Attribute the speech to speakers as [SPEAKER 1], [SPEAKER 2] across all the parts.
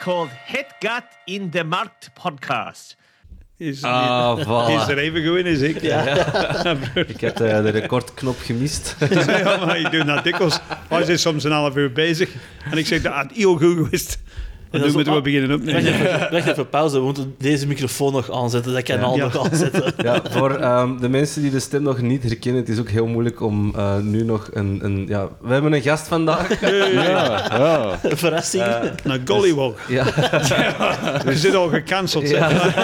[SPEAKER 1] called Hetgat in the Markt podcast.
[SPEAKER 2] Is,
[SPEAKER 3] Ah, voilà.
[SPEAKER 2] is er even goed in als ik. Ja.
[SPEAKER 3] Ik heb eh, de recordknop gemist.
[SPEAKER 2] Ja, maar ik doe dat dikwijls. Hij is soms een half uur bezig. En ik zeg, dat had heel goed geweest. Dan
[SPEAKER 4] dat
[SPEAKER 2] doen
[SPEAKER 4] is
[SPEAKER 2] we het wel
[SPEAKER 4] ook-
[SPEAKER 2] beginnen
[SPEAKER 4] Wacht
[SPEAKER 2] opnemen.
[SPEAKER 4] even, wacht even pauze, we moeten deze microfoon nog aanzetten. Dat kan al
[SPEAKER 2] Ja.
[SPEAKER 4] nog aanzetten.
[SPEAKER 3] Ja, voor ehm, de mensen die de stem nog niet herkennen, het is ook heel moeilijk om eh, nu nog een... een ja, we hebben een gast vandaag.
[SPEAKER 5] Ja, ja.
[SPEAKER 4] Verrassing.
[SPEAKER 2] Naar Gollywog.
[SPEAKER 3] Ja,
[SPEAKER 2] We zitten al gecanceld. zeg.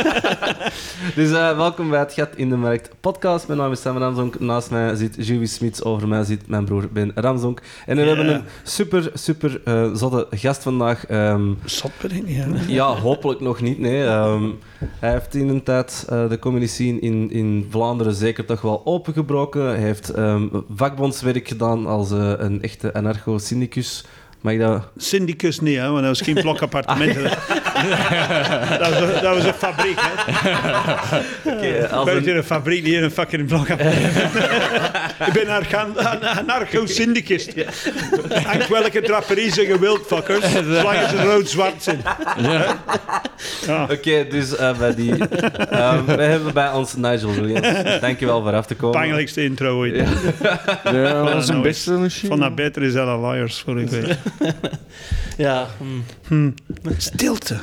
[SPEAKER 3] dus eh, welkom bij het Gat in de Markt podcast. Mijn naam is Sam Ramzonk. Naast mij zit Julie Smits, over mij zit mijn broer Ben Ramzonk. En we hebben een super, super eh, zotte gast vandaag. Ehm,
[SPEAKER 2] Zot ben ik niet, hè.
[SPEAKER 3] Ja, hopelijk nog niet. Nee. Ehm, hij heeft in een tijd eh, de comedy scene in, in Vlaanderen zeker toch wel opengebroken. Hij heeft ehm, vakbondswerk gedaan als eh, een echte anarcho-syndicus. Mag ik dat...
[SPEAKER 2] Syndicus niet, hè, want dat was geen blokappartementen. dat, was een, dat was een fabriek. Hè.
[SPEAKER 3] als
[SPEAKER 2] Werkt
[SPEAKER 3] een...
[SPEAKER 2] in een fabriek, niet in een fucking blokappartement. ik ben argan- an- anarcho-syndicist. Hangt welke draperie ze gewild, fuckers. Zolang ze rood-zwart zijn.
[SPEAKER 3] Oké, dus eh, bij die... Ehm, we hebben bij ons Nigel Williams. Dankjewel voor af te komen.
[SPEAKER 2] Pijnlijkste intro ooit.
[SPEAKER 5] ja dat is
[SPEAKER 2] nou
[SPEAKER 5] een beste misschien.
[SPEAKER 2] Van dat beter is Ella Liars, voor ik weet.
[SPEAKER 4] Ja, hm.
[SPEAKER 2] Stilte.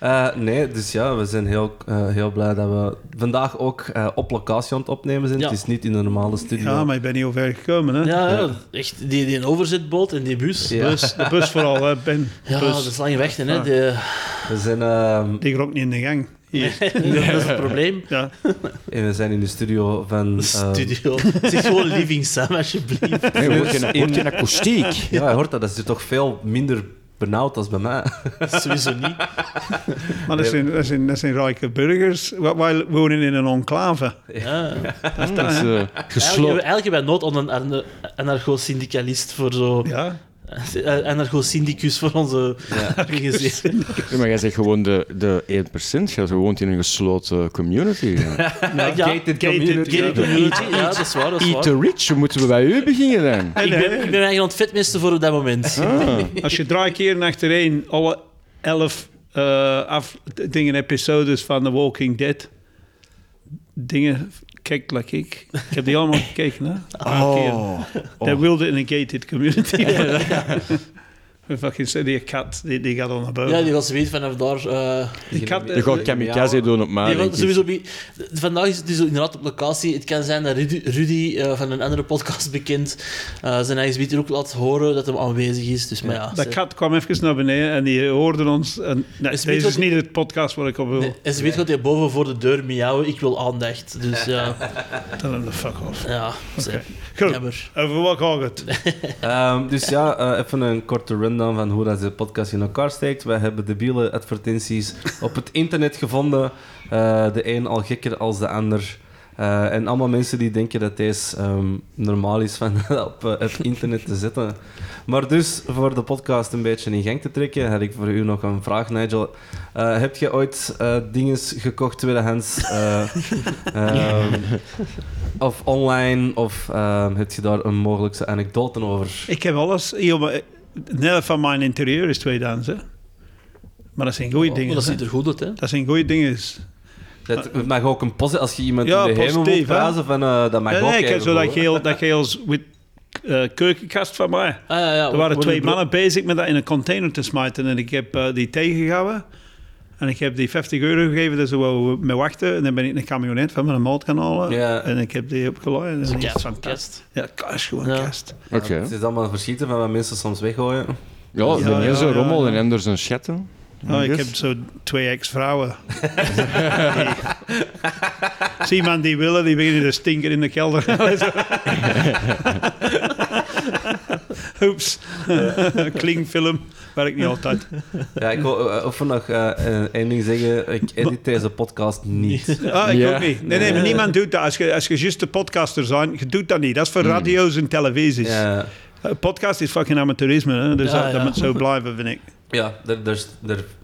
[SPEAKER 3] Eh, nee, dus ja, we zijn heel, eh, heel blij dat we vandaag ook eh, op locatie aan het opnemen zijn.
[SPEAKER 4] Ja.
[SPEAKER 3] Het is niet in de normale studio.
[SPEAKER 2] Ja, maar ik ben heel ver gekomen, hè.
[SPEAKER 4] ja, ja, echt die, die overzetboot en die bus. Ja,
[SPEAKER 3] Ja.
[SPEAKER 2] Bus, de bus vooral, hè, Ben.
[SPEAKER 4] dat
[SPEAKER 2] bus.
[SPEAKER 4] is lang weg, hè? Die-
[SPEAKER 3] We zijn... ehm,
[SPEAKER 2] Die rook niet in de gang. Hier.
[SPEAKER 4] dat is het probleem.
[SPEAKER 2] Ja.
[SPEAKER 3] En we zijn in de studio van... eh,
[SPEAKER 2] Ehm.
[SPEAKER 4] Studio. Het is gewoon Living Sam, alsjeblieft.
[SPEAKER 5] Nee, hoort je, hoort je een akoestiek?
[SPEAKER 3] ja, je hoort dat. Dat is hier toch veel minder benauwd als bij mij.
[SPEAKER 4] Sowieso niet.
[SPEAKER 2] Maar dat zijn, dat, zijn, dat zijn rijke burgers. Wa- Wij wonen in een enclave.
[SPEAKER 4] Ja.
[SPEAKER 5] Dat is eh,
[SPEAKER 4] Eigenlijk,
[SPEAKER 5] gesloten.
[SPEAKER 4] eigenlijk hebben wij nood aan een arne- anarcho-syndicalist voor zo...
[SPEAKER 2] Ja.
[SPEAKER 4] Eh, Anarcho-syndicus voor onze gezin.
[SPEAKER 5] Ja, maar jij zegt gewoon de, de 1%. Jij woont in een gesloten community. Ja.
[SPEAKER 4] Ja,
[SPEAKER 3] Gated community.
[SPEAKER 4] Gated community, ja, dat is waar. Dat is
[SPEAKER 5] Eat
[SPEAKER 4] waar.
[SPEAKER 5] the rich, moeten we bij u beginnen dan?
[SPEAKER 2] En,
[SPEAKER 4] Ik ben, ik ben
[SPEAKER 2] eh,
[SPEAKER 4] eigenlijk aan het vetmesten voor op dat moment.
[SPEAKER 5] Ah.
[SPEAKER 2] als je drie keer achtereen alle elf eh, af, dingen, episodes van The Walking Dead dingen kijkt, like ik. Ik heb die allemaal gekeken, hè. Drie keer.
[SPEAKER 5] Oh.
[SPEAKER 2] They wilde in a gated community. Een fucking die kat, die, die gaat al naar boven.
[SPEAKER 4] Ja, die was weet vanaf daar. eh,
[SPEAKER 2] die kat,
[SPEAKER 5] Je gaat kamikaze doen op mij.
[SPEAKER 4] die
[SPEAKER 5] denk
[SPEAKER 4] was
[SPEAKER 5] ik.
[SPEAKER 4] sowieso bij- de- vandaag is het dus inderdaad op locatie. Het kan zijn dat Rudy, Rudy, eh, van een andere podcast bekend eh, zijn eigen beat ook laat horen dat hem aanwezig is. Dus, maar ja,
[SPEAKER 2] dat
[SPEAKER 4] ze-
[SPEAKER 2] kat kwam even naar beneden en die hoorde ons. En, nee,
[SPEAKER 4] Is het
[SPEAKER 2] deze
[SPEAKER 4] niet
[SPEAKER 2] is
[SPEAKER 4] wat-
[SPEAKER 2] niet het podcast waar ik op wil.
[SPEAKER 4] Nee, en ze weet wat hij boven voor de deur miauwen. Ik wil aandacht. Dus ja,
[SPEAKER 2] Tell him the fuck off.
[SPEAKER 4] ja ze-
[SPEAKER 2] Goed,
[SPEAKER 4] jammer.
[SPEAKER 2] over wat gaat het?
[SPEAKER 3] Ehm, dus ja, eh, even een korte rundown van hoe dat de podcast in elkaar steekt. Wij hebben debiele advertenties op het internet gevonden. Eh, de een al gekker als de ander. Eh, en allemaal mensen die denken dat deze ehm, normaal is van op eh, het internet te zetten. Maar dus, voor de podcast een beetje in gang te trekken, had ik voor u nog een vraag, Nigel. Eh, heb je ooit eh dingen gekocht tweedehands? eh, ehm, of online? Of ehm, heb je daar een mogelijke anekdote over?
[SPEAKER 2] Ik heb alles. Heel, mijn- een helft van mijn interieur is tweedehands. Hè. Maar dat zijn goede
[SPEAKER 4] Maar
[SPEAKER 2] dingen.
[SPEAKER 4] Oh, dat
[SPEAKER 2] hè.
[SPEAKER 4] ziet er goed uit, hè?
[SPEAKER 2] Dat zijn goede dingen.
[SPEAKER 3] Dat het mag ook een positie als je iemand
[SPEAKER 2] Ja,
[SPEAKER 3] in de hemel moet
[SPEAKER 2] positief, hè?
[SPEAKER 3] prijzen, van, eh, dat mag
[SPEAKER 2] Nee,
[SPEAKER 3] ook.
[SPEAKER 2] nee, ik heb
[SPEAKER 3] even
[SPEAKER 2] zo dat
[SPEAKER 3] horen.
[SPEAKER 2] geel, dat geel s- wit, eh, keukenkast van mij.
[SPEAKER 4] Ah, ja, ja,
[SPEAKER 2] Er waren
[SPEAKER 4] wat-
[SPEAKER 2] twee
[SPEAKER 4] wat- wat-
[SPEAKER 2] mannen bezig met dat in een container te smijten. En ik heb eh, die tegengehouden. En ik heb die 50 euro gegeven, dat ze wel mee wachten. En dan ben ik een camionet van mijn maat gaan halen.
[SPEAKER 3] Ja.
[SPEAKER 2] En ik heb die opgeladen.
[SPEAKER 4] Dat
[SPEAKER 2] En
[SPEAKER 4] is
[SPEAKER 2] die
[SPEAKER 4] een
[SPEAKER 2] is
[SPEAKER 4] kast.
[SPEAKER 2] fantastisch.
[SPEAKER 4] kast.
[SPEAKER 2] Ja, kast, gewoon
[SPEAKER 4] Ja.
[SPEAKER 2] kast.
[SPEAKER 5] Oké.
[SPEAKER 3] Het is allemaal verschieten van wat mensen soms weggooien.
[SPEAKER 5] Ja, de
[SPEAKER 2] Ja,
[SPEAKER 5] een is
[SPEAKER 2] ja,
[SPEAKER 5] een rommel
[SPEAKER 2] ja.
[SPEAKER 5] en ander is een schatten.
[SPEAKER 2] Nou, ik heb zo twee ex-vrouwen. Die- Zie man die willen, die beginnen te stinken in de kelder. Oeps. Klinkfilm. Werkt niet altijd.
[SPEAKER 3] Ja, ik wil eh, even nog eh, eh, één ding zeggen. Ik edit deze podcast niet.
[SPEAKER 2] Ah, ik
[SPEAKER 5] Ja.
[SPEAKER 2] ook niet. Nee, nee, maar niemand doet dat. Als je, als je juist de podcaster bent, je doet dat niet. Dat is voor radio's en televisies.
[SPEAKER 3] Ja,
[SPEAKER 2] Een podcast is fucking amateurisme, hè? dus
[SPEAKER 4] Ja,
[SPEAKER 2] dat, dat
[SPEAKER 4] ja.
[SPEAKER 2] moet zo blijven, vind ik.
[SPEAKER 3] ja daar, daar,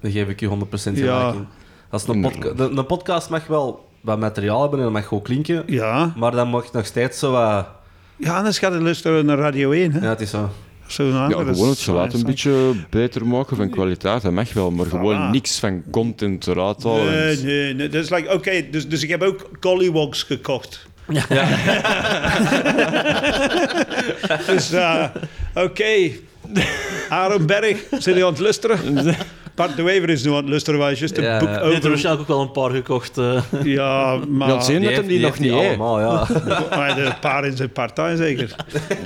[SPEAKER 3] daar geef ik je 100% gelijk
[SPEAKER 2] Ja.
[SPEAKER 3] in. Als een, podca-
[SPEAKER 5] Inderdaad.
[SPEAKER 3] de- een podcast mag wel wat materiaal hebben en dat mag goed klinken,
[SPEAKER 2] Ja,
[SPEAKER 3] maar dan mag nog steeds zo wat...
[SPEAKER 2] ja anders gaat het luisteren naar Radio 1. Hè?
[SPEAKER 3] Ja, het is zo.
[SPEAKER 2] Zo'n
[SPEAKER 5] Ja,
[SPEAKER 2] andere
[SPEAKER 5] gewoon het geluid
[SPEAKER 2] science.
[SPEAKER 5] een beetje beter maken van kwaliteit, dat mag wel, maar gewoon
[SPEAKER 2] Voilà.
[SPEAKER 5] niks van content eruit halen.
[SPEAKER 2] Nee, nee, nee. Dat is like, oké, dus, dus ik heb ook gollywogs gekocht. Ja. dus, eh, oké. Aaron Berg, zit je aan het lusteren? Bart de Wever is nu aan het lusteren, was juist een
[SPEAKER 3] Ja,
[SPEAKER 2] boek
[SPEAKER 3] ja.
[SPEAKER 4] Dit heeft
[SPEAKER 2] over...
[SPEAKER 4] waarschijnlijk ook wel een paar gekocht. eh.
[SPEAKER 2] Ja, maar...
[SPEAKER 5] Dat zien dat
[SPEAKER 3] heeft-
[SPEAKER 5] hem die nog
[SPEAKER 3] heeft
[SPEAKER 5] niet heeft.
[SPEAKER 3] allemaal, ja.
[SPEAKER 2] maar de paar in zijn partij zeker.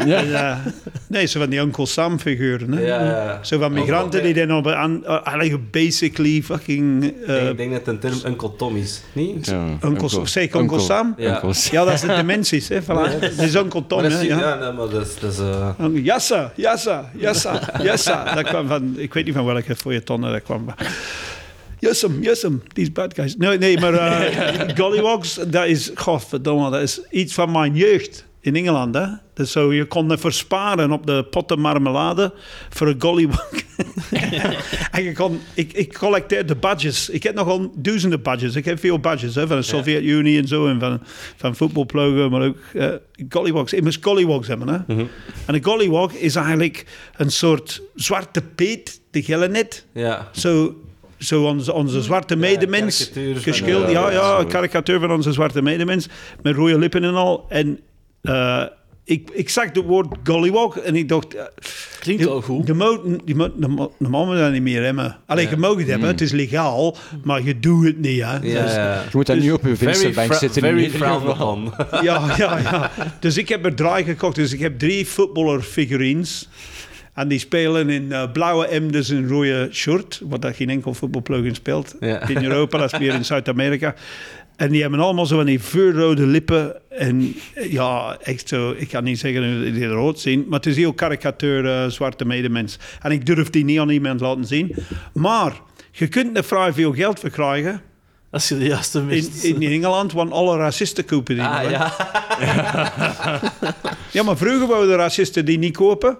[SPEAKER 5] Ja.
[SPEAKER 2] Ja. Nee, zo van die Uncle Sam figuren. Hè?
[SPEAKER 3] Ja, ja, ja.
[SPEAKER 2] Zo van migranten die dan op aan, eigenlijk basically fucking
[SPEAKER 3] Ik
[SPEAKER 2] eh
[SPEAKER 3] denk- ik denk dat het een term Uncle Tom is, niet?
[SPEAKER 5] Ja,
[SPEAKER 2] Uncle, zeker Uncle Sam?
[SPEAKER 3] Ja.
[SPEAKER 5] Uncle Sam.
[SPEAKER 2] Ja, dat is de dimensies, hè? Voilà. Dat is Uncle Tom,
[SPEAKER 3] Maar dat
[SPEAKER 2] hè?
[SPEAKER 3] is- ja.
[SPEAKER 2] Ja.
[SPEAKER 3] nee, maar dat is... Dat is eh,
[SPEAKER 2] Uncle- Jassa, jassa, jassa, jassa. Dat kwam van, ik weet niet van welke feuilletonnen dat kwam. maar- Jussum, jussum, these bad guys. Nee, nee maar eh Gollywogs, dat is, godverdomme, dat is iets van mijn jeugd in Engeland, hè? Dus zo, je kon ervoor sparen op de potten marmelade voor een Gollywog. en je kon, ik, ik collecteerde badges. Ik heb nogal duizenden badges. Ik heb veel badges hè, van de Sovjet-Unie en zo. En van, van voetbalploegen, maar ook eh gollywogs. Ik moest gollywogs hebben. Hè.
[SPEAKER 3] Mhm.
[SPEAKER 2] En een gollywog is eigenlijk een soort zwarte peet, de gele net.
[SPEAKER 3] ja.
[SPEAKER 2] Zo, zo onze, onze zwarte medemens.
[SPEAKER 3] karikatuur van- eh,
[SPEAKER 2] geschilderd,
[SPEAKER 5] ja,
[SPEAKER 2] ja,
[SPEAKER 5] ja,
[SPEAKER 2] ja,
[SPEAKER 5] zo.
[SPEAKER 2] een karikatuur van onze zwarte medemens. Met rode lippen en al. En eh, ik, ik zag het woord gollywog en ik dacht... eh,
[SPEAKER 4] Klinkt wel goed.
[SPEAKER 2] je moet, je moet, normaal moet je dat niet meer hebben. Alleen, je mag het hebben,
[SPEAKER 4] Hmm.
[SPEAKER 2] het is legaal, maar je doet het niet. Hè.
[SPEAKER 3] Ja,
[SPEAKER 2] Dus-
[SPEAKER 3] ja.
[SPEAKER 5] Je moet dat nu op je vensterbank
[SPEAKER 3] fra-
[SPEAKER 5] zitten.
[SPEAKER 3] very
[SPEAKER 5] in ieder geval.
[SPEAKER 3] frowned upon.
[SPEAKER 2] ja, ja, ja. Dus ik heb er draai gekocht. Dus ik heb drie voetballer figurines. En die spelen in eh, blauwe emders en rode shirt. Wat dat geen enkel voetbalploeg in speelt.
[SPEAKER 3] Ja.
[SPEAKER 2] In Europa, dat is meer in Zuid-Amerika. En die hebben allemaal zo van die vuurrode lippen. En eh, ja, echt zo. Ik kan niet zeggen dat die er rood zien. Maar het is heel karikatuur eh, zwarte medemens. En ik durf die niet aan iemand laten zien. Maar je kunt er vrij veel geld voor krijgen.
[SPEAKER 4] Als je de juiste
[SPEAKER 2] In,
[SPEAKER 4] mist.
[SPEAKER 2] in Engeland, want alle racisten kopen die. nog,
[SPEAKER 3] Ah,
[SPEAKER 2] hè.
[SPEAKER 3] ja.
[SPEAKER 2] Ja, maar vroeger wouden de racisten die niet kopen.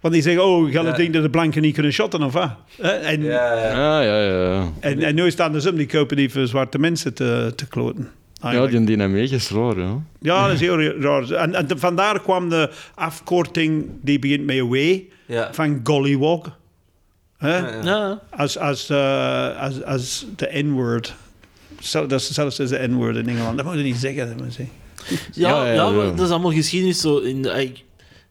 [SPEAKER 2] Want die zeggen, oh, gaan het
[SPEAKER 3] Ja.
[SPEAKER 2] ding dat de blanken niet kunnen shotten of wat? Hè? En,
[SPEAKER 3] Ja, ja.
[SPEAKER 5] Ja, ja, ja.
[SPEAKER 2] en, en nu is het andersom, die kopen die voor zwarte mensen te, te kloten.
[SPEAKER 5] Ja,
[SPEAKER 2] eigenlijk.
[SPEAKER 5] die dynamiek is raar, ja.
[SPEAKER 2] Ja, dat is heel raar. En, en de- vandaar kwam de afkorting, die begint met away,
[SPEAKER 3] Ja.
[SPEAKER 2] van gollywog. Hè?
[SPEAKER 3] Ja, ja.
[SPEAKER 4] Ja,
[SPEAKER 2] Als, als, eh, als, als de N-word. Zelf- dat is Zelfs als de N-word in Engeland. Dat moet je niet zeggen. Dat moet je zeggen.
[SPEAKER 5] Ja,
[SPEAKER 4] ja,
[SPEAKER 5] ja,
[SPEAKER 4] ja,
[SPEAKER 5] ja.
[SPEAKER 4] maar dat is allemaal geschiedenis. Zo in de, ik-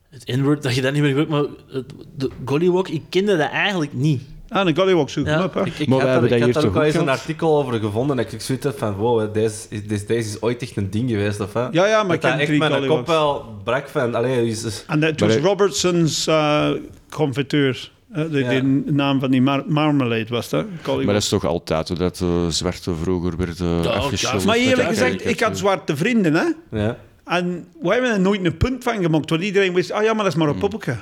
[SPEAKER 4] het N-word, dat je dat niet meer gebruikt, maar het, de Gollywog, ik kende dat eigenlijk niet.
[SPEAKER 2] Ah, de gollywog zoek hem
[SPEAKER 4] Ja,
[SPEAKER 2] op. Hè?
[SPEAKER 3] Ik, ik had
[SPEAKER 5] Maar we
[SPEAKER 3] daar-
[SPEAKER 5] hebben dat
[SPEAKER 3] ik had
[SPEAKER 5] hier
[SPEAKER 3] daar
[SPEAKER 5] toch
[SPEAKER 3] ook wel
[SPEAKER 5] ook
[SPEAKER 3] eens een
[SPEAKER 5] gehad?
[SPEAKER 3] artikel over gevonden en ik zoiets had van, wow, hè, deze is, deze, deze is ooit echt een ding geweest, of hè?
[SPEAKER 2] Ja, ja, maar ik
[SPEAKER 3] dat
[SPEAKER 2] ken
[SPEAKER 3] dat
[SPEAKER 2] drie
[SPEAKER 3] echt mijn
[SPEAKER 2] Gollywogs.
[SPEAKER 3] kop wel brak van. Allee, is, is-
[SPEAKER 2] En dat
[SPEAKER 5] Maar
[SPEAKER 2] was
[SPEAKER 5] ik-
[SPEAKER 2] Robertson's eh, confituur. Eh, de,
[SPEAKER 3] Ja.
[SPEAKER 2] de naam van die mar- marmalade was dat. Collie-
[SPEAKER 5] Maar dat is toch altijd hoe dat de zwarte vroeger werd eh afgesloten.
[SPEAKER 2] maar eerlijk gezegd, ik had zwarte vrienden, hè.
[SPEAKER 3] ja.
[SPEAKER 2] En we hebben er nooit een punt van gemaakt. Want iedereen wist, ah ja, maar dat is maar een poppetje.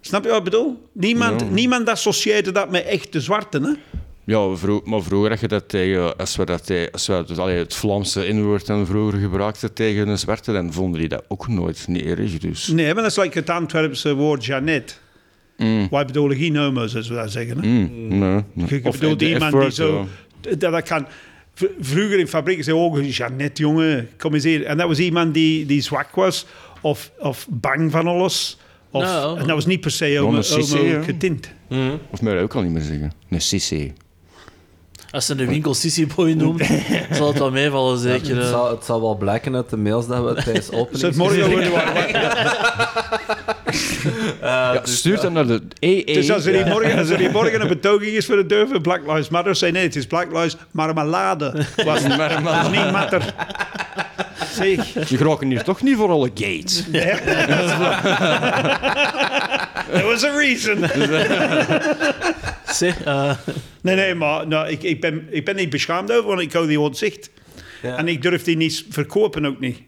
[SPEAKER 2] Snap je wat ik bedoel? Niemand,
[SPEAKER 5] Mm. Ja.
[SPEAKER 2] niemand associeerde dat met echte zwarten, hè.
[SPEAKER 5] Ja, vro- maar vroeger had je dat tegen, als we, dat tegen, als we dus, allee, het Vlaamse inwoord dan vroeger gebruikten tegen een zwarte, dan vonden die dat ook nooit niet erg. Dus.
[SPEAKER 2] Nee, maar dat is like het Antwerpse woord Janet. Wij bedoelen geen homo's, als nou we dat zeggen, hè.
[SPEAKER 5] Mm, nee, nee.
[SPEAKER 2] Hmm. Ik
[SPEAKER 5] Of
[SPEAKER 2] bedoel,
[SPEAKER 5] de
[SPEAKER 2] die man die
[SPEAKER 5] F-word,
[SPEAKER 2] zo...
[SPEAKER 5] ja.
[SPEAKER 2] Dat, dat kan... v- Vroeger in fabrieken zei oh, ook, Janet, jongen, kom eens hier. En dat was iemand die, die zwak was of, of bang van alles. Of,
[SPEAKER 4] Nou.
[SPEAKER 2] en dat was niet per se
[SPEAKER 5] Gewoon
[SPEAKER 2] homo,
[SPEAKER 5] een sissy,
[SPEAKER 2] homo
[SPEAKER 5] ja.
[SPEAKER 2] getint.
[SPEAKER 5] Of moet je dat ook al niet meer zeggen? Een CC.
[SPEAKER 4] Als ze de winkel Sissy Boy noemt, zal het wel meevallen, zeker.
[SPEAKER 3] Het,
[SPEAKER 4] eh.
[SPEAKER 3] zal, het zal wel blijken uit de mails dat we tijdens opening...
[SPEAKER 2] Dus het morgen worden we-
[SPEAKER 5] Ja, stuur dat naar de E EE.
[SPEAKER 2] Dus als er, hier morgen, als er hier morgen een betoging is voor de deur van Black Lives Matter, zei nee, het is Black Lives Marmalade. Was het. Dat is niet matter. Zeg.
[SPEAKER 5] Je geraken hier toch niet voor alle gates.
[SPEAKER 2] There was a reason.
[SPEAKER 4] Zeg, eh,
[SPEAKER 2] Nee, nee, maar nou, ik, ik, ben, ik ben niet beschaamd over, want ik hou die ontzicht.
[SPEAKER 3] Ja.
[SPEAKER 2] En ik durf die niet verkopen ook niet.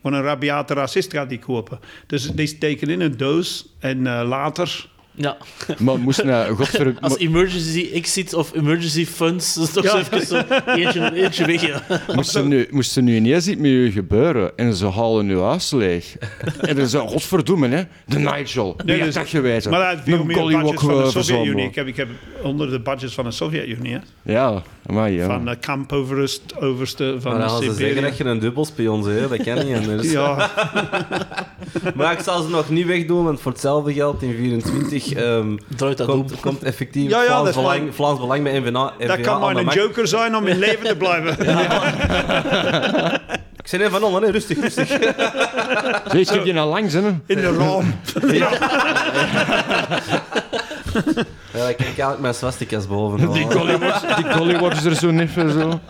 [SPEAKER 2] Want een rabiate racist gaat die kopen. Dus die steken in een doos en eh, later
[SPEAKER 4] Ja.
[SPEAKER 5] Maar moest naar godver...
[SPEAKER 4] Als
[SPEAKER 5] mo-
[SPEAKER 4] emergency exit of emergency funds, dat is toch zo even zo eentje, eentje weg. Ja.
[SPEAKER 5] moest, er nu, moest er nu ineens iets met je gebeuren en ze halen je huis leeg. en dan zo, godverdomme, hè. De Nigel.
[SPEAKER 2] Nee,
[SPEAKER 5] Nee, dat
[SPEAKER 2] dus-
[SPEAKER 5] dat geweten.
[SPEAKER 2] Maar dat viel
[SPEAKER 5] Een
[SPEAKER 2] meer op
[SPEAKER 5] collie
[SPEAKER 2] budgets
[SPEAKER 5] walk
[SPEAKER 2] van
[SPEAKER 3] eh,
[SPEAKER 2] de
[SPEAKER 5] verzamelen.
[SPEAKER 2] Sovjet-Unie. Ik heb, ik heb onder de budgets van de Sovjet-Unie, hè.
[SPEAKER 5] Ja, maar ja.
[SPEAKER 2] van de kampoverst overste van de
[SPEAKER 3] Maar dan gaan ze zeggen
[SPEAKER 2] Siberië.
[SPEAKER 3] dat je dus, eh, een dubbelspion bent, hè. dat kan niet anders.
[SPEAKER 2] Ja,
[SPEAKER 3] Maar ik zal ze nog niet wegdoen, want voor hetzelfde geld in 24 ehm,
[SPEAKER 4] Draait dat op.
[SPEAKER 3] komt, komt effectief
[SPEAKER 2] Ja, ja, dat
[SPEAKER 3] Vlaams,
[SPEAKER 2] is
[SPEAKER 3] Belang,
[SPEAKER 2] mijn-
[SPEAKER 3] Vlaams Belang bij NVA.
[SPEAKER 2] dat kan maar een joker zijn om in leven te blijven.
[SPEAKER 3] Ik ben even om, hè. rustig, rustig.
[SPEAKER 5] Zie, ik heb je nou langs, hè.
[SPEAKER 2] In de raam.
[SPEAKER 3] Ja, ik kijk eigenlijk mijn swastikas boven. Oh.
[SPEAKER 5] Die Collywatch- Die Collywatch is er zo nif en zo.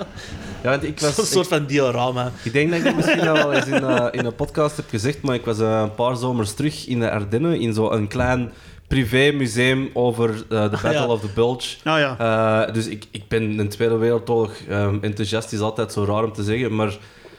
[SPEAKER 3] Ja, want ik was...
[SPEAKER 4] Een soort van diorama.
[SPEAKER 3] Ik denk dat ik dat misschien al wel eens in, eh, in een podcast heb gezegd, maar ik was eh, een paar zomers terug in de Ardennen in zo'n klein privémuseum over eh, de Battle
[SPEAKER 4] Ja.
[SPEAKER 3] of the Bulge.
[SPEAKER 2] Nou ja.
[SPEAKER 3] Eh, dus ik, ik ben een Tweede Wereldoorlog ehm, enthousiast, is altijd zo raar om te zeggen, maar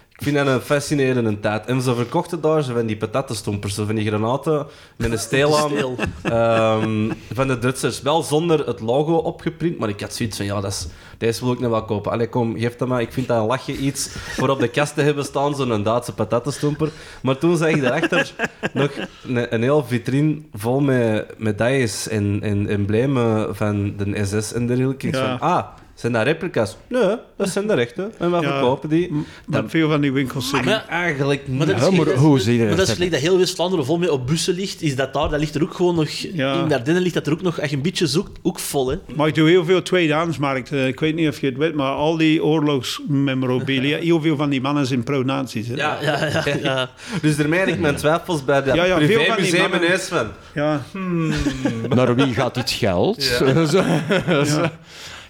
[SPEAKER 3] ik vind dat een fascinerende tijd. En ze verkochten daar zo van die patatenstompers, zo van die granaten met een steel aan.
[SPEAKER 4] Stil.
[SPEAKER 3] Ehm, van de Duitsers. Wel zonder het logo opgeprint, maar ik had zoiets van, ja, dat is, deze wil ik nog wel kopen. Allee, kom, geef dat maar. Ik vind dat een lachje iets voor op de kast te hebben staan, zo'n Duitse patatenstoemper. Maar toen zag ik daarachter nog een, een heel vitrine vol met medailles en, en emblemen van de SS en dergelijke. Ik
[SPEAKER 2] Ja.
[SPEAKER 3] van, ah, zijn dat replica's? Nee, dat zijn de rechten. En we
[SPEAKER 2] Ja.
[SPEAKER 3] verkopen die.
[SPEAKER 2] Dat veel van die winkels zijn.
[SPEAKER 4] Maar ja,
[SPEAKER 3] Eigenlijk niet.
[SPEAKER 4] Maar dat is
[SPEAKER 5] Ja, maar
[SPEAKER 4] gelijk-
[SPEAKER 5] hoe zie je
[SPEAKER 4] maar
[SPEAKER 5] dat?
[SPEAKER 4] dat is gelijk dat heel West-Vlaanderen vol mee op bussen ligt. Is dat daar? Dat ligt er ook gewoon nog...
[SPEAKER 2] Ja.
[SPEAKER 4] In Dardenne ligt dat er ook nog, als je een beetje zoekt, ook vol, hè.
[SPEAKER 2] Maar ik doe heel veel tweedehandsmarkten. Ik weet niet of je het weet, maar al die oorlogsmemorabilia, heel veel van die mannen zijn pro-nazi's. hè.
[SPEAKER 3] Ja,
[SPEAKER 4] Ja, ja, ja.
[SPEAKER 3] Dus daarmee heb ik mijn twijfels bij dat
[SPEAKER 2] Ja, ja, veel van die
[SPEAKER 3] privémuseum in
[SPEAKER 2] mannen-
[SPEAKER 3] Eesven.
[SPEAKER 2] Ja.
[SPEAKER 5] Naar wie gaat dit geld? Zo.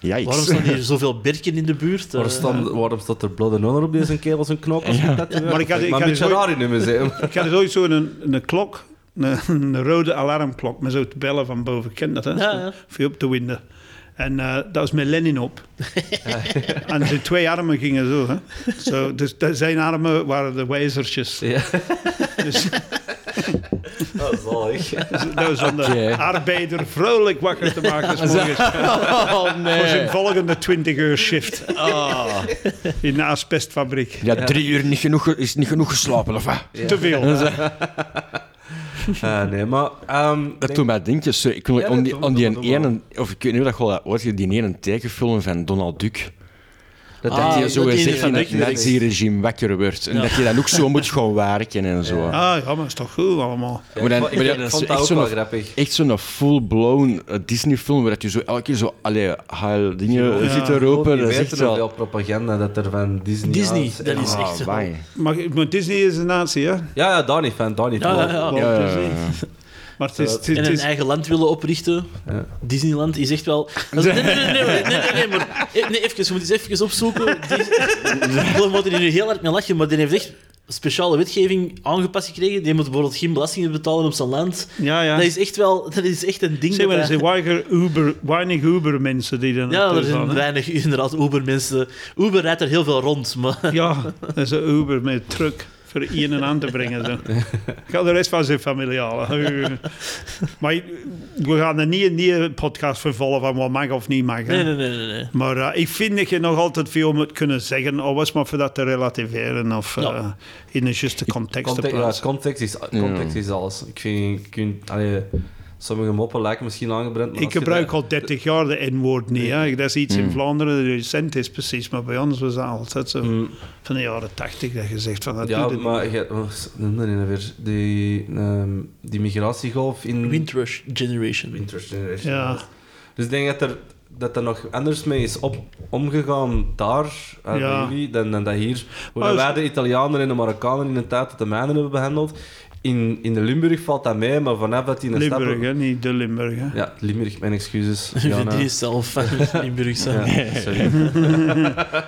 [SPEAKER 5] Jijks.
[SPEAKER 4] Waarom staan hier zoveel berken in de buurt?
[SPEAKER 3] Waar
[SPEAKER 4] Eh,
[SPEAKER 3] stond- waarom staat er Blood and Honor op deze kerel zijn knop? als je dat
[SPEAKER 2] Maar ik had- ik had
[SPEAKER 3] maar een beetje
[SPEAKER 2] dus ooit-
[SPEAKER 3] raar in een museum.
[SPEAKER 2] Ik had dus ooit zo een, een klok, een, een rode alarmklok, met zo te bellen van boven. Ken dat, hè?
[SPEAKER 4] Ja, ja.
[SPEAKER 2] Veel op de winden. En eh, dat was met Lenin op. en zijn twee armen gingen zo. Hè? zo dus de- zijn armen waren de wijzertjes.
[SPEAKER 3] Ja.
[SPEAKER 2] Dus
[SPEAKER 3] Dat is zalig.
[SPEAKER 2] dat was om de
[SPEAKER 5] Oké.
[SPEAKER 2] arbeider vrolijk wakker te maken. 's morgens.
[SPEAKER 5] Oh,
[SPEAKER 2] Voor
[SPEAKER 5] nee.
[SPEAKER 4] Eh.
[SPEAKER 2] zijn volgende 20 uur shift.
[SPEAKER 4] Ah.
[SPEAKER 2] In de asbestfabriek.
[SPEAKER 5] Ja, drie uur niet genoeg, ge- is niet genoeg geslapen, of wat?
[SPEAKER 2] Te veel.
[SPEAKER 3] Ah, nee, maar... ehm,
[SPEAKER 5] Dat
[SPEAKER 3] denk-
[SPEAKER 5] doet mij denken, zo, ik wil
[SPEAKER 3] Ja,
[SPEAKER 5] om
[SPEAKER 3] dat
[SPEAKER 5] die,
[SPEAKER 3] doen we,
[SPEAKER 5] om die
[SPEAKER 3] dat doen we wel.
[SPEAKER 5] ene, of ik weet niet of dat je al dat ooit, die ene tekenfilm van Donald Duck,
[SPEAKER 3] dat
[SPEAKER 4] Ah,
[SPEAKER 5] dat
[SPEAKER 3] denk
[SPEAKER 5] je
[SPEAKER 3] ik-
[SPEAKER 5] zo
[SPEAKER 4] dat die
[SPEAKER 5] zegt van
[SPEAKER 4] ene
[SPEAKER 5] dat
[SPEAKER 4] Duck
[SPEAKER 5] nazi-regime wakker wordt en dat je dan ook zo moet gaan werken en zo.
[SPEAKER 2] Ah ja, maar is toch goed allemaal.
[SPEAKER 3] Ja,
[SPEAKER 5] Maar dan-
[SPEAKER 3] ik vond-
[SPEAKER 5] maar ja,
[SPEAKER 3] ik
[SPEAKER 5] dat is
[SPEAKER 3] vond
[SPEAKER 5] echt
[SPEAKER 3] dat ook
[SPEAKER 5] zo'n-
[SPEAKER 3] wel grappig.
[SPEAKER 5] Echt zo'n full-blown eh, Disney-film waar dat je zo elke keer zo allee, haal dingen eh,
[SPEAKER 2] Ja.
[SPEAKER 5] zit te
[SPEAKER 3] Je
[SPEAKER 5] roepen. Dat is
[SPEAKER 3] weet
[SPEAKER 5] echt
[SPEAKER 3] er hoeveel
[SPEAKER 5] wel...
[SPEAKER 3] propaganda dat er van Disney...
[SPEAKER 4] Disney,
[SPEAKER 3] was.
[SPEAKER 4] dat is echt...
[SPEAKER 5] Ah, bang.
[SPEAKER 2] Maar, maar Disney is een natie, hè?
[SPEAKER 3] Ja, ja, daar niet van, daar niet
[SPEAKER 4] Ja,
[SPEAKER 3] van.
[SPEAKER 4] ja, ja.
[SPEAKER 2] Walt
[SPEAKER 5] Ja, ja,
[SPEAKER 2] Disney.
[SPEAKER 5] ja.
[SPEAKER 2] Maar het is, het is-
[SPEAKER 4] En
[SPEAKER 2] het
[SPEAKER 4] een
[SPEAKER 2] is-
[SPEAKER 4] eigen land willen oprichten.
[SPEAKER 3] Ja.
[SPEAKER 4] Disneyland is echt wel... Nee, nee, nee, nee, nee, nee, nee, maar... eh, Nee, even, je moet eens even opzoeken. Dis- We moeten hier nu heel hard mee lachen, maar die heeft echt speciale wetgeving aangepast gekregen. Die moet bijvoorbeeld geen belastingen betalen op zijn land.
[SPEAKER 2] ja, ja.
[SPEAKER 4] Dat is echt wel... Dat is echt een ding.
[SPEAKER 2] Zeg maar, er
[SPEAKER 4] dat hij-
[SPEAKER 2] zijn weinig Uber, weinig Uber mensen die dan
[SPEAKER 4] Ja, er
[SPEAKER 2] naartoe
[SPEAKER 4] zijn
[SPEAKER 2] gaan, hè?
[SPEAKER 4] weinig inderdaad Uber-mensen. Uber rijdt er heel veel rond, maar...
[SPEAKER 2] Ja, dat is een Uber met een truck voor een en aan te brengen. Zo. Ga de rest van zijn familie halen. Maar we gaan er niet een nieuwe podcast vervolgen van wat mag of niet mag. hè.
[SPEAKER 4] Nee, nee, nee, nee. nee.
[SPEAKER 2] Maar eh, ik vind dat je nog altijd veel moet kunnen zeggen, al was maar voor dat te relativeren of eh,
[SPEAKER 4] Ja.
[SPEAKER 2] in de juiste context te
[SPEAKER 3] Context, ja,
[SPEAKER 2] plaatsen.
[SPEAKER 3] context, is, context is alles. Ik vind... Ik vind allee, sommige moppen lijken misschien aangebrand, maar
[SPEAKER 2] Ik
[SPEAKER 3] als je Mm.
[SPEAKER 2] gebruik
[SPEAKER 3] dat-
[SPEAKER 2] al 30 jaar de N-woord niet. Hè. Dat is iets in Vlaanderen dat recent is, precies. Maar bij ons was dat altijd zo van de jaren 80 dat je zegt van dat
[SPEAKER 3] Mm. Ja,
[SPEAKER 2] doet het
[SPEAKER 3] maar... Je, wat noemde die nou weer? Die, ehm, die migratiegolf
[SPEAKER 2] Mm.
[SPEAKER 3] in...
[SPEAKER 4] Windrush Generation.
[SPEAKER 3] Winter
[SPEAKER 2] niet.
[SPEAKER 3] Generation.
[SPEAKER 2] Ja,
[SPEAKER 3] Dus ik denk dat er, dat er nog anders mee is op, omgegaan daar, eh,
[SPEAKER 2] Ja. Ah, dus-
[SPEAKER 3] bij jullie, dan, dan dat hier. Hoe
[SPEAKER 2] Maar dat
[SPEAKER 3] wij
[SPEAKER 2] is-
[SPEAKER 3] de Italianen en de Marokkanen in de tijd dat de mijnen hebben behandeld. In, in de Limburg valt dat mee, maar vanaf dat die in de stad-
[SPEAKER 2] Limburg, hè, niet de Limburg. Hè.
[SPEAKER 3] Ja, Limburg, mijn excuses.
[SPEAKER 4] Ja,
[SPEAKER 3] Jana.
[SPEAKER 4] die is zelf van Limburg. zijn.
[SPEAKER 3] Ja, sorry. Ja,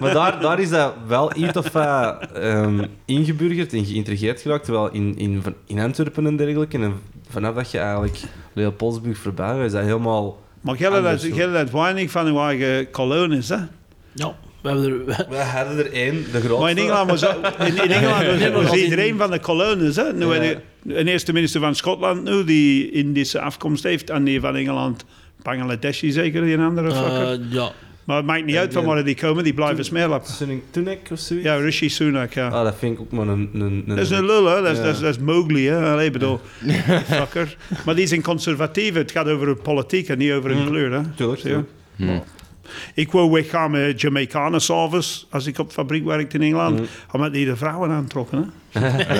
[SPEAKER 3] maar daar, daar is dat wel iets of wat ehm, ingeburgerd en geïntrigeerd geraakt. Terwijl in, in, in Antwerpen en dergelijke, en vanaf dat je eigenlijk Leopoldsburg voorbij gaat, is dat helemaal...
[SPEAKER 2] Maar jij dat,
[SPEAKER 3] Anders,
[SPEAKER 2] jij dat weinig van uw eigen kolonies, hè?
[SPEAKER 4] Ja. We hebben er...
[SPEAKER 3] We hadden er één, de grootste.
[SPEAKER 2] Maar in Engeland was, ook- in, in Engeland was,
[SPEAKER 4] Ja, maar
[SPEAKER 2] was
[SPEAKER 4] als in-
[SPEAKER 2] iedereen van de kolonies. Hè? Nu,
[SPEAKER 3] Ja.
[SPEAKER 2] een, een eerste minister van Schotland nu, die Indische afkomst heeft. En die van Engeland, Bangladeshi zeker, die andere fucker.
[SPEAKER 4] eh, ja.
[SPEAKER 2] Maar het maakt niet uit van
[SPEAKER 3] die-
[SPEAKER 2] waar die komen, die blijven smeerlappen.
[SPEAKER 3] Sunning Tunek of zoiets.
[SPEAKER 2] Ja, Rishi Sunak, ja.
[SPEAKER 3] eh, Ah, dat vind ik ook maar een... een, een
[SPEAKER 2] Dat is een lul, hè. Dat is,
[SPEAKER 3] Ja.
[SPEAKER 2] dat is, dat is Mowgli, hè. Allee, bedoel, fucker. Maar die zijn conservatief. Het gaat over hun politiek en niet over hun
[SPEAKER 3] Mm.
[SPEAKER 2] kleur, hè.
[SPEAKER 3] Tuurlijk,
[SPEAKER 2] Zie je?
[SPEAKER 3] tuurlijk.
[SPEAKER 2] Ik wou weggaan met Jamaicanen s'avonds, als ik op fabriek werkte in Engeland,
[SPEAKER 3] Mm.
[SPEAKER 2] omdat die de vrouwen aantrokken, hè.
[SPEAKER 4] Ja, ja,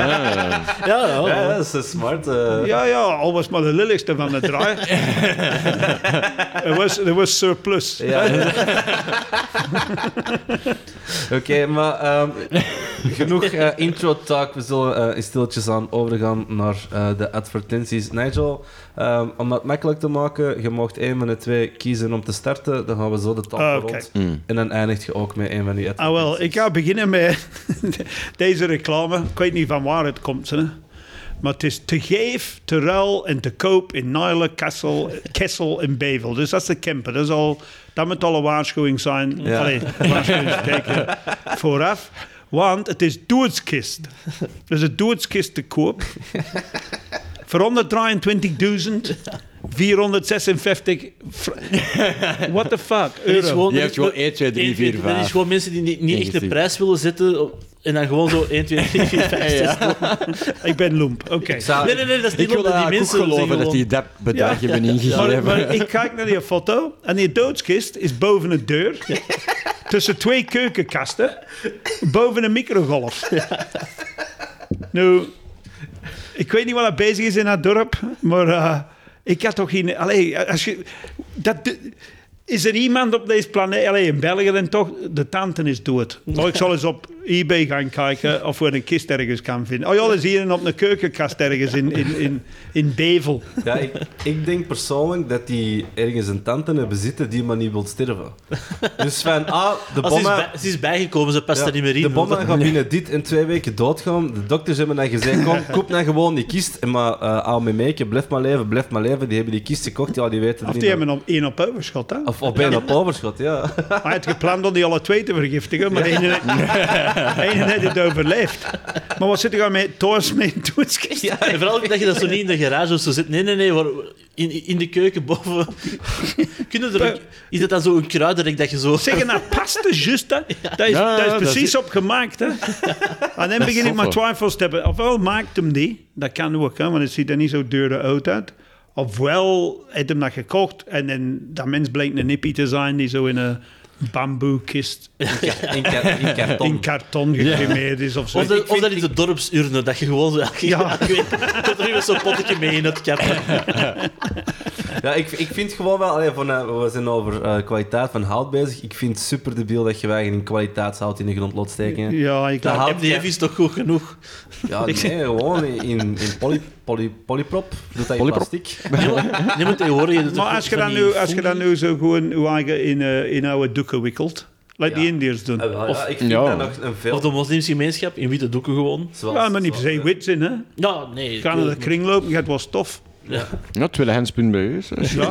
[SPEAKER 3] Ja,
[SPEAKER 4] ja.
[SPEAKER 3] dat is eh, smart. eh.
[SPEAKER 2] Ja, ja, al was maar de lelijkste van de draai. er, was, er was surplus.
[SPEAKER 3] Ja. Oké, maar ehm, genoeg eh, intro-talk. We zullen eh, in stilletjes aan overgaan naar eh, de advertenties. Nigel, ehm, om dat makkelijk te maken, je mocht één van de twee kiezen om te starten. Dan gaan we zo de tafel
[SPEAKER 2] Ah, oké.
[SPEAKER 3] rond. En dan eindigt je ook met één van die
[SPEAKER 2] Ah,
[SPEAKER 3] advertenties.
[SPEAKER 2] wel, ik ga beginnen met deze reclame. Ik weet niet van waar het komt, hè. Maar het is te geef, te ruil en te koop in Nijlen, Kessel, Kessel en Bevel. Dus dat is de camper. Dat, is al, dat moet al een waarschuwing zijn.
[SPEAKER 3] Ja.
[SPEAKER 2] Allee, waarschuwingsteken vooraf. Want het is doodskist. Er is een doodskist te koop. Voor 123.456... fr- What the fuck?
[SPEAKER 4] Dat is
[SPEAKER 2] euro.
[SPEAKER 4] gewoon-
[SPEAKER 5] Je hebt gewoon 1, 2, 3, 4, 5.
[SPEAKER 4] Dat is gewoon mensen die niet, niet echt de
[SPEAKER 5] Negatief.
[SPEAKER 4] prijs willen zetten op- en dan gewoon zo 1, 2, 3, 4, 5, 6.
[SPEAKER 2] Ik ben loemp. Oké.
[SPEAKER 3] Ik zou-
[SPEAKER 4] Nee, nee, nee, dat is
[SPEAKER 5] Ik
[SPEAKER 4] niet
[SPEAKER 5] wil
[SPEAKER 4] omdat die
[SPEAKER 5] eigenlijk ook
[SPEAKER 4] mensen...
[SPEAKER 5] geloven
[SPEAKER 4] zeggen
[SPEAKER 5] dat die dat bedrag hebben
[SPEAKER 2] Maar,
[SPEAKER 5] ingegeven.
[SPEAKER 2] maar ik kijk naar die foto en die doodskist is boven de deur. Tussen twee keukenkasten. Boven een microgolf. Nu, ik weet niet wat er bezig is in dat dorp, maar eh, ik had toch geen... Allee, als je... Dat, de- is er iemand op deze planeet, allee, in België dan toch, de tante is dood. Maar ik zal eens op eBay gaan kijken of we een kist ergens kan vinden. Oh ja, dat is hier een op een keukenkast ergens in, in, in, in Bevel.
[SPEAKER 3] Ja, ik, ik denk persoonlijk dat die ergens een tante hebben zitten die maar niet wil sterven. Dus van, ah, de
[SPEAKER 4] Als ze is,
[SPEAKER 3] bommen...
[SPEAKER 4] bij- ze is bijgekomen, ze past
[SPEAKER 3] Ja,
[SPEAKER 4] er niet meer in.
[SPEAKER 3] De bommen gaan binnen dit en twee weken doodgaan. De dokters hebben dan gezegd, kom, koop dan gewoon die kist. En Maar eh aan mijn meeken, blijf maar leven, blijf maar leven. Die hebben die kist gekocht, ja, die weten
[SPEAKER 2] Of
[SPEAKER 3] niet
[SPEAKER 2] die
[SPEAKER 3] meer-
[SPEAKER 2] hebben hem één op overschot, hè?
[SPEAKER 3] Of, of bijna op overschot, ja.
[SPEAKER 2] Hij had gepland om die alle twee te vergiftigen, maar de ene ene heeft het overleefd. Maar wat zit er aan met toos met toetskist?
[SPEAKER 4] Ja, en vooral ook dat je dat zo niet in de garage of zo zit. Nee, nee, nee, waar, in, in de keuken boven. Kunnen er, ook- is dat dan zo'n kruidenrek dat je zo...
[SPEAKER 2] Zeggen dat past er juist, hè? Dat is,
[SPEAKER 5] Ja,
[SPEAKER 2] dat is
[SPEAKER 5] dat
[SPEAKER 2] precies
[SPEAKER 5] is-
[SPEAKER 2] op gemaakt, hè? En dan begin ik
[SPEAKER 5] zot,
[SPEAKER 2] maar
[SPEAKER 5] hoor.
[SPEAKER 2] twijfels te hebben. Ofwel maakt hem die, dat kan ook, hè, want het ziet er niet zo duur uit uit. Ofwel heeft hem dat gekocht en dan, dat mens blijkt een nippie te zijn die zo in een bamboekist
[SPEAKER 3] In, ka- in karton.
[SPEAKER 2] in karton gecremeerd is of zo.
[SPEAKER 4] Of,
[SPEAKER 2] Ik
[SPEAKER 4] dat,
[SPEAKER 2] vind-
[SPEAKER 4] of dat in de dorpsurne, dat je gewoon zo...
[SPEAKER 2] Ja.
[SPEAKER 4] Ja. ik weet, dat er weer zo'n pottetje mee in het kap.
[SPEAKER 3] Ja, ik, ik vind gewoon wel, allee, van, eh, we zijn over eh, kwaliteit van hout bezig. Ik vind het super debiel dat je weinig in kwaliteitshout in de grond laat steken.
[SPEAKER 2] Ja, ik
[SPEAKER 3] Dat hout-
[SPEAKER 4] MDF is toch goed genoeg?
[SPEAKER 3] Ja, nee, gewoon in, in poly, poly, polyprop. Doet Ah, dat in
[SPEAKER 5] Polyprop.
[SPEAKER 3] plastic.
[SPEAKER 4] Nee, maar, nee, maar tegenwoordig... je doet
[SPEAKER 2] Maar
[SPEAKER 4] toch
[SPEAKER 2] als je,
[SPEAKER 4] van
[SPEAKER 2] dan
[SPEAKER 4] die
[SPEAKER 2] nu, als je
[SPEAKER 4] folie?
[SPEAKER 2] dan nu zo gewoon je eigen in, eh, in oude doeken wikkelt, like
[SPEAKER 3] Ja.
[SPEAKER 2] de Indiërs doen.
[SPEAKER 3] Eh, wel, ja, ik vind
[SPEAKER 5] Ja.
[SPEAKER 3] dat nog een veel...
[SPEAKER 4] Of de moslimgemeenschap, in witte doeken gewoon.
[SPEAKER 3] zoals-
[SPEAKER 2] ja, maar niet per
[SPEAKER 3] zoals-
[SPEAKER 2] se wit zijn, hè.
[SPEAKER 4] Ja, nee.
[SPEAKER 2] Ga naar de kring lopen, je hebt wel stof.
[SPEAKER 5] Ja, tweede handspunt bij u. zo.
[SPEAKER 2] Ja.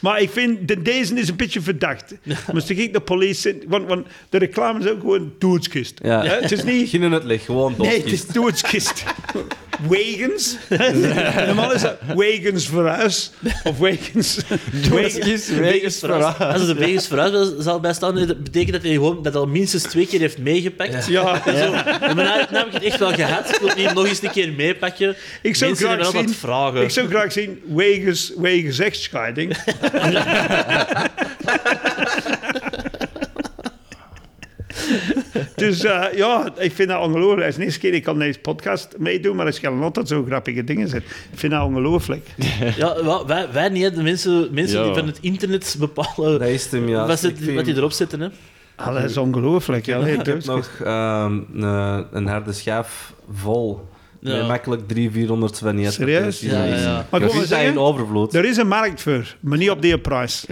[SPEAKER 2] maar ik vind, de, deze is een beetje verdacht. Moest ik de police... in- Want, want de reclame is ook gewoon doodskist.
[SPEAKER 3] Ja.
[SPEAKER 2] Hè, Het is niet...
[SPEAKER 3] Geen in het licht, gewoon
[SPEAKER 2] Nee,
[SPEAKER 3] doodkist.
[SPEAKER 2] het is doodskist. Wagens. Normaal is dat wagens voor huis. Of wagens...
[SPEAKER 5] Wegens- wegens verhaal.
[SPEAKER 4] Als het de wegens vooruit zal bijstaan, dat betekent dat hij gewoon dat al minstens twee keer heeft meegepakt.
[SPEAKER 2] Ja.
[SPEAKER 4] Zo. En maar nou, nou heb ik het echt wel gehad. Ik wil het niet nog eens een keer meepakken.
[SPEAKER 2] Ik zou
[SPEAKER 4] Mensen
[SPEAKER 2] graag
[SPEAKER 4] hebben altijd
[SPEAKER 2] zien-
[SPEAKER 4] vragen.
[SPEAKER 2] Ik zou graag zien, wegens, wegens echtscheiding. dus eh, ja, ik vind dat ongelooflijk. Het is de eerste keer dat ik aan deze podcast meedoen, maar ik kan altijd zo grappige dingen zeggen. Ik vind dat ongelooflijk.
[SPEAKER 4] Ja, wel, wij, wij niet, hè. de mensen, mensen
[SPEAKER 5] Ja.
[SPEAKER 4] die van het internet bepalen
[SPEAKER 3] Dat is hem, ja.
[SPEAKER 4] wat, ze,
[SPEAKER 3] Ik vind-
[SPEAKER 4] wat die erop zetten. Hè.
[SPEAKER 2] Ah, Dat is ongelooflijk. Ja,
[SPEAKER 3] Ik heb nog ehm, een- een harde schijf vol.
[SPEAKER 4] Ja.
[SPEAKER 3] Met makkelijk 300, 400 van die
[SPEAKER 2] Serieus?
[SPEAKER 3] advertenties.
[SPEAKER 4] Ja, ja, ja.
[SPEAKER 2] Maar ik
[SPEAKER 3] Ik
[SPEAKER 2] wil maar
[SPEAKER 3] vind dat in
[SPEAKER 2] zeggen,
[SPEAKER 3] overvloed.
[SPEAKER 2] er is een markt voor, maar niet op die prijs.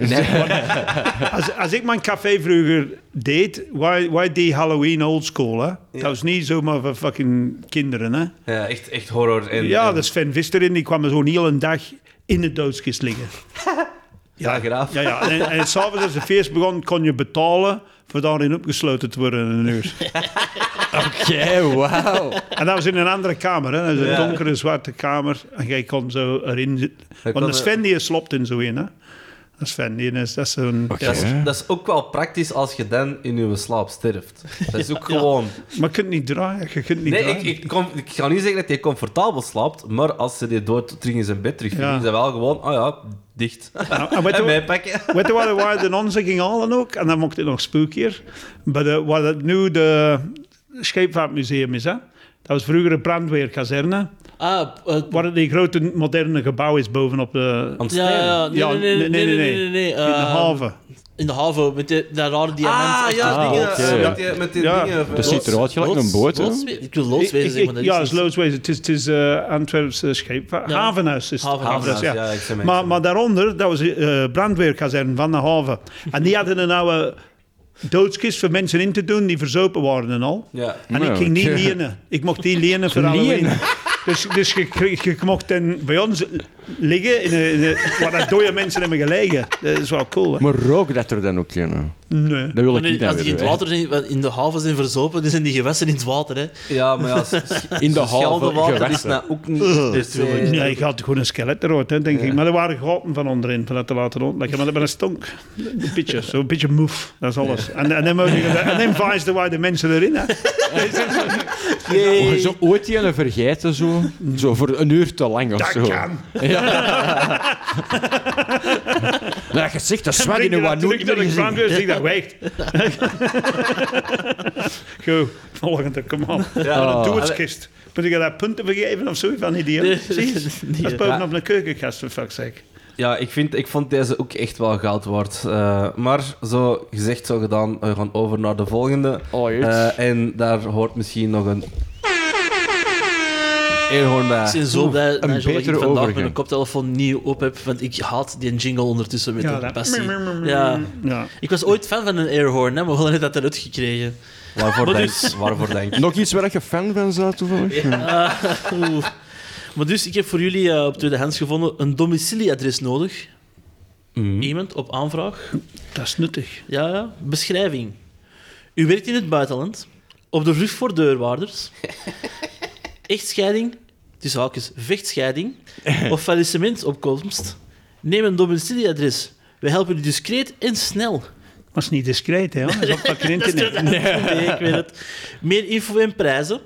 [SPEAKER 2] Als, als ik mijn café vroeger deed, wij, wij die Halloween old school, hè? Dat was niet zomaar voor fucking kinderen, hè?
[SPEAKER 3] Ja, echt, echt horror. En,
[SPEAKER 2] ja,
[SPEAKER 3] en-
[SPEAKER 2] dat is Sven Visterin, die kwam zo'n hele dag in de doodskist liggen.
[SPEAKER 3] Ja, graaf.
[SPEAKER 2] Ja, ja. En, en s'avonds als de feest begon, kon je betalen voor daarin opgesloten te worden in een uur.
[SPEAKER 3] Oké, wauw.
[SPEAKER 2] En dat was in een andere kamer, hè. Dat was een
[SPEAKER 3] Ja.
[SPEAKER 2] donkere, zwarte kamer. En jij kon zo erin zitten. Want
[SPEAKER 3] kon
[SPEAKER 2] de
[SPEAKER 3] er-
[SPEAKER 2] Sven, die sloopt in zo in, hè. Dat Sven, die is, dat is zo'n...
[SPEAKER 5] Oké.
[SPEAKER 3] Dat, is, dat is ook wel praktisch als je dan in je slaap sterft. Dat is ook gewoon...
[SPEAKER 2] Maar je kunt niet draaien, je kunt niet
[SPEAKER 3] Nee,
[SPEAKER 2] draaien.
[SPEAKER 3] ik, ik, kom, ik ga niet zeggen dat hij comfortabel slaapt, maar als ze die dood terug in zijn bed terugvinden,
[SPEAKER 2] Ja.
[SPEAKER 3] is dat wel gewoon, oh ja, dicht.
[SPEAKER 2] Nou, en weet je wat-
[SPEAKER 3] en mij pakken.
[SPEAKER 2] Weet je waar, waar de nonzen gingen halen ook? En dan mocht het nog spookier. Bij de, waar het nu de scheepvaartmuseum is, hè? Dat was vroeger een brandweerkazerne.
[SPEAKER 4] Ah, eh,
[SPEAKER 2] Waar die grote moderne gebouw is bovenop de...
[SPEAKER 3] Aan het
[SPEAKER 4] ja,
[SPEAKER 3] stijgen.
[SPEAKER 4] ja,
[SPEAKER 2] Ja,
[SPEAKER 4] nee, nee, nee, nee, nee, nee, nee, nee,
[SPEAKER 2] In de
[SPEAKER 4] eh,
[SPEAKER 2] haven.
[SPEAKER 4] In de haven, met die- dat rare diamant.
[SPEAKER 3] Ah,
[SPEAKER 4] achter
[SPEAKER 3] ja,
[SPEAKER 4] de
[SPEAKER 3] dingen,
[SPEAKER 4] boot.
[SPEAKER 5] oké.
[SPEAKER 3] eh, met die, met die
[SPEAKER 2] Ja.
[SPEAKER 3] dingen.
[SPEAKER 5] Dat ziet eruit gelijk
[SPEAKER 4] Loods-
[SPEAKER 5] een boot. hè.
[SPEAKER 4] loodswezen. Ik wil
[SPEAKER 2] Ik-
[SPEAKER 4] loodswezen
[SPEAKER 2] ik-
[SPEAKER 4] zeggen, maar
[SPEAKER 2] ja,
[SPEAKER 4] dat
[SPEAKER 2] het
[SPEAKER 4] is
[SPEAKER 2] is
[SPEAKER 4] niet-
[SPEAKER 2] Loodswezen. Het is, het is eh, Antwerpse scheepvaart.
[SPEAKER 4] Ja.
[SPEAKER 2] Havenhuis is het.
[SPEAKER 4] Havenhuis,
[SPEAKER 2] Havenhuis,
[SPEAKER 3] ja, ik zei mij
[SPEAKER 2] maar,
[SPEAKER 3] zo.
[SPEAKER 2] maar daaronder, dat was eh brandweerkazerne van de haven. En die hadden een oude doodskist voor mensen in te doen die verzopen waren en al.
[SPEAKER 3] Ja.
[SPEAKER 2] En
[SPEAKER 5] Nou,
[SPEAKER 2] ik ging die
[SPEAKER 5] oké.
[SPEAKER 2] lenen. Ik mocht die lenen voor Halloween. Dus, dus je, kreeg- je mocht dan bij ons liggen in een, in een, waar dat dode mensen hebben gelegen. Dat is wel cool, hè?
[SPEAKER 5] Maar rook dat er dan ook in. hè.
[SPEAKER 2] Nee.
[SPEAKER 5] Dat wil ik
[SPEAKER 4] Maar
[SPEAKER 5] niet
[SPEAKER 4] nee, als die in
[SPEAKER 5] hebben.
[SPEAKER 4] het
[SPEAKER 5] hè.
[SPEAKER 4] water zijn, wel, in de haven zijn verzopen, dan zijn die gewassen in het water. Hè.
[SPEAKER 3] Ja, maar ja, s- s-
[SPEAKER 5] In de
[SPEAKER 3] schelden
[SPEAKER 5] haven
[SPEAKER 3] water is
[SPEAKER 5] gewassen.
[SPEAKER 3] nou ook niet... eh, per se-
[SPEAKER 2] Nee, ik had gewoon een skelet eruit, hè, denk ik. Maar er waren gaten van onderin, van dat te laten rondlekken. Maar dat ben een stonk. Een beetje, zo'n beetje moef. Dat is alles. En, en dan, mogen we- en dan vijsden wij de mensen erin, hè.
[SPEAKER 5] Mogen ze Oh, ooit die ene vergeten, zo? Zo voor een uur te lang of
[SPEAKER 2] Dat
[SPEAKER 5] zo.
[SPEAKER 2] kan.
[SPEAKER 5] Ja. dat gezicht, dat zwak in
[SPEAKER 2] Breng
[SPEAKER 5] een
[SPEAKER 2] dat
[SPEAKER 5] wanoe.
[SPEAKER 2] terug naar de brandweer, zeg dat weg. Goed, volgende, kom op.
[SPEAKER 3] Ja,
[SPEAKER 2] Doe
[SPEAKER 3] doe
[SPEAKER 2] het kist. Moet ik je daar punten vergeven of zo? Van idioot.
[SPEAKER 4] Nee.
[SPEAKER 2] Zie je? Dat is bovenop een keukenkast, voor fuck's sake.
[SPEAKER 3] Ja, ik, vind, ik vond deze ook echt wel goud waard. Eh, maar zo gezegd, zo gedaan, we gaan over naar de volgende.
[SPEAKER 5] Oh, jeet.
[SPEAKER 3] Eh, en daar hoort misschien nog een... Eerhoorn bij.
[SPEAKER 4] Ik ben zo blij Nigel, dat ik
[SPEAKER 5] betere
[SPEAKER 4] vandaag
[SPEAKER 5] overgang.
[SPEAKER 4] mijn koptelefoon niet op heb, want ik haat die jingle ondertussen met
[SPEAKER 2] Ja,
[SPEAKER 4] een
[SPEAKER 2] dat-
[SPEAKER 4] passie.
[SPEAKER 2] mm, mm, mm,
[SPEAKER 4] Ja.
[SPEAKER 2] Ja.
[SPEAKER 4] Ik was ooit fan van een airhorn, hè, maar we hadden net dat eruit gekregen.
[SPEAKER 3] Waarvoor,
[SPEAKER 4] Maar
[SPEAKER 3] denk,
[SPEAKER 4] dus-
[SPEAKER 3] waarvoor denk ik?
[SPEAKER 5] Nog iets waar je fan van zou toevallig?
[SPEAKER 4] Ah, oeh. maar dus, ik heb voor jullie eh, op tweedehands gevonden een domicilieadres nodig. Iemand op aanvraag.
[SPEAKER 2] Dat is nuttig.
[SPEAKER 4] Ja, ja. Beschrijving. U werkt in het buitenland, op de vlucht voor deurwaarders. Echtscheiding, tussen haakjes vechtscheiding, of faillissementopkomst. Neem een domicilieadres. We helpen u discreet en snel.
[SPEAKER 2] Maar is niet discreet, hè? Dat is op fucking internet.
[SPEAKER 4] Nee, ik weet het. Meer info en prijzen.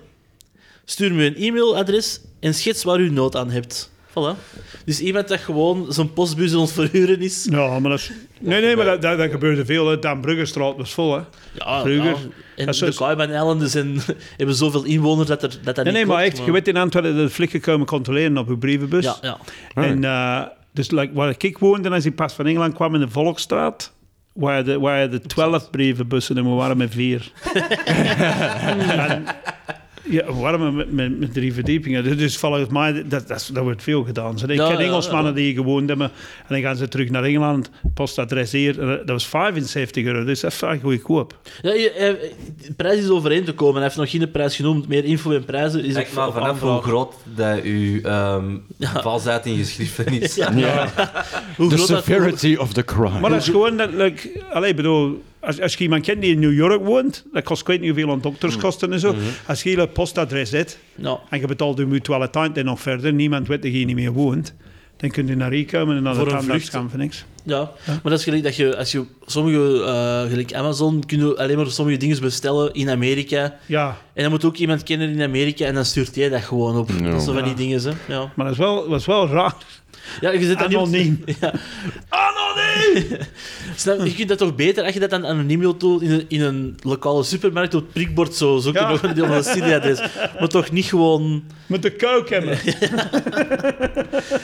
[SPEAKER 4] Stuur me een e-mailadres en schets waar u nood aan hebt. Voilà. Dus iemand dat gewoon zijn postbus ons verhuren is.
[SPEAKER 2] Ja, maar dat is... Nee, nee, maar dat, dat, dat gebeurde veel. Hè. Dan Bruggestraat was vol, hè.
[SPEAKER 4] Ja,
[SPEAKER 2] Vroeger.
[SPEAKER 4] ja. En
[SPEAKER 2] Dat is
[SPEAKER 4] de
[SPEAKER 2] zo-
[SPEAKER 4] Cayman Islands en, hebben zoveel inwoners dat er, dat, dat
[SPEAKER 2] Nee,
[SPEAKER 4] niet
[SPEAKER 2] nee, maar
[SPEAKER 4] klopt,
[SPEAKER 2] echt, je dus. weet in Antwerpen dat de flikken komen controleren op uw brievenbus.
[SPEAKER 4] Ja, ja.
[SPEAKER 2] En eh, dus like, waar ik woonde, als ik pas van Engeland kwam in de Volksstraat, waren de, waren de twaalf brievenbussen en we waren met vier. en, ja, we waren met, met, met drie verdiepingen. Dus- Dus volgens mij, dat, dat, is- dat wordt veel gedaan. Zo, ik
[SPEAKER 4] Ja, ja,
[SPEAKER 2] ken
[SPEAKER 4] ja.
[SPEAKER 2] Engelsmannen die hier gewoond hebben en dan gaan ze terug naar Engeland, postadres hier. En Dat dat was 75 euro, dus dat is vrij goedkoop.
[SPEAKER 4] ja je- eh, de prijs is overeen te komen. Hij heeft nog geen prijs genoemd. Meer info en prijzen is
[SPEAKER 3] Kijk
[SPEAKER 4] op,
[SPEAKER 3] maar
[SPEAKER 4] op
[SPEAKER 3] vanaf
[SPEAKER 4] aanvraag.
[SPEAKER 3] hoe groot dat uw ehm valsheid in geschriften is.
[SPEAKER 4] Hoe
[SPEAKER 5] The
[SPEAKER 2] Dus
[SPEAKER 4] groot dat-
[SPEAKER 5] severity of the crime.
[SPEAKER 2] Maar dat is gewoon dat, like, allee, bedoel, als, als je iemand kent die in New York woont, dat kost ik weet niet hoeveel aan dokterskosten en zo. Als je hele postadres hebt
[SPEAKER 4] Ja.
[SPEAKER 2] en je betaalt je mutuale tijd en nog verder, niemand weet dat je hier niet meer woont, dan kun je naar hier komen en naar de
[SPEAKER 4] Voor een
[SPEAKER 2] tandarts
[SPEAKER 4] vlucht.
[SPEAKER 2] gaan voor niks.
[SPEAKER 4] Ja, maar dat is gelijk dat je, als je sommige, eh gelijk Amazon, kun je alleen maar sommige dingen bestellen in Amerika.
[SPEAKER 2] Ja,
[SPEAKER 4] En dan moet ook iemand kennen in Amerika en dan stuurt jij dat gewoon op.
[SPEAKER 5] Ja.
[SPEAKER 4] Dat zijn van die
[SPEAKER 2] Ja.
[SPEAKER 4] dingen, hè. Ja,
[SPEAKER 2] maar dat is wel, was wel raar.
[SPEAKER 4] ja je zit dat niet op-
[SPEAKER 2] Anoniem.
[SPEAKER 4] Ja. Anoniem! Snap, je? je kunt dat toch beter als je dat dan anoniem wilt doen in een, in een lokale supermarkt op het prikbord zo zoeken
[SPEAKER 2] Ja.
[SPEAKER 4] nog een deel van het studieadres. Maar toch niet gewoon...
[SPEAKER 2] Met de kook hebben.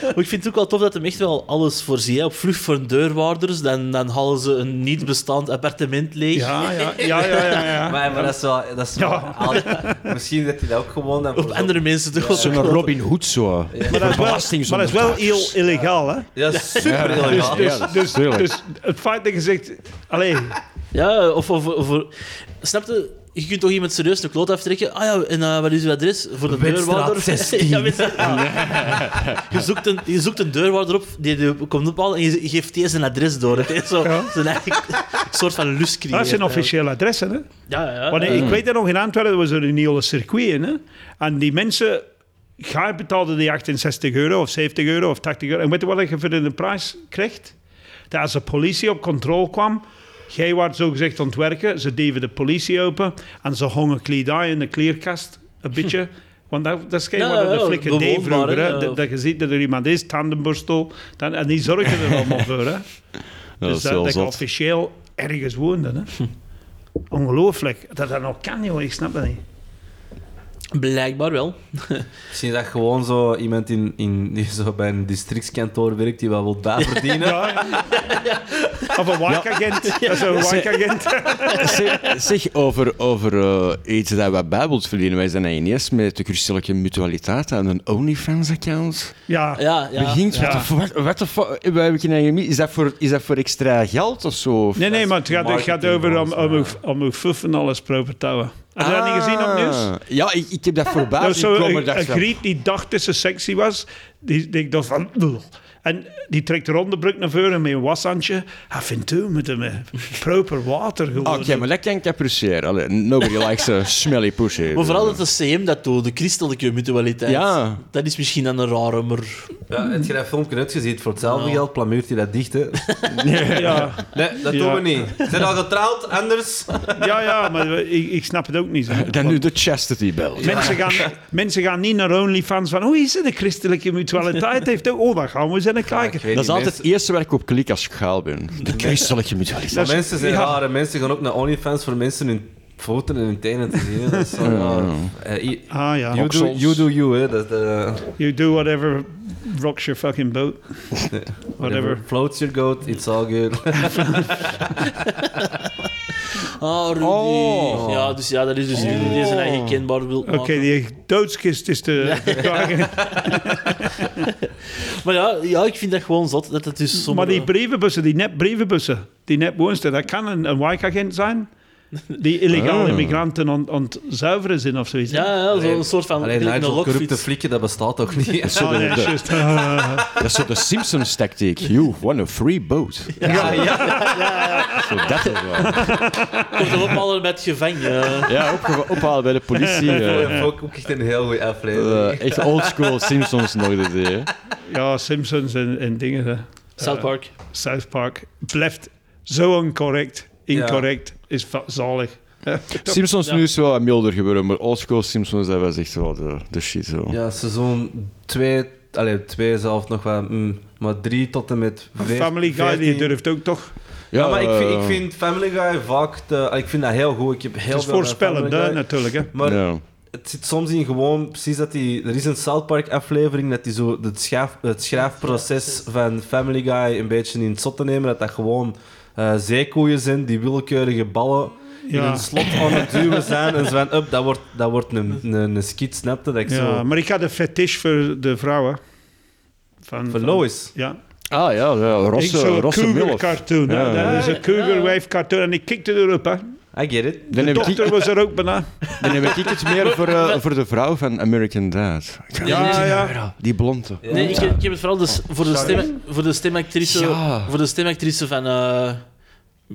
[SPEAKER 4] Maar ik vind het ook wel tof dat hem echt wel alles voorziet. hè. Op vlucht voor deurwaarders, dan, dan halen ze een niet bestaand appartement leeg.
[SPEAKER 2] Ja, ja, ja, ja, ja. ja.
[SPEAKER 3] Maar, maar dat is wel... Dat is wel al- misschien dat hij dat ook gewoon... dan
[SPEAKER 4] Op
[SPEAKER 3] voor-
[SPEAKER 4] andere mensen toch wel
[SPEAKER 5] Zo'n Robin Hood zo.
[SPEAKER 2] Maar dat is wel,
[SPEAKER 5] Belasting
[SPEAKER 2] maar dat is wel
[SPEAKER 5] zonder
[SPEAKER 2] heel illegaal, hè?
[SPEAKER 3] Ja, super
[SPEAKER 5] Ja.
[SPEAKER 2] Dus,
[SPEAKER 3] illegaal.
[SPEAKER 5] Ja,
[SPEAKER 2] dus,
[SPEAKER 5] dat is
[SPEAKER 2] dus,
[SPEAKER 5] tuurlijk.
[SPEAKER 2] dus het feit dat je zegt, allee,
[SPEAKER 4] Ja, of... of, of- of- snap je? je kunt toch iemand serieus een kloot aftrekken? Ah ja, en eh, wat is uw adres? Voor de
[SPEAKER 3] Witstraat
[SPEAKER 4] deurwaarder.
[SPEAKER 3] 16.
[SPEAKER 4] ja, Witstraat. je, zoekt een, je zoekt een deurwaarder op, die, die komt ophalen en je je geeft deze een adres door. hè. Zo, Zo'n eigen soort van lust creëren.
[SPEAKER 2] Ah, Dat zijn officiële adressen, hè?
[SPEAKER 4] Ja, ja. Eh,
[SPEAKER 2] Want
[SPEAKER 4] ja.
[SPEAKER 2] ik weet dat nog, in Antwerpen was er een hele circuit in. Hè? En die mensen, jij betaalde die 68 euro of 70 euro of 80 euro. En weet je wat je voor de prijs krijgt? Dat als de politie op controle kwam, jij werd zogezegd aan het werken, ze deden de politie open en ze hongen kledij in de kleerkast, een beetje. Want dat, dat is geen
[SPEAKER 4] Ja,
[SPEAKER 2] wat
[SPEAKER 4] ja,
[SPEAKER 2] de flikken
[SPEAKER 4] bewoonbaar,
[SPEAKER 2] deed vroeger.
[SPEAKER 4] hè,
[SPEAKER 2] hè.
[SPEAKER 4] ja.
[SPEAKER 2] Dat, dat je ziet dat er iemand is, tandenborstel, dan, en die zorgen er allemaal voor. Hè?
[SPEAKER 5] Dat
[SPEAKER 2] dus
[SPEAKER 5] is
[SPEAKER 2] dat,
[SPEAKER 5] wel
[SPEAKER 2] dat ik
[SPEAKER 5] zot.
[SPEAKER 2] officieel ergens woonde. Hè? Ongelooflijk. Dat dat nog kan, joh. Ik snap dat niet.
[SPEAKER 4] Blijkbaar wel.
[SPEAKER 3] Misschien dat gewoon zo iemand in, in, die zo bij een districtskantoor werkt die wel wil daar verdienen.
[SPEAKER 2] Ja, Of een wijkagent. Dat is een wijkagent.
[SPEAKER 5] zeg, zeg, over, over eh, iets dat we bij wilt verdienen. Wij zijn eigenlijk niet eens met de christelijke mutualiteit en een OnlyFans-account.
[SPEAKER 2] Ja.
[SPEAKER 4] Ja, ja.
[SPEAKER 5] Begint,
[SPEAKER 2] ja.
[SPEAKER 5] what the fuck- what the fuck- wij hebben geen eigen mi- Is dat voor, is dat voor extra geld of zo? Of-
[SPEAKER 2] Nee, nee, maar het gaat, het gaat over om, om, uw- om uw fuf en alles proper te houden. Heb je dat niet gezien op nieuws?
[SPEAKER 5] Ah, Ja, ik, ik heb dat voorbij
[SPEAKER 2] Dat was
[SPEAKER 5] zien
[SPEAKER 2] zo
[SPEAKER 5] komen.
[SPEAKER 2] een,
[SPEAKER 5] dacht
[SPEAKER 2] een
[SPEAKER 5] ik,
[SPEAKER 2] griet die dacht dat ze sexy was. Die, die ik dacht van... "Ugh." En die trekt de onderbroek naar voren met een washandje. Hij vindt toe met hem. hè. Proper water gewoon.
[SPEAKER 5] Ah, Oké, maar dat kan ik appreciëren. Allee, Nobody likes a smelly pussy.
[SPEAKER 4] Maar vooral dat de CM dat doet, de christelijke mutualiteit.
[SPEAKER 5] Ja.
[SPEAKER 4] Dat is misschien dan een rare, maar...
[SPEAKER 3] Ja, heb je dat filmpje uitgezien? Voor hetzelfde geld plamuurt hij dat dicht, hè?
[SPEAKER 2] Ja.
[SPEAKER 3] Nee, dat
[SPEAKER 2] Ja.
[SPEAKER 3] doen we niet. Zijn al getrouwd, anders?
[SPEAKER 2] ja, ja, maar ik, ik snap het ook niet. zo.
[SPEAKER 5] Dan nu de chastity belt.
[SPEAKER 2] Mensen gaan, mensen gaan niet naar OnlyFans van, oh, is het de christelijke mutualiteit? Heeft ook, oh, daar gaan we eens naar
[SPEAKER 3] Ah,
[SPEAKER 2] kijken.
[SPEAKER 5] Dat is altijd het eerste waar ik op klik als ik gaal ben. De christelijke mutualiteit.
[SPEAKER 2] Dat is-
[SPEAKER 3] mensen zijn
[SPEAKER 2] ja.
[SPEAKER 3] raar en mensen gaan ook naar OnlyFans voor mensen hun foten en hun tenen te zien. hè. Dat is zo raar. Eh, i-
[SPEAKER 2] Ah ja,
[SPEAKER 3] you, do,
[SPEAKER 5] Oksels.
[SPEAKER 3] you do you, hè. Dat, eh,
[SPEAKER 2] you do whatever rocks your fucking boat. Whatever.
[SPEAKER 3] Floats your goat, it's all good.
[SPEAKER 4] Ah, Rudy.
[SPEAKER 5] Oh.
[SPEAKER 4] Ja, dus ja, dat is dus Rudy die zijn eigen kenbaar wil
[SPEAKER 2] Oh. Oké,
[SPEAKER 4] maken.
[SPEAKER 2] die doodskist is de...
[SPEAKER 4] Maar ja, ja, ik vind dat gewoon zot. Dat het dus
[SPEAKER 2] maar
[SPEAKER 4] sommige...
[SPEAKER 2] die brievenbussen, die net brievenbussen, die net woonsten, dat kan een, een wijkagent zijn die illegale
[SPEAKER 5] Ah.
[SPEAKER 2] immigranten aan aan het zuiveren zijn of zoiets.
[SPEAKER 4] Ja, ja zo'n soort van...
[SPEAKER 3] Alleen
[SPEAKER 4] een
[SPEAKER 3] Nigel,
[SPEAKER 4] lokfiets.
[SPEAKER 3] corrupte flikken, dat bestaat toch niet?
[SPEAKER 2] Ah, nee, juist. Ah.
[SPEAKER 5] Dat is zo de Simpsons-tactiek. You won a free boat.
[SPEAKER 3] ja, ja.
[SPEAKER 5] Zo dat is wel.
[SPEAKER 4] Komt er ophalen bij het gevangen. eh.
[SPEAKER 5] Ja, opge- ophalen bij de politie.
[SPEAKER 3] Dat
[SPEAKER 5] eh.
[SPEAKER 3] vond ik ook echt een heel goede aflevering.
[SPEAKER 5] Eh, echt oldschool Simpsons nog dat hè.
[SPEAKER 2] ja, Simpsons en, en dingen. hè.
[SPEAKER 4] South Park.
[SPEAKER 2] South Park blijft zo incorrect. Incorrect is va- zalig.
[SPEAKER 5] Simpsons
[SPEAKER 4] Ja.
[SPEAKER 5] nu is wel wat milder geworden, maar oldschool Simpsons, dat was echt wel de, de shit. Zo.
[SPEAKER 3] Ja, seizoen 2, allee, 2 zelf nog wel, mm, maar 3 tot en met vijf-
[SPEAKER 2] Family Guy die
[SPEAKER 3] 15.
[SPEAKER 2] durft ook toch.
[SPEAKER 3] Ja, maar ik, vind-
[SPEAKER 5] eh,
[SPEAKER 3] ik vind Family Guy vaak, te- ik vind dat heel goed. Ik heb heel
[SPEAKER 2] Het is
[SPEAKER 3] veel met
[SPEAKER 2] voorspellend
[SPEAKER 3] Family
[SPEAKER 2] hè,
[SPEAKER 3] Guy.
[SPEAKER 2] natuurlijk. Hè.
[SPEAKER 3] Maar
[SPEAKER 5] ja.
[SPEAKER 3] het zit soms in gewoon, precies dat die, er is een South Park aflevering dat die zo het, schaaf, het schraafproces van Family Guy een beetje in het zot te nemen, dat dat gewoon eh zeekoeien zijn, die willekeurige ballen in
[SPEAKER 2] Ja.
[SPEAKER 3] een slot aan het duwen zijn en zo van, up, dat wordt, dat wordt een, een, een skit, snapte dat ik
[SPEAKER 2] Ja,
[SPEAKER 3] zo...
[SPEAKER 2] maar ik had een fetish voor de vrouwen. Van,
[SPEAKER 3] Van
[SPEAKER 2] van-
[SPEAKER 3] Lois.
[SPEAKER 2] Ja.
[SPEAKER 5] Ah ja, ja
[SPEAKER 2] Ik
[SPEAKER 5] Rosse,
[SPEAKER 2] zo'n
[SPEAKER 5] Rosse
[SPEAKER 2] cougar
[SPEAKER 5] Milf.
[SPEAKER 2] cartoon. hè.
[SPEAKER 5] Ja.
[SPEAKER 2] Dat is een cougar wave cartoon. En ik kikte erop. Hè.
[SPEAKER 3] I get it.
[SPEAKER 5] Dan
[SPEAKER 2] De
[SPEAKER 5] heb, ik,
[SPEAKER 2] dochter was er ook bijna.
[SPEAKER 5] dan heb ik het meer voor, eh, voor de vrouw van American Dad.
[SPEAKER 2] Ja, ja.
[SPEAKER 5] Die blonde.
[SPEAKER 4] Nee, ik, ik heb het vooral dus voor, de stem, voor de stemactrice,
[SPEAKER 5] Ja.
[SPEAKER 4] voor de stemactrice van eh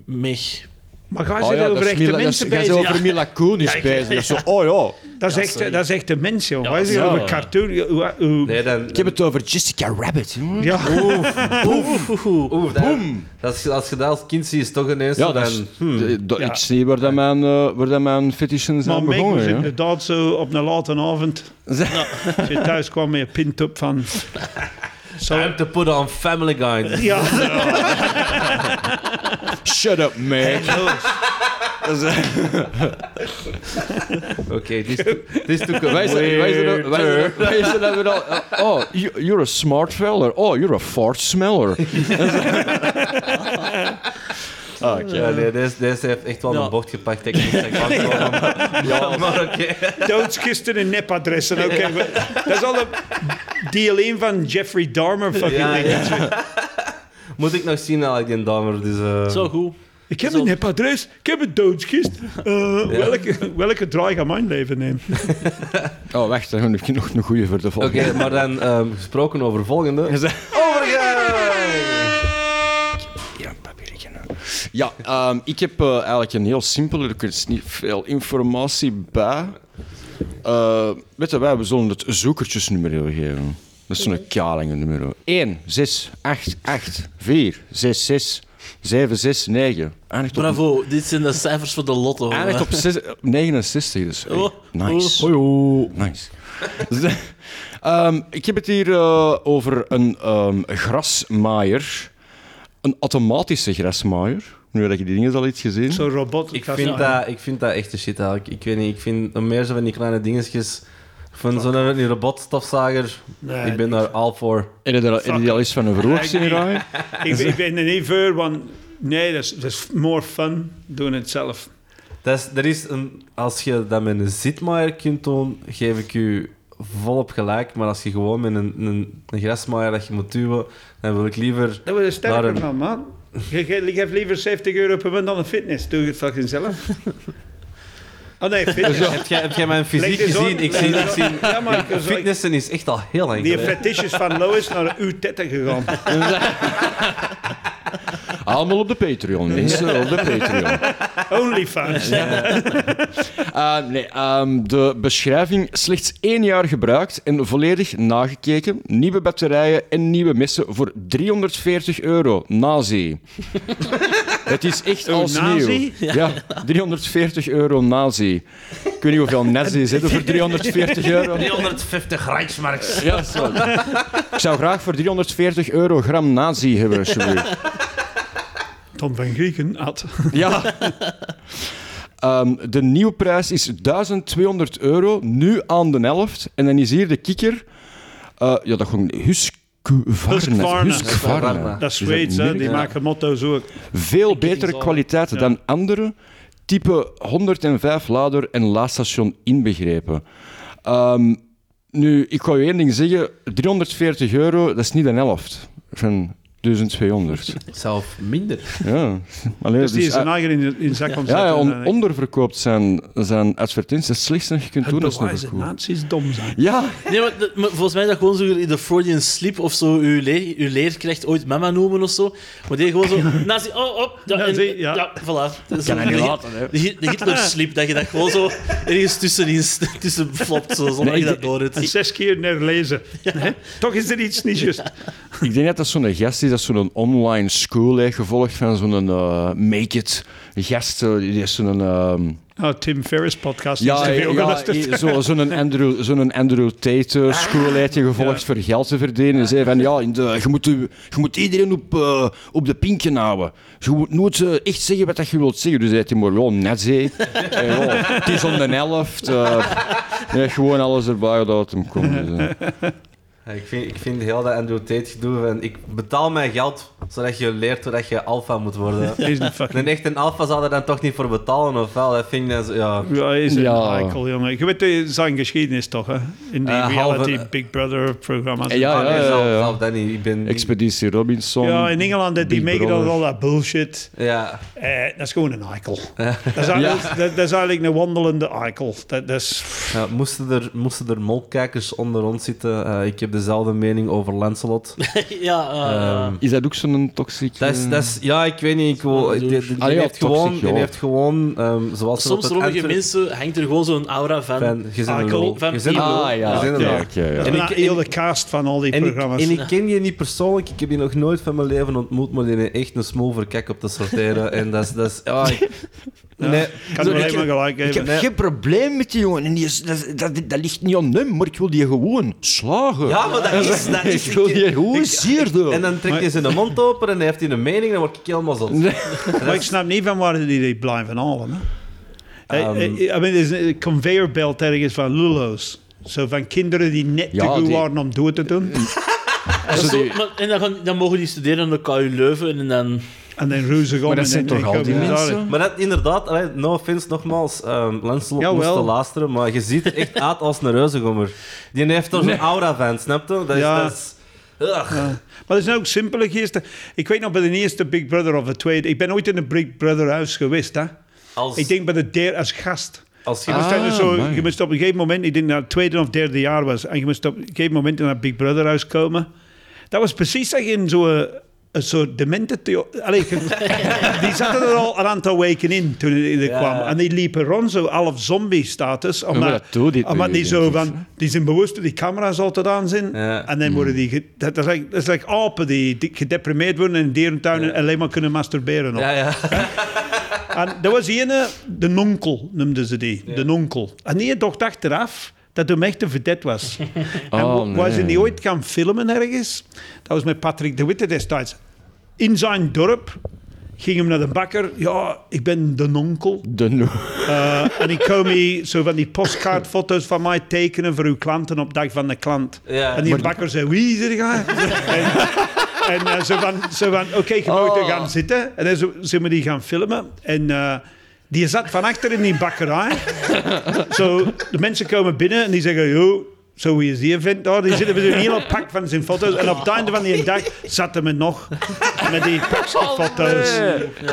[SPEAKER 4] Meg.
[SPEAKER 2] Maar ga je
[SPEAKER 5] Oh ja, dat
[SPEAKER 2] over
[SPEAKER 5] is
[SPEAKER 2] echte
[SPEAKER 5] Mila, dat is,
[SPEAKER 2] mensen
[SPEAKER 5] jij bent
[SPEAKER 2] bezig?
[SPEAKER 5] over Mila Kunis bezig. Dat is zo, oh ja.
[SPEAKER 2] Dat is echt, dat is echt een mens, joh. Wij zijn
[SPEAKER 4] ja.
[SPEAKER 2] over cartoon. hoe- hoe-
[SPEAKER 3] Nee, dan...
[SPEAKER 5] Ik heb het over Jessica Rabbit. jongen.
[SPEAKER 2] Ja.
[SPEAKER 3] Oeh, dat, dat is, als je dat als kind ziet, is toch ineens
[SPEAKER 5] Ja,
[SPEAKER 3] zo
[SPEAKER 5] dat
[SPEAKER 3] dan...
[SPEAKER 5] is-
[SPEAKER 3] hmm.
[SPEAKER 5] de- de- ik zie waar dat mijn, eh, waar dat mijn fetishen
[SPEAKER 2] Maar
[SPEAKER 5] zijn
[SPEAKER 2] Meg was
[SPEAKER 5] begonnen. Nou, hè.
[SPEAKER 2] inderdaad zo op een late avond. Als je thuis kwam met een pint-up van... Zo,
[SPEAKER 3] Time to put on Family Guy.
[SPEAKER 2] ja,
[SPEAKER 5] Shut up, man.
[SPEAKER 3] Oké, dit is to- dit is took a
[SPEAKER 5] Wij zijn wij zijn
[SPEAKER 3] weird
[SPEAKER 5] dat- wij zijn
[SPEAKER 3] turn.
[SPEAKER 5] dat- wij zijn dat we dan- eh, Oh, you- you're a smart feller. Oh, you're a fart smeller. Ah, Oké.
[SPEAKER 3] Ja, nee, deze, deze heeft echt wel
[SPEAKER 4] Ja.
[SPEAKER 3] een bocht gepakt. Ik moest zeggen, wacht, maar- ja, maar oké.
[SPEAKER 2] doodskisten en nepadressen. Oké, we- dat is al een deel 1 van Jeffrey Dahmer. Fucking
[SPEAKER 3] Ja,
[SPEAKER 2] ding.
[SPEAKER 3] ja. Moet ik nog zien, eigenlijk, die damer. Dus, eh,
[SPEAKER 4] Zo goed.
[SPEAKER 2] Ik heb
[SPEAKER 4] Zo-
[SPEAKER 2] een nepadres, ik heb een doodskist. Eh, welke, welke draai gaat mijn leven nemen?
[SPEAKER 5] Oh, wacht, dan heb ik nog een goede voor de
[SPEAKER 3] Oké,
[SPEAKER 5] volgende.
[SPEAKER 3] maar dan ehm, gesproken over volgende.
[SPEAKER 5] Ja, dat wil ik nou. Ja, ehm, ik heb eh, eigenlijk een heel simpele, er is niet veel informatie bij. Eh weet je, wij we zullen het zoekertjesnummer heel geven. Dat is zo'n Kalingen-nummer. 1, 6, 8, 8, 4, 6, 6, 7, 6, 9. Eindigt op,
[SPEAKER 4] Bravo, dit zijn de cijfers voor de lotto.
[SPEAKER 5] eindigt op, zes- op 69, dus hey,
[SPEAKER 4] Oh,
[SPEAKER 5] nice. Nice. Dus, ehm, ik heb het hier eh, over een ehm, grasmaaier. Een automatische grasmaaier. Nu heb je die dingen al iets gezien.
[SPEAKER 2] Zo'n robot.
[SPEAKER 3] Ik vind, dat, ik vind dat echt de shit eigenlijk. Ik weet niet, ik vind meer zo van die kleine dingetjes. Van zo'n die robotstofzager.
[SPEAKER 2] Nee,
[SPEAKER 3] ik ben daar al voor.
[SPEAKER 5] Heb je daar- heb je die al eens van een verhoogd zien
[SPEAKER 2] Fuck.
[SPEAKER 5] rijden?
[SPEAKER 2] Ik, ik ben er niet voor, want nee, dat is, dat is more fun doen het zelf.
[SPEAKER 3] Dat is, er is een, als je dat met een zitmaaier kunt doen, geef ik u volop gelijk. Maar als je gewoon met een, een, een grasmaaier dat je moet duwen, dan wil ik liever...
[SPEAKER 2] Dat was een sterker
[SPEAKER 3] Daarom.
[SPEAKER 2] van, man. Je, ge- je geeft liever 70 euro per maand dan een fitness. Doe het fucking zelf. Oh nee, fitness.
[SPEAKER 3] Heb jij, heb jij mijn fysiek
[SPEAKER 2] Leg dit
[SPEAKER 3] gezien?
[SPEAKER 2] op.
[SPEAKER 3] Ik zie, ik zie,
[SPEAKER 2] Ja, maar ik-
[SPEAKER 3] fitnessen is echt al heel lang
[SPEAKER 2] Die
[SPEAKER 3] geleden.
[SPEAKER 2] fetish is van Lois naar uw tetten gegaan.
[SPEAKER 5] Allemaal op de Patreon, mensen. Op de Patreon.
[SPEAKER 2] Onlyfans.
[SPEAKER 5] Eh, nee, ehm, de beschrijving slechts één jaar gebruikt en volledig nagekeken. Nieuwe batterijen en nieuwe messen voor 340 euro. Nazi. Het is echt
[SPEAKER 2] Oh,
[SPEAKER 5] als
[SPEAKER 2] nazi?
[SPEAKER 5] nieuw. Ja, 340 euro nazi. Ik weet niet hoeveel nazi zitten voor 340 euro.
[SPEAKER 3] 350 Rijksmarks.
[SPEAKER 5] Ja, zo. Ik zou graag voor 340 euro gram nazi hebben, alsjeblieft.
[SPEAKER 2] Tom van Grieken had.
[SPEAKER 5] Ja. Ehm, de nieuwe prijs is 1200 euro, nu aan de helft. En dan is hier de kikker. Eh, ja, dat gewoon Husqvarna.
[SPEAKER 2] Husqvarna.
[SPEAKER 5] Husqvarna.
[SPEAKER 2] Dat is Zweeds, hè. Die
[SPEAKER 5] merk?
[SPEAKER 2] maken motto's ook.
[SPEAKER 5] Dus Veel betere kwaliteit dan andere. Type 105 lader en laadstation inbegrepen. Ehm, nu, ik kan je één ding zeggen. 340 euro, dat is niet de helft van 1200.
[SPEAKER 3] Zelf minder.
[SPEAKER 5] ja. Allee,
[SPEAKER 2] Dus die is
[SPEAKER 5] dus,
[SPEAKER 2] zijn eigen in, in zak omzetten.
[SPEAKER 5] ja, ja, on-
[SPEAKER 2] en, eh,
[SPEAKER 5] onderverkoopt zijn, zijn advertenties. Het slechtste dat je kunt doen
[SPEAKER 2] het
[SPEAKER 5] is een
[SPEAKER 2] bewijzen
[SPEAKER 5] verkoop.
[SPEAKER 2] nazi's dom zijn.
[SPEAKER 5] Ja,
[SPEAKER 4] Nee, maar, dat- maar volgens mij is dat gewoon zo in de Freudian sleep of zo. Uw, leer, uw leerkracht ooit mama noemen of zo. Maar die gewoon zo. Nazi, oh, op. Ja,
[SPEAKER 2] Nazi,
[SPEAKER 4] en-
[SPEAKER 2] ja.
[SPEAKER 4] voilà. Dat is zo de, de, Hit- de Hitler sleep, dat je dat gewoon zo ergens tussenin tussen flopt, zo, zonder
[SPEAKER 5] Nee,
[SPEAKER 4] dat je
[SPEAKER 5] ik-
[SPEAKER 4] dat door
[SPEAKER 2] En
[SPEAKER 4] het.
[SPEAKER 2] zes keer herlezen. Hè? Toch is er iets niet just.
[SPEAKER 5] ik denk dat dat zo'n gast is dat zo'n online school heeft gevolgd van zo'n eh, make it gast. eh, Die is zo'n ehm,
[SPEAKER 2] Oh, Tim Ferriss podcast.
[SPEAKER 5] ja,
[SPEAKER 2] die is veel
[SPEAKER 5] ja,
[SPEAKER 2] geluisterd.
[SPEAKER 5] eh, zo- zo'n Andrew, zo'n Andrew Tate eh, school heeft je gevolgd voor geld te verdienen. Zei van ja, in de, je, moet, je je moet iedereen op, eh, op de pinken houden. Dus je moet nooit eh, echt zeggen wat dat je wilt zeggen. Dus hij heeft maar wel net zee. Het is om de helft. eh, nee, gewoon alles erbij dat het hem komt. dus, eh.
[SPEAKER 3] ik, vind, ik vind heel dat Andrew Tate gedoe van... Ik betaal mijn geld zodat je leert hoe dat je alfa moet worden.
[SPEAKER 2] Die is een
[SPEAKER 3] Een
[SPEAKER 2] fucking...
[SPEAKER 3] echte alfa zal er dan toch niet voor betalen, of wel? Dat vind ik dan zo... Ja.
[SPEAKER 2] Ja, hij is een
[SPEAKER 5] Ja.
[SPEAKER 2] eikel, jongen. Je weet eh, zijn geschiedenis toch, hè? In die
[SPEAKER 3] Eh,
[SPEAKER 2] reality
[SPEAKER 3] halve-
[SPEAKER 2] Big Brother-programma's.
[SPEAKER 5] Ja,
[SPEAKER 3] Ah, nee,
[SPEAKER 5] ja,
[SPEAKER 3] zelf-
[SPEAKER 5] ja, ja.
[SPEAKER 3] zelf dat niet. Ik ben...
[SPEAKER 5] Expeditie Robinson.
[SPEAKER 2] Ja, in Engeland, eh, die
[SPEAKER 5] Big
[SPEAKER 2] meegedoen met
[SPEAKER 5] Brother.
[SPEAKER 2] al dat bullshit.
[SPEAKER 3] ja.
[SPEAKER 2] Eh, dat is gewoon een eikel. Dat, is eigenlijk, dat, dat is eigenlijk een wandelende eikel. Dat, dat is...
[SPEAKER 3] Ja, moesten, er, moesten er molkijkers onder ons zitten? Eh, ik heb dezelfde mening over Lancelot.
[SPEAKER 4] Ja, eh,
[SPEAKER 3] Ehm,
[SPEAKER 5] Is dat ook zo'n toxic?
[SPEAKER 3] dat is, dat is, ja, ik weet niet. Ik wil, die, die- die
[SPEAKER 5] Ah, ja,
[SPEAKER 3] heeft
[SPEAKER 5] toxic,
[SPEAKER 3] gewoon,
[SPEAKER 5] ja.
[SPEAKER 3] die heeft gewoon ehm, zoals ze
[SPEAKER 4] soms
[SPEAKER 3] op het
[SPEAKER 4] sommige
[SPEAKER 3] Antwerp-
[SPEAKER 4] mensen hangt er gewoon zo'n aura van.
[SPEAKER 3] Van, je bent
[SPEAKER 2] Ah,
[SPEAKER 3] een
[SPEAKER 2] ik-
[SPEAKER 3] lul.
[SPEAKER 4] van-
[SPEAKER 3] Je bent een
[SPEAKER 4] Ah,
[SPEAKER 3] lul.
[SPEAKER 5] ja,
[SPEAKER 3] Je bent een
[SPEAKER 5] ja,
[SPEAKER 3] lul.
[SPEAKER 5] oké, ja.
[SPEAKER 2] En
[SPEAKER 3] En
[SPEAKER 2] ik,
[SPEAKER 3] ik-
[SPEAKER 2] heel de cast van al die
[SPEAKER 3] En ik,
[SPEAKER 2] programma's.
[SPEAKER 3] en ik ken je niet persoonlijk, ik heb je nog nooit van mijn leven ontmoet, maar die heeft echt een smoel voor kek op te sorteren. En dat is... Dat is ah, ik- nee,
[SPEAKER 2] Ik kan er alleen maar gelijk
[SPEAKER 5] Ik heb
[SPEAKER 2] geven.
[SPEAKER 5] geen probleem met die jongen. En die is- dat, dat, dat ligt niet aan hem, maar ik wil die gewoon slagen.
[SPEAKER 3] Ja, maar dat is... Dat is
[SPEAKER 5] ik wil die gewoon zeer doen.
[SPEAKER 3] En dan trekt hij zijn mond open en hij heeft hij een mening, dan word ik helemaal zot.
[SPEAKER 2] Maar ik snap niet van waar die die blijven halen. Hè?
[SPEAKER 5] Ehm,
[SPEAKER 2] Eh, eh, I mean, er is een conveyor belt ergens van lullo's. Zo van kinderen die net
[SPEAKER 5] Ja,
[SPEAKER 2] te goed
[SPEAKER 5] die-
[SPEAKER 2] waren om door te doen.
[SPEAKER 4] Dat is zo- Ah, maar- en dan, gaan, dan mogen die studeren aan de KU Leuven en dan...
[SPEAKER 2] En dan roezen om.
[SPEAKER 5] maar dat
[SPEAKER 2] en
[SPEAKER 5] zijn
[SPEAKER 2] dan-
[SPEAKER 5] toch
[SPEAKER 2] en
[SPEAKER 5] al die
[SPEAKER 2] komen ze
[SPEAKER 5] mensen?
[SPEAKER 2] daar.
[SPEAKER 3] Maar dat inderdaad, allee, no offense nogmaals, ehm Lancelot
[SPEAKER 2] Jawel.
[SPEAKER 3] moest te lasteren, maar je ziet er echt uit als een reuzegommer. Die heeft er zo'n aura van, snap je? Dat is,
[SPEAKER 2] Ja.
[SPEAKER 3] dat is,
[SPEAKER 4] Ugh.
[SPEAKER 2] Maar dat zijn ook simpele geesten. Ik weet nog bij de eerste Big Brother of de tweede. Ik ben ooit in een Big Brother huis geweest. Hè?
[SPEAKER 4] Als...
[SPEAKER 2] Ik denk bij de derde als gast.
[SPEAKER 3] Als je
[SPEAKER 2] Je moest,
[SPEAKER 5] Ah,
[SPEAKER 2] eigenlijk zo,
[SPEAKER 5] amai.
[SPEAKER 2] je moest op een gegeven moment, ik denk dat het tweede of derde jaar was, en je moest op een gegeven moment naar Big Brother huis komen. Dat was precies zeg, in zo'n een soort demente... theo- Allee, je- die zaten er al een aantal weken in toen die er
[SPEAKER 4] Ja.
[SPEAKER 2] kwam. En die liepen rond, zo half zombie-status. Omdat,
[SPEAKER 5] maar dat doet dit
[SPEAKER 2] omdat
[SPEAKER 5] nu,
[SPEAKER 2] Ah, die
[SPEAKER 5] denk
[SPEAKER 2] zo
[SPEAKER 5] ik,
[SPEAKER 2] van... Die zijn bewust dat die camera's altijd aan zijn.
[SPEAKER 3] Ja.
[SPEAKER 2] En dan worden die... ge- Dat, dat is like, dat is like apen die, die gedeprimeerd worden in een dierentuin en alleen maar kunnen masturberen. op.
[SPEAKER 3] Ja, ja.
[SPEAKER 2] En dat was die ene, de nonkel noemden ze die, de nonkel. En die dacht achteraf dat hem echt een verdet was. en
[SPEAKER 5] Oh,
[SPEAKER 2] wa- was hij
[SPEAKER 5] nee.
[SPEAKER 2] niet ooit gaan filmen ergens? Dat was met Patrick de Witte destijds. In zijn dorp ging hem naar de bakker. Ja, ik ben de nonkel.
[SPEAKER 5] De no
[SPEAKER 2] Eh, en ik kom hier zo van die postkaartfoto's van mij tekenen voor uw klanten op dag van de klant.
[SPEAKER 4] Ja.
[SPEAKER 2] en die bakker zei, wie is er gaan? en en eh, zo van, zo van oké, je moet er gaan zitten. En dan zo- zijn we die gaan filmen. En eh, die zat van achter in die bakkerij. zo, de mensen komen binnen en die zeggen, yo, zo wie is die vent daar? Die zitten met een hele pak van zijn foto's. En op het einde van die dag zat hem er nog met die pakjes foto's.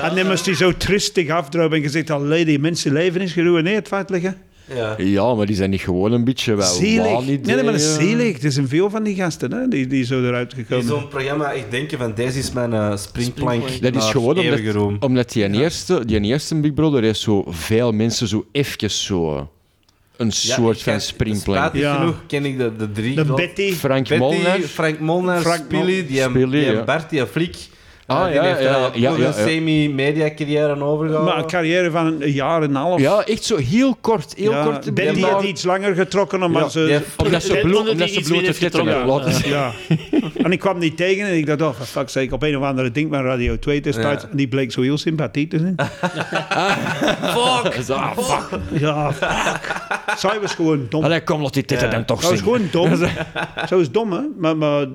[SPEAKER 2] En dan moest hij zo tristig afdropen en gezegd, allee, die mensen leven is geruineerd feitelijk. hè."
[SPEAKER 4] Ja.
[SPEAKER 5] Ja, maar die zijn niet gewoon een beetje wel
[SPEAKER 2] Zielig. Nee,
[SPEAKER 5] waanideeën.
[SPEAKER 2] nee, maar dat is zielig. Er zijn veel van die gasten hè, die, die zo eruit
[SPEAKER 3] In
[SPEAKER 2] gekomen zijn.
[SPEAKER 3] zo'n programma echt denken van, deze is mijn eh, springplank
[SPEAKER 5] Dat is
[SPEAKER 3] naar
[SPEAKER 5] gewoon
[SPEAKER 3] eeuwige roem.
[SPEAKER 5] omdat, omdat die, eerste, die eerste Big Brother heeft zo veel mensen zo even zo een
[SPEAKER 3] Ja,
[SPEAKER 5] soort
[SPEAKER 3] ik
[SPEAKER 5] van
[SPEAKER 3] ken-
[SPEAKER 5] springplank.
[SPEAKER 3] Spijtig
[SPEAKER 2] Ja.
[SPEAKER 3] genoeg ken ik de, de drie.
[SPEAKER 2] De
[SPEAKER 3] groot-
[SPEAKER 2] Betty.
[SPEAKER 5] Frank
[SPEAKER 3] Betty,
[SPEAKER 5] Molnar.
[SPEAKER 3] Frank Molnar,
[SPEAKER 2] Frank
[SPEAKER 3] Spilly, die, hem-
[SPEAKER 5] Spilly,
[SPEAKER 3] die hem
[SPEAKER 5] ja.
[SPEAKER 3] Bart, die hem Flik.
[SPEAKER 5] Ah,
[SPEAKER 3] Eh, die
[SPEAKER 5] ja,
[SPEAKER 3] heeft
[SPEAKER 5] ja,
[SPEAKER 3] daar
[SPEAKER 5] ja,
[SPEAKER 3] ook
[SPEAKER 5] ja,
[SPEAKER 3] nog
[SPEAKER 5] ja.
[SPEAKER 3] een semi-media carrière aan overgehouden.
[SPEAKER 2] Maar een carrière van een jaar en een half.
[SPEAKER 5] Ja, echt zo heel kort. Heel
[SPEAKER 2] Ja,
[SPEAKER 5] kort.
[SPEAKER 2] Betty
[SPEAKER 5] Ja,
[SPEAKER 2] had iets langer getrokken, maar
[SPEAKER 3] Ja,
[SPEAKER 2] ze...
[SPEAKER 3] die heeft-
[SPEAKER 5] Omdat ze, bloed,
[SPEAKER 4] Omdat
[SPEAKER 5] omdat
[SPEAKER 4] hij
[SPEAKER 5] ze
[SPEAKER 4] iets meer
[SPEAKER 5] blote
[SPEAKER 4] heeft
[SPEAKER 5] titten hebben.
[SPEAKER 4] getrokken.
[SPEAKER 5] Laten ze-
[SPEAKER 2] Ja. En ik kwam niet tegen en ik dacht, oh, for fuck's sake, op een of andere ding van Radio 2 destijds.
[SPEAKER 3] Ja.
[SPEAKER 2] En die bleek zo heel sympathiek te zijn.
[SPEAKER 5] Zo, ah, fuck.
[SPEAKER 2] Ja, fuck. Zij was gewoon dom.
[SPEAKER 5] Allee, kom, laat die titten dan toch
[SPEAKER 2] Zij was
[SPEAKER 5] zien.
[SPEAKER 2] gewoon dom. Zij was dom, hè? Maar, maar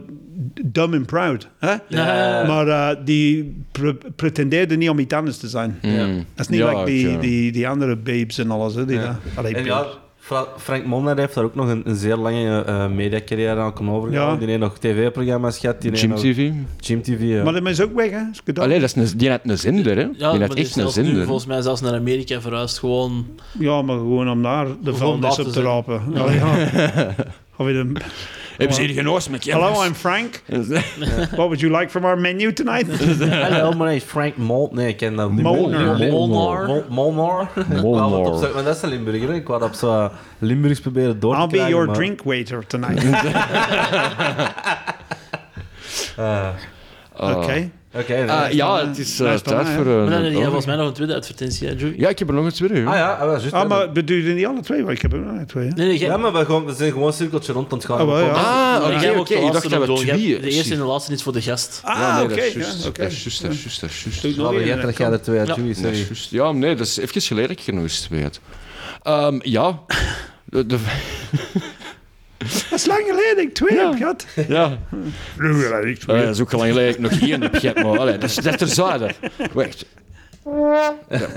[SPEAKER 2] dumb and proud. Hè? Maar eh, die pre- pretendeerde niet om iets anders te zijn.
[SPEAKER 5] Mm.
[SPEAKER 2] Dat is niet
[SPEAKER 5] Ja,
[SPEAKER 2] like die,
[SPEAKER 5] oké.
[SPEAKER 2] die, die andere babes en alles. Hè, die daar- Allee,
[SPEAKER 3] En ja,
[SPEAKER 2] babes.
[SPEAKER 3] Fra- Frank Molnar heeft daar ook nog een, een zeer lange eh media carrière aan kunnen overgehouden.
[SPEAKER 2] Ja.
[SPEAKER 3] Die heeft nog tv-programma's gehad. Die heeft
[SPEAKER 5] Gym
[SPEAKER 3] nog-
[SPEAKER 5] TV.
[SPEAKER 3] Gym TV, ja.
[SPEAKER 2] Maar dat is ook weg, hè? Is gedaan.
[SPEAKER 5] Allee, nou, dat is een, die had een zinder, hè.
[SPEAKER 4] Ja,
[SPEAKER 5] die
[SPEAKER 4] maar
[SPEAKER 5] had
[SPEAKER 4] die is
[SPEAKER 5] echt een
[SPEAKER 4] zelfs nu
[SPEAKER 5] zinder.
[SPEAKER 4] volgens mij zelfs naar Amerika verhuisd. Gewoon...
[SPEAKER 2] Ja, maar gewoon om daar de vuilnis
[SPEAKER 4] daar
[SPEAKER 2] op
[SPEAKER 4] te
[SPEAKER 2] te
[SPEAKER 4] zijn.
[SPEAKER 2] rapen. Ja, ja. Of in een-
[SPEAKER 5] Hebben ze hier geen oors met
[SPEAKER 2] Hello, I'm Frank. What would you like from our menu tonight?
[SPEAKER 3] Hallo, mijn naam is Frank Mol... Ah, Nee, ik ken dat niet.
[SPEAKER 2] Molnar.
[SPEAKER 4] Molnar.
[SPEAKER 3] Mol- Molnar.
[SPEAKER 5] Molnar.
[SPEAKER 3] Ik wou wat op zo- Maar dat is een Limburger. hè. Ik wou dat op zo'n Limburgs proberen door te
[SPEAKER 2] I'll be
[SPEAKER 3] krijgen,
[SPEAKER 2] your
[SPEAKER 3] maar-
[SPEAKER 2] drink waiter tonight.
[SPEAKER 3] Eh,
[SPEAKER 5] Ah.
[SPEAKER 2] Oké.
[SPEAKER 3] Oké.
[SPEAKER 5] Ah,
[SPEAKER 3] nee.
[SPEAKER 5] ja, het is eh,
[SPEAKER 2] Nice
[SPEAKER 5] tijd
[SPEAKER 2] banaan,
[SPEAKER 5] voor...
[SPEAKER 4] Maar
[SPEAKER 5] eh,
[SPEAKER 4] dan heb
[SPEAKER 5] een-
[SPEAKER 4] jij volgens mij nog een tweede advertentie, hè, Joey?
[SPEAKER 5] Ja, ik heb er nog eens weer.
[SPEAKER 3] Ah ja, ah, wel, juist.
[SPEAKER 2] Ah,
[SPEAKER 3] hè.
[SPEAKER 2] maar bedoel je niet alle twee? Want ik heb er maar twee. Hè?
[SPEAKER 4] Nee, nee, jij... Oh,
[SPEAKER 3] Ja, maar we, gewoon, we zijn gewoon een cirkeltje rond aan het gaan.
[SPEAKER 2] Ah, wel, ja.
[SPEAKER 5] Ah, oké,
[SPEAKER 4] jij hebt ook
[SPEAKER 5] oké.
[SPEAKER 4] de
[SPEAKER 5] Ik
[SPEAKER 4] laatste
[SPEAKER 5] dacht dat
[SPEAKER 4] nog
[SPEAKER 5] we
[SPEAKER 4] door. Jij-
[SPEAKER 5] twee...
[SPEAKER 4] De eerste en de laatste is voor de gast.
[SPEAKER 5] Ja,
[SPEAKER 2] Ah,
[SPEAKER 5] nee,
[SPEAKER 2] oké.
[SPEAKER 5] dat is
[SPEAKER 2] ja,
[SPEAKER 5] juist,
[SPEAKER 2] oké.
[SPEAKER 5] Dat is juist, dat is juist, dat is juist.
[SPEAKER 2] Doe nog
[SPEAKER 3] Maar
[SPEAKER 2] één,
[SPEAKER 3] jij
[SPEAKER 2] hè.
[SPEAKER 3] dat jij er twee uit,
[SPEAKER 4] Ja.
[SPEAKER 3] Joey,
[SPEAKER 5] Dat is
[SPEAKER 3] sorry.
[SPEAKER 5] juist. Ja, nee, dat is even geleden dat ik genoeg is weet. Ehm, ja. De, de-
[SPEAKER 2] Dat is lang geleden, ik twee heb gehad.
[SPEAKER 5] ja.
[SPEAKER 2] Nu wil ik
[SPEAKER 5] Eh,
[SPEAKER 2] twee.
[SPEAKER 5] dat is ook al lang geleden dat ik nog één heb gehad, maar allee, dat is dat terzijde. Wacht. Ja,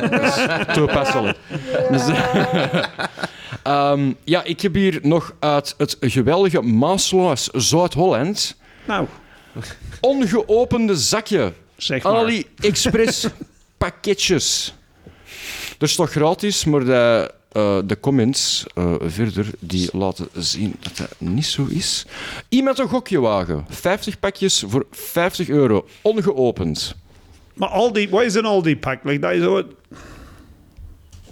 [SPEAKER 5] dat is toepasselijk. Dus, Ehm, ja, ik heb hier nog uit het geweldige Maasloos Zuid-Holland
[SPEAKER 2] Nou,
[SPEAKER 5] ongeopende zakje
[SPEAKER 2] zeg maar.
[SPEAKER 5] AliExpress pakketjes. Dat is toch gratis, maar de, eh, de comments eh, verder die laten zien dat dat niet zo is. Iemand een gokje wagen. 50 pakjes voor 50 euro. Ongeopend.
[SPEAKER 2] Maar Aldi, wat is een Aldi-pak? Like, dat is wat...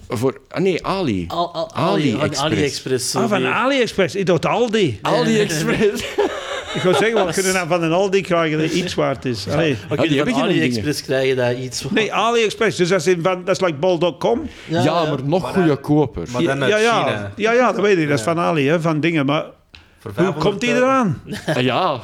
[SPEAKER 5] Voor, ah nee, Ali.
[SPEAKER 4] Al, al, Ali,
[SPEAKER 5] AliExpress.
[SPEAKER 4] AliExpress. AliExpress
[SPEAKER 2] Ah, van
[SPEAKER 4] eh,
[SPEAKER 2] AliExpress. Ik dacht Aldi.
[SPEAKER 5] AliExpress.
[SPEAKER 2] Ik wou zeggen, we kunnen nou van een Aldi krijgen dat iets waard is. Allee.
[SPEAKER 4] Oké,
[SPEAKER 5] die
[SPEAKER 4] van
[SPEAKER 5] hebben geen
[SPEAKER 4] AliExpress krijg je daar iets van.
[SPEAKER 2] Nee, AliExpress. Dus dat is, in van, dat is like bol.com.
[SPEAKER 5] Ja, maar nog goedkoper.
[SPEAKER 3] Maar dan uit
[SPEAKER 2] ja, ja.
[SPEAKER 3] China.
[SPEAKER 2] ja, ja, dat weet ik. Dat is van Ali, hè, van dingen. Maar
[SPEAKER 3] Voor
[SPEAKER 2] hoe
[SPEAKER 3] 500
[SPEAKER 2] komt die
[SPEAKER 3] euro.
[SPEAKER 2] eraan?
[SPEAKER 5] Ah, Ja,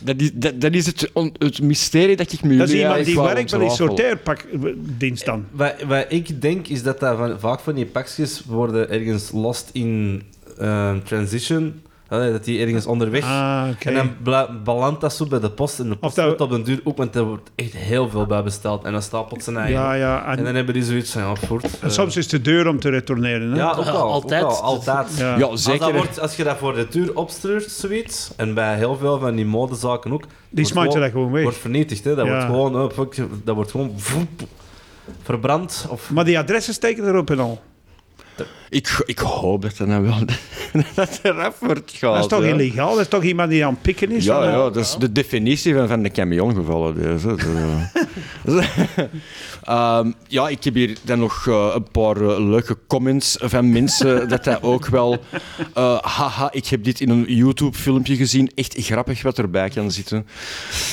[SPEAKER 5] dat is, dat, dat is het, on- het mysterie dat ik me
[SPEAKER 2] Dat is iemand die werkt bij die sorteerpakdienst dan.
[SPEAKER 3] Wat, wat ik denk is dat, dat van, vaak van die pakjes worden ergens lost in ehm, transition. Eh, Allee, dat die ergens onderweg.
[SPEAKER 2] Ah, oké.
[SPEAKER 3] En dan bla- belandt dat zo bij de post. En de post
[SPEAKER 2] dat-
[SPEAKER 3] wordt op den duur ook, want er wordt echt heel veel bij besteld. En dan stapelt ze eigen.
[SPEAKER 2] Ja, ja. En,
[SPEAKER 3] En dan hebben die zoiets van, ja, voort.
[SPEAKER 2] en soms is het te duur om te retourneren. Hè?
[SPEAKER 3] ja, ook al.
[SPEAKER 4] Altijd.
[SPEAKER 3] Ook al, altijd.
[SPEAKER 2] Ja.
[SPEAKER 5] Ja,
[SPEAKER 3] Als, dat
[SPEAKER 5] zeker.
[SPEAKER 3] wordt, als je dat voor de duur opstuurt, zoiets, en bij heel veel van die modezaken ook... wordt
[SPEAKER 2] smijten dat gewoon weg.
[SPEAKER 3] Wordt vernietigd, hè. Dat
[SPEAKER 2] Ja.
[SPEAKER 3] wordt gewoon... eh, fuck, dat wordt gewoon... voep, verbrand. Of,
[SPEAKER 2] Maar die adressen steken erop en al.
[SPEAKER 5] Ik, ik hoop dat dat nou wel dat eraf wordt
[SPEAKER 2] Dat
[SPEAKER 5] gehaald.
[SPEAKER 2] is toch
[SPEAKER 5] ja.
[SPEAKER 2] illegaal? Dat is toch iemand die aan het pikken is? oh,
[SPEAKER 5] Ja,
[SPEAKER 2] Of-
[SPEAKER 5] ja, dat is de definitie van, van de camion gevallen. dus, eh, Deze. eh. Ehm, ja, ik heb hier dan nog eh, een paar eh, leuke comments van mensen. dat dat ook wel. eh, haha, ik heb dit in een YouTube-filmpje gezien. Echt grappig wat erbij kan zitten.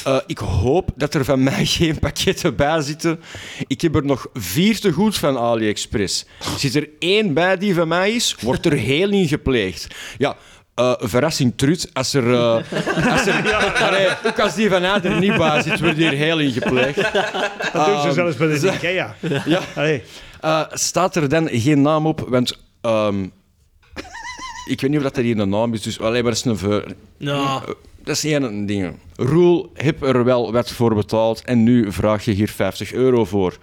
[SPEAKER 5] Eh, ik hoop dat er van mij geen pakketten bij zitten. Ik heb er nog vier te goed van AliExpress. Zit er één bij die van mij is, wordt er heel in gepleegd. Ja. eh, verrassing Trut, als er, eh, als er Allee, ook als die van Aert er niet bij zit, wordt hier heel in gepleegd.
[SPEAKER 2] Dat doen ze
[SPEAKER 5] Ehm,
[SPEAKER 2] zelfs bij de IKEA. Ja. Allee.
[SPEAKER 5] Eh, staat er dan geen naam op? Want ehm, ik weet niet of dat er hier een naam is, dus alleen maar dat is een ver.
[SPEAKER 4] Nou,
[SPEAKER 5] Dat is één ding. Roel heb er wel wat voor betaald en nu vraag je hier 50 euro voor.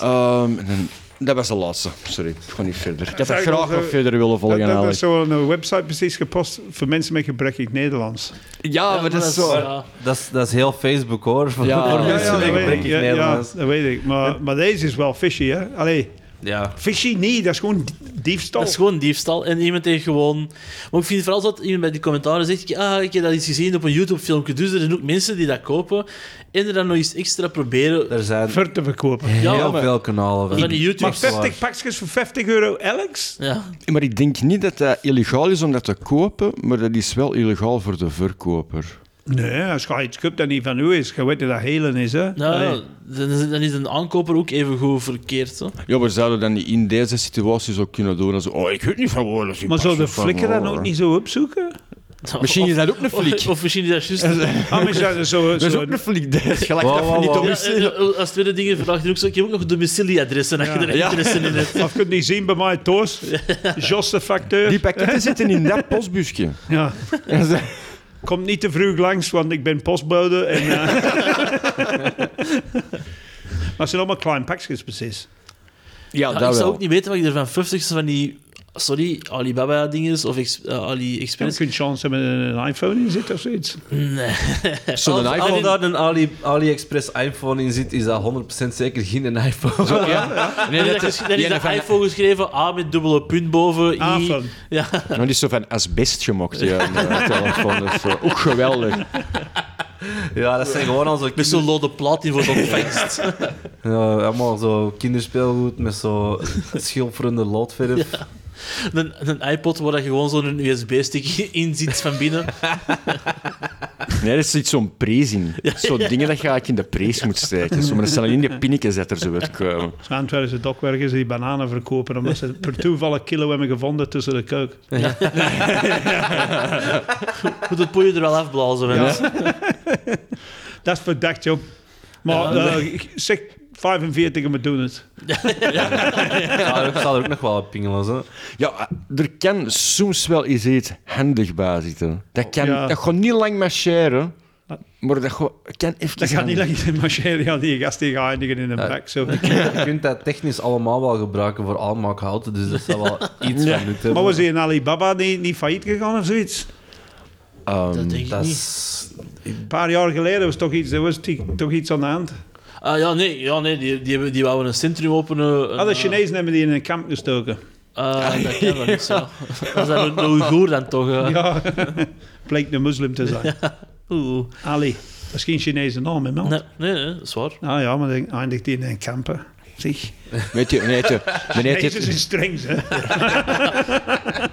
[SPEAKER 5] Ehm, en dan- dat was de laatste. Sorry, ik ga niet verder. Ik had dat
[SPEAKER 2] Zeg,
[SPEAKER 5] graag
[SPEAKER 2] onze-
[SPEAKER 5] nog verder willen
[SPEAKER 2] eh, Dat,
[SPEAKER 5] volgen.
[SPEAKER 2] dat is
[SPEAKER 5] eigenlijk.
[SPEAKER 2] zo'n eh, website precies gepost voor mensen met gebrekkig Nederlands.
[SPEAKER 5] Ja, maar dat is zo.
[SPEAKER 4] ja.
[SPEAKER 3] dat, is, dat is heel Facebook, hoor. Voor,
[SPEAKER 5] Ja.
[SPEAKER 3] voor
[SPEAKER 5] Ja,
[SPEAKER 3] mensen
[SPEAKER 2] dat
[SPEAKER 3] met
[SPEAKER 2] weet ik.
[SPEAKER 3] gebrekkig
[SPEAKER 2] Ja, ja,
[SPEAKER 3] Nederlands.
[SPEAKER 2] dat weet ik. Maar, maar deze is wel fishy, hè? Allee,
[SPEAKER 3] Ja.
[SPEAKER 2] fishy niet, dat is gewoon di- diefstal.
[SPEAKER 4] Dat is gewoon diefstal. En iemand heeft gewoon... Maar ik vind vooral dat iemand bij die commentaren zegt... Ah, ik heb dat iets gezien op een YouTube-filmpje. Dus er zijn ook mensen die dat kopen. En er dan nog eens extra proberen.
[SPEAKER 3] Er zijn
[SPEAKER 2] Ver te verkopen.
[SPEAKER 4] Ja,
[SPEAKER 3] heel
[SPEAKER 4] maar-
[SPEAKER 3] veel kanalen van.
[SPEAKER 4] Van die YouTube.
[SPEAKER 2] Maar 50 pakjes voor 50 euro elks?
[SPEAKER 4] Ja.
[SPEAKER 5] Maar ik denk niet dat dat illegaal is om dat te kopen, maar dat is wel illegaal voor de verkoper.
[SPEAKER 2] Nee, als je iets koopt dat niet van u is, je weet dat dat helen is, hè?
[SPEAKER 4] Nou,
[SPEAKER 2] Allee.
[SPEAKER 4] dan, is, dan is een aankoper ook even goed verkeerd. Hè.
[SPEAKER 5] Ja, maar zouden we dan niet in deze situaties ook kunnen doen? Als, oh, ik weet niet van waar dat die
[SPEAKER 2] Maar zou de
[SPEAKER 5] pasjes van
[SPEAKER 2] flikker dan
[SPEAKER 5] waren.
[SPEAKER 2] ook niet zo opzoeken?
[SPEAKER 5] Misschien is
[SPEAKER 4] Of-
[SPEAKER 5] dat ook een fliek.
[SPEAKER 4] Of, of misschien is dat juist...
[SPEAKER 2] Ah, maar is dat zo...
[SPEAKER 5] Dat is
[SPEAKER 2] zo
[SPEAKER 5] ook een fliek, dat is gelijk
[SPEAKER 3] Wow,
[SPEAKER 5] dat we
[SPEAKER 3] wow,
[SPEAKER 5] niet
[SPEAKER 3] wow.
[SPEAKER 5] op-
[SPEAKER 4] Ja, en, eh, als tweede dingen vraagt hij ook zo... Ik heb ook nog domicilieadressen, als je er interesse in hebt.
[SPEAKER 2] of kun je die zien bij mij thuis? Jos de facteur.
[SPEAKER 5] Die pakketten zitten in dat postbusje.
[SPEAKER 2] Ja. Kom niet te vroeg langs, want ik ben postbode. En, eh. maar het zijn allemaal klein pakjes, precies.
[SPEAKER 5] Ja,
[SPEAKER 4] Ja, ik zou ook niet weten wat ik ervan 50 van die... Sorry, Alibaba-dinges of ex, eh,
[SPEAKER 2] Je
[SPEAKER 4] AliExpress.
[SPEAKER 2] kunt chance hebben dat er een iPhone in zit of zoiets.
[SPEAKER 4] Nee.
[SPEAKER 5] Zo'n
[SPEAKER 4] Als-
[SPEAKER 5] iPhone
[SPEAKER 3] Als
[SPEAKER 4] als-
[SPEAKER 3] daar een Ali, AliExpress iPhone in zit, is dat 100% zeker geen iPhone.
[SPEAKER 5] oh, Nee,
[SPEAKER 4] Nee, dat, is- dat Ah, is de iPhone geschreven, A met dubbele punt boven, I.
[SPEAKER 2] iPhone.
[SPEAKER 4] Ja,
[SPEAKER 5] Maar die is zo van asbest gemokt, ja. in de telefoon. Dat is eh, ook geweldig.
[SPEAKER 3] Ja, dat zijn gewoon al zo
[SPEAKER 4] met zo'n lode plaat in voor de ontvangst.
[SPEAKER 3] Ja, allemaal zo kinderspeelgoed met zo schilferende loodverf.
[SPEAKER 4] Een, een iPod waar je gewoon zo'n USB-stick in zit van binnen.
[SPEAKER 5] Nee, dat is iets zo'n prees in. Zo'n dingen dat je eigenlijk in de prees moet steken. Zo, maar dat zijn alleen die pinnetjes dat er zo uitkomen.
[SPEAKER 2] Ze Antwerpse dokwerkers die bananen verkopen, omdat ze per toeval een kilo hebben gevonden tussen de keuk.
[SPEAKER 4] Moet het poeien er wel afblazen, mensen.
[SPEAKER 2] Dat is verdacht, joh. Maar
[SPEAKER 4] Ja.
[SPEAKER 2] eh, ik zeg 45 en we doen het.
[SPEAKER 3] Ja, er zal er ook nog wel wat pingelen. Hè.
[SPEAKER 5] Ja, er kan soms wel eens iets handig bij zitten. Dat, kan,
[SPEAKER 2] Ja.
[SPEAKER 5] dat gaat niet lang marcheren, maar dat gaat- kan even...
[SPEAKER 2] Dat gaat niet lang in marcheren, ja, die gast die gaat eindigen in een
[SPEAKER 3] Ja.
[SPEAKER 2] bek. Zo.
[SPEAKER 3] Je kunt dat technisch allemaal wel gebruiken voor aanmaakhout, dus dat zal wel iets van nut hebben.
[SPEAKER 2] Maar was die in Alibaba niet, niet failliet gegaan of zoiets?
[SPEAKER 4] Dat denk ik
[SPEAKER 3] Dat
[SPEAKER 4] niet.
[SPEAKER 3] is...
[SPEAKER 2] Een paar jaar geleden was toch iets, er was ti- toch iets aan de hand.
[SPEAKER 4] Ah, ja, nee, ja, nee die, die, hebben- die wouden een centrum openen. een,
[SPEAKER 2] Alle
[SPEAKER 4] eh,
[SPEAKER 2] Chinezen hebben die in een kamp gestoken.
[SPEAKER 4] ah, dat kan wel niet zo. Dat is dan een Oeigoer dan toch. eh.
[SPEAKER 2] Ja, bleek een moslim te zijn.
[SPEAKER 4] Oeh.
[SPEAKER 2] Ali, dat is geen Chinese naam, hè, man?
[SPEAKER 4] Nee, nee, nee, dat is waar.
[SPEAKER 2] Ah ja, maar dan eindigt die in een kamp, hè. Zeg,
[SPEAKER 5] Weet je, nee, je, dan heet
[SPEAKER 2] Chinezen
[SPEAKER 5] het-
[SPEAKER 2] zijn streng, hè.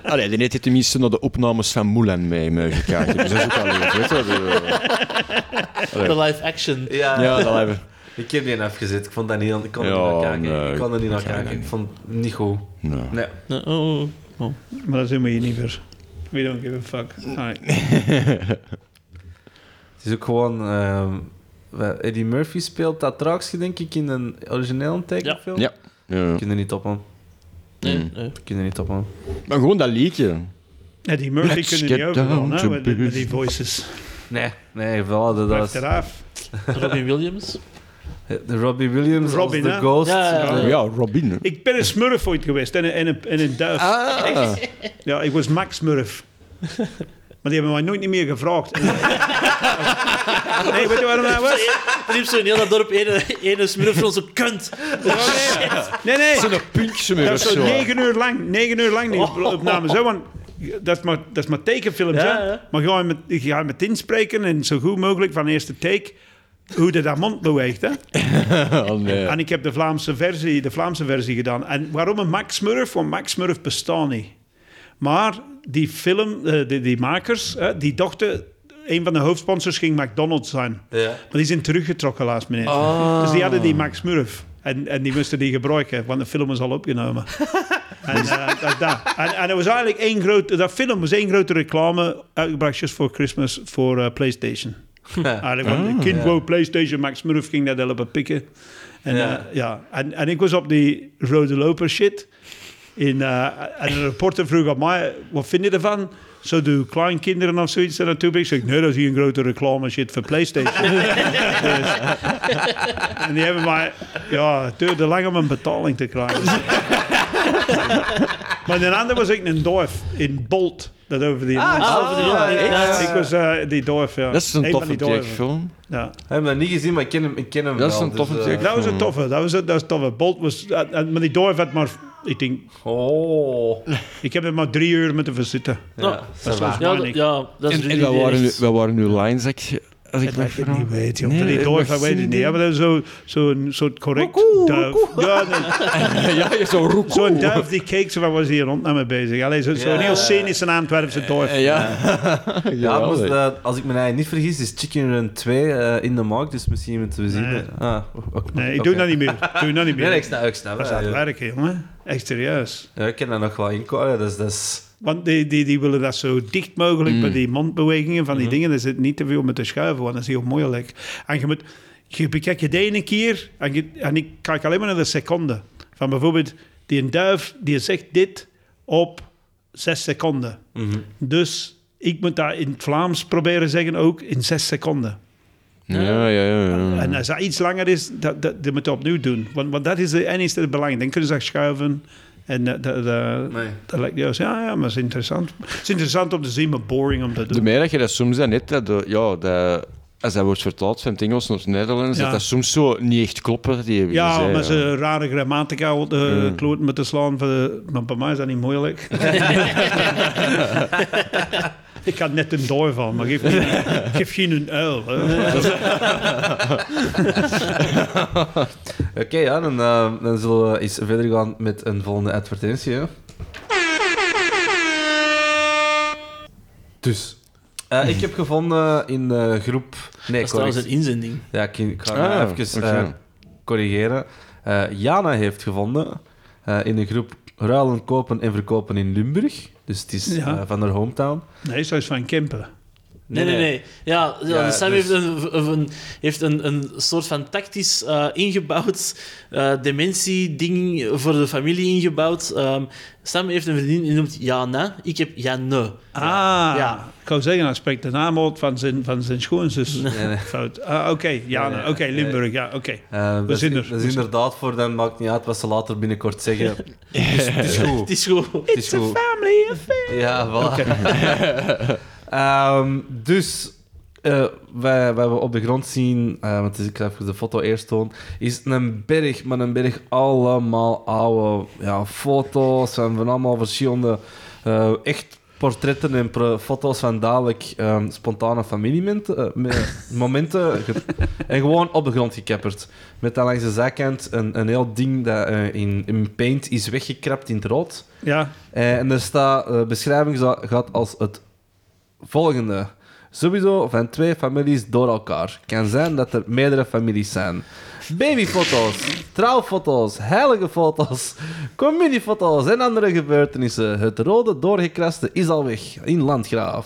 [SPEAKER 5] Allee, die heeft tenminste naar de opnames van Moulin mee meegekeken. Dus dat is ook al leuk, weet je. Dus, eh,
[SPEAKER 4] De live action.
[SPEAKER 3] Ja,
[SPEAKER 5] Ja, dat hebben
[SPEAKER 3] ik heb die afgezet. Ik vond dat niet... Ik kon er
[SPEAKER 5] Ja,
[SPEAKER 3] niet naar kijken.
[SPEAKER 5] nee,
[SPEAKER 3] ik kon er niet naar
[SPEAKER 5] ik kan
[SPEAKER 3] kijken.
[SPEAKER 5] dat
[SPEAKER 3] Ik vond het niet goed.
[SPEAKER 5] Nee.
[SPEAKER 3] Nee.
[SPEAKER 4] Nee, oh, oh.
[SPEAKER 2] Maar dat zijn we hier niet voor. We don't give a fuck. Allee.
[SPEAKER 3] Het is ook gewoon... ehm, wat- Eddie Murphy speelt dat trouwens, denk ik, in een originele tekenfilm.
[SPEAKER 5] Ja. Ja.
[SPEAKER 3] Kunnen niet op hem.
[SPEAKER 4] Nee, nee.
[SPEAKER 3] Kunnen niet op hem.
[SPEAKER 5] Maar gewoon dat liedje.
[SPEAKER 2] Eddie Murphy
[SPEAKER 5] Let's
[SPEAKER 2] kunnen
[SPEAKER 5] get
[SPEAKER 2] niet overal,
[SPEAKER 5] down
[SPEAKER 2] hè,
[SPEAKER 5] to
[SPEAKER 2] met, die- met die
[SPEAKER 5] business.
[SPEAKER 2] voices.
[SPEAKER 3] Nee, nee, voilà, dat
[SPEAKER 2] Blijft
[SPEAKER 3] was
[SPEAKER 2] eraf.
[SPEAKER 4] Robin Williams.
[SPEAKER 3] de Robbie Williams
[SPEAKER 2] Robin,
[SPEAKER 3] als
[SPEAKER 2] hè?
[SPEAKER 3] de Ghost.
[SPEAKER 4] Ja, ja, ja.
[SPEAKER 5] Ja, Robin. hè.
[SPEAKER 2] Oh, Ik ben een smurf ooit geweest en een, en een, en een duif.
[SPEAKER 5] Ah,
[SPEAKER 2] Ja, ik was Max Smurf. Maar die hebben mij nooit niet meer gevraagd. nee, weet je waarom dat was?
[SPEAKER 4] Er liep zo in heel dat dorp ene, ene smurf van zo'n kunt.
[SPEAKER 2] Oh, Nee, nee.
[SPEAKER 5] een puntje
[SPEAKER 2] Dat
[SPEAKER 5] meer of
[SPEAKER 2] was zo
[SPEAKER 5] zo. Oh.
[SPEAKER 2] negen uur lang. Negen uur lang die opnames. Hè, want dat is maar, dat is maar tekenfilms.
[SPEAKER 4] Ja,
[SPEAKER 2] hè.
[SPEAKER 4] ja.
[SPEAKER 2] Maar ga je, met, ga je met inspreken en zo goed mogelijk van de eerste take... Hoe de dat mond beweegt, hè?
[SPEAKER 5] Oh, nee.
[SPEAKER 2] En ik heb de Vlaamse versie, de Vlaamse versie gedaan. En waarom een Max Smurf? Want Max Smurf bestaat niet. Maar die film, eh, die, die makers, eh, die dachten... Een van de hoofdsponsors ging McDonald's zijn.
[SPEAKER 3] Ja.
[SPEAKER 2] Maar die zijn teruggetrokken laatst, meneer. Dus die hadden die Max Smurf. En, en die moesten die gebruiken, want de film is al opgenomen. en, eh, dat, dat. en, en er was eigenlijk één grote... Dat film was één grote reclame, uitgebracht just voor Christmas, voor eh, PlayStation. Eigenlijk, want een kind wou PlayStation, Max Smurf ging dat helpen pikken. En,
[SPEAKER 3] Ja.
[SPEAKER 2] ja. ja. En, en ik was op die rode loper shit. In, eh, en een reporter vroeg aan mij, wat vind je ervan? Zo doen kleinkinderen of zoiets er naartoe. Ik zeg, nee, dat is hier een grote reclame shit voor PlayStation. Dus- en die hebben mij, ja, het duurde lang om een betaling te krijgen. maar een ander was ik een dorf in Bolt. Dat over die...
[SPEAKER 4] Ah, ja, ja, ja.
[SPEAKER 2] ik was eh, die dorf, ja.
[SPEAKER 5] Dat is een
[SPEAKER 2] Eén van
[SPEAKER 5] toffe
[SPEAKER 2] die dorpen.
[SPEAKER 5] tekenfilm.
[SPEAKER 2] Ja.
[SPEAKER 3] Ik heb hem niet gezien, maar ik ken hem, ik ken hem
[SPEAKER 5] Dat is
[SPEAKER 3] wel.
[SPEAKER 5] een toffe
[SPEAKER 3] eh,
[SPEAKER 5] teken.
[SPEAKER 2] Dat was een toffe. Dat was, dat was toffe. Bolt was... en- en- Maar die dorf had maar... Ik denk...
[SPEAKER 3] Oh.
[SPEAKER 2] Ik heb er maar drie uur moeten verzitten.
[SPEAKER 3] Ja, ça va.
[SPEAKER 4] Ja, Nou, dat- ja, dat is
[SPEAKER 5] En, en
[SPEAKER 4] jullie
[SPEAKER 5] wat, waren nu,
[SPEAKER 4] eerst.
[SPEAKER 5] wat waren nu lines? dat Ik, als ik
[SPEAKER 2] Dat
[SPEAKER 5] me
[SPEAKER 2] ik het
[SPEAKER 5] verhaal?
[SPEAKER 2] niet weet, joh.
[SPEAKER 5] Nee,
[SPEAKER 2] die
[SPEAKER 5] dat
[SPEAKER 2] dorf,
[SPEAKER 5] mag
[SPEAKER 2] dat weet ik
[SPEAKER 5] zin
[SPEAKER 2] niet. Ja,
[SPEAKER 5] in.
[SPEAKER 2] maar dat is zo- zo'n soort correct duif. Ja, dat-
[SPEAKER 5] Ja, je zo roekoe.
[SPEAKER 2] zo'n duif die keek, zo, waar was hier rond naar me bezig? Allee, zo- zo'n
[SPEAKER 3] Ja.
[SPEAKER 2] heel cynische Antwerpse dorf.
[SPEAKER 5] Ja.
[SPEAKER 3] Ja, het
[SPEAKER 5] Ja,
[SPEAKER 3] moest,
[SPEAKER 5] moest,
[SPEAKER 3] eh, als ik me eigenlijk niet vergis, is Chicken Run 2 eh, in de markt, dus misschien moeten we zien.
[SPEAKER 2] Nee.
[SPEAKER 3] Ah, oké.
[SPEAKER 2] Nee, ik doe
[SPEAKER 3] Oké.
[SPEAKER 2] dat niet meer. Ik doe dat niet meer.
[SPEAKER 3] Nee, nee, ik snap, ik snap.
[SPEAKER 2] Dat is
[SPEAKER 3] ja,
[SPEAKER 2] aan het
[SPEAKER 3] Eh, ja.
[SPEAKER 2] werken, jongen. Echt serieus.
[SPEAKER 3] Ja, ik kan daar nog wel in komen. Dus, dus,
[SPEAKER 2] Want die, die, die willen dat zo dicht mogelijk bij die mondbewegingen van die dingen. Er zit niet te veel met te schuiven, want dat is heel moeilijk. En je moet... Je bekijkt het de ene keer en, je- en ik kijk alleen maar naar de seconde. Van bijvoorbeeld, die een duif die zegt dit op zes seconden. Dus ik moet dat in het Vlaams proberen zeggen ook in zes seconden.
[SPEAKER 5] ja, ja, ja. ja.
[SPEAKER 2] En als dat iets langer is, dat, dat, dat moet je opnieuw doen. Want, want dat is de enige belang. Dan kunnen ze dat schuiven. En dat, dat, dat,
[SPEAKER 3] Nee.
[SPEAKER 2] dat lijkt juist, ja, ja, maar het is interessant. Het is interessant om te zien, maar boring om te
[SPEAKER 5] De
[SPEAKER 2] doen.
[SPEAKER 5] meer dat je dat soms dan net, dat, de- ja, dat, als dat wordt vertaald van het Engels naar het Nederlands,
[SPEAKER 2] Ja.
[SPEAKER 5] dat dat soms zo niet echt klopt. wat Die hebben
[SPEAKER 2] Ja,
[SPEAKER 5] gezegd,
[SPEAKER 2] om
[SPEAKER 5] ja. Mhm.
[SPEAKER 2] met ze rare grammatica al de kloten met te slaan. Voor de- maar bij mij is dat niet moeilijk. Ik had net een door van, maar geef geen, geef geen een uil. hè.
[SPEAKER 3] Oké, ja, dan, eh, dan zullen we eens verder gaan met een volgende advertentie. Hè. Dus, eh, ik heb gevonden in de groep. Nee,
[SPEAKER 4] Dat is trouwens
[SPEAKER 3] correct.
[SPEAKER 4] een inzending.
[SPEAKER 3] Ja, ik, ik ga
[SPEAKER 5] Ah,
[SPEAKER 3] nou even
[SPEAKER 5] oké.
[SPEAKER 3] eh, corrigeren. Eh, Jana heeft gevonden eh, in de groep Ruilen, Kopen en Verkopen in Limburg. Dus het is
[SPEAKER 2] Ja.
[SPEAKER 3] eh, van haar hometown.
[SPEAKER 2] Nee, zo is van Kempen.
[SPEAKER 4] Nee, nee, nee. Ja, ja,
[SPEAKER 3] Ja,
[SPEAKER 4] de Sam
[SPEAKER 3] dus-
[SPEAKER 4] heeft, een, of een, heeft een, een soort van tactisch eh, ingebouwd eh, dementie-ding voor de familie ingebouwd. Ehm, Sam heeft een vriendin die noemt Jana. Ik heb Janne.
[SPEAKER 2] Ah,
[SPEAKER 4] Ja.
[SPEAKER 2] ik wou zeggen, hij spreekt de naam uit van zijn, van zijn schoonzus. Fout. Ah, oké, Jana.
[SPEAKER 3] nee,
[SPEAKER 2] Oké, Limburg, ja, oké.
[SPEAKER 3] Eh, dat, is,
[SPEAKER 2] zien er.
[SPEAKER 3] dat is inderdaad voor dan maakt niet uit wat ze later binnenkort zeggen. Dus het is
[SPEAKER 4] Het
[SPEAKER 3] goed.
[SPEAKER 4] is goed.
[SPEAKER 3] Het is goed.
[SPEAKER 2] Family affair.
[SPEAKER 3] Ja, voilà. Ehm, dus, eh, wij, wat we op de grond zien, eh, want ik ga even de foto eerst tonen, is een berg, maar een berg allemaal oude ja, foto's en van allemaal verschillende eh, echt portretten en pro- foto's van dadelijk ehm, spontane familiemomenten eh, me- momenten ge- en gewoon op de grond gekapperd. Met dan langs de zijkant een, een heel ding dat eh, in, in paint is weggekrapt in het rood.
[SPEAKER 2] Ja,
[SPEAKER 3] Eh, en er staat, eh, beschrijving za- gaat als het volgende. Sowieso van twee families door elkaar. Kan zijn dat er meerdere families zijn. Babyfoto's, trouwfoto's, heilige foto's, communiefoto's en andere gebeurtenissen. Het rode doorgekraste is al weg, in Landgraaf.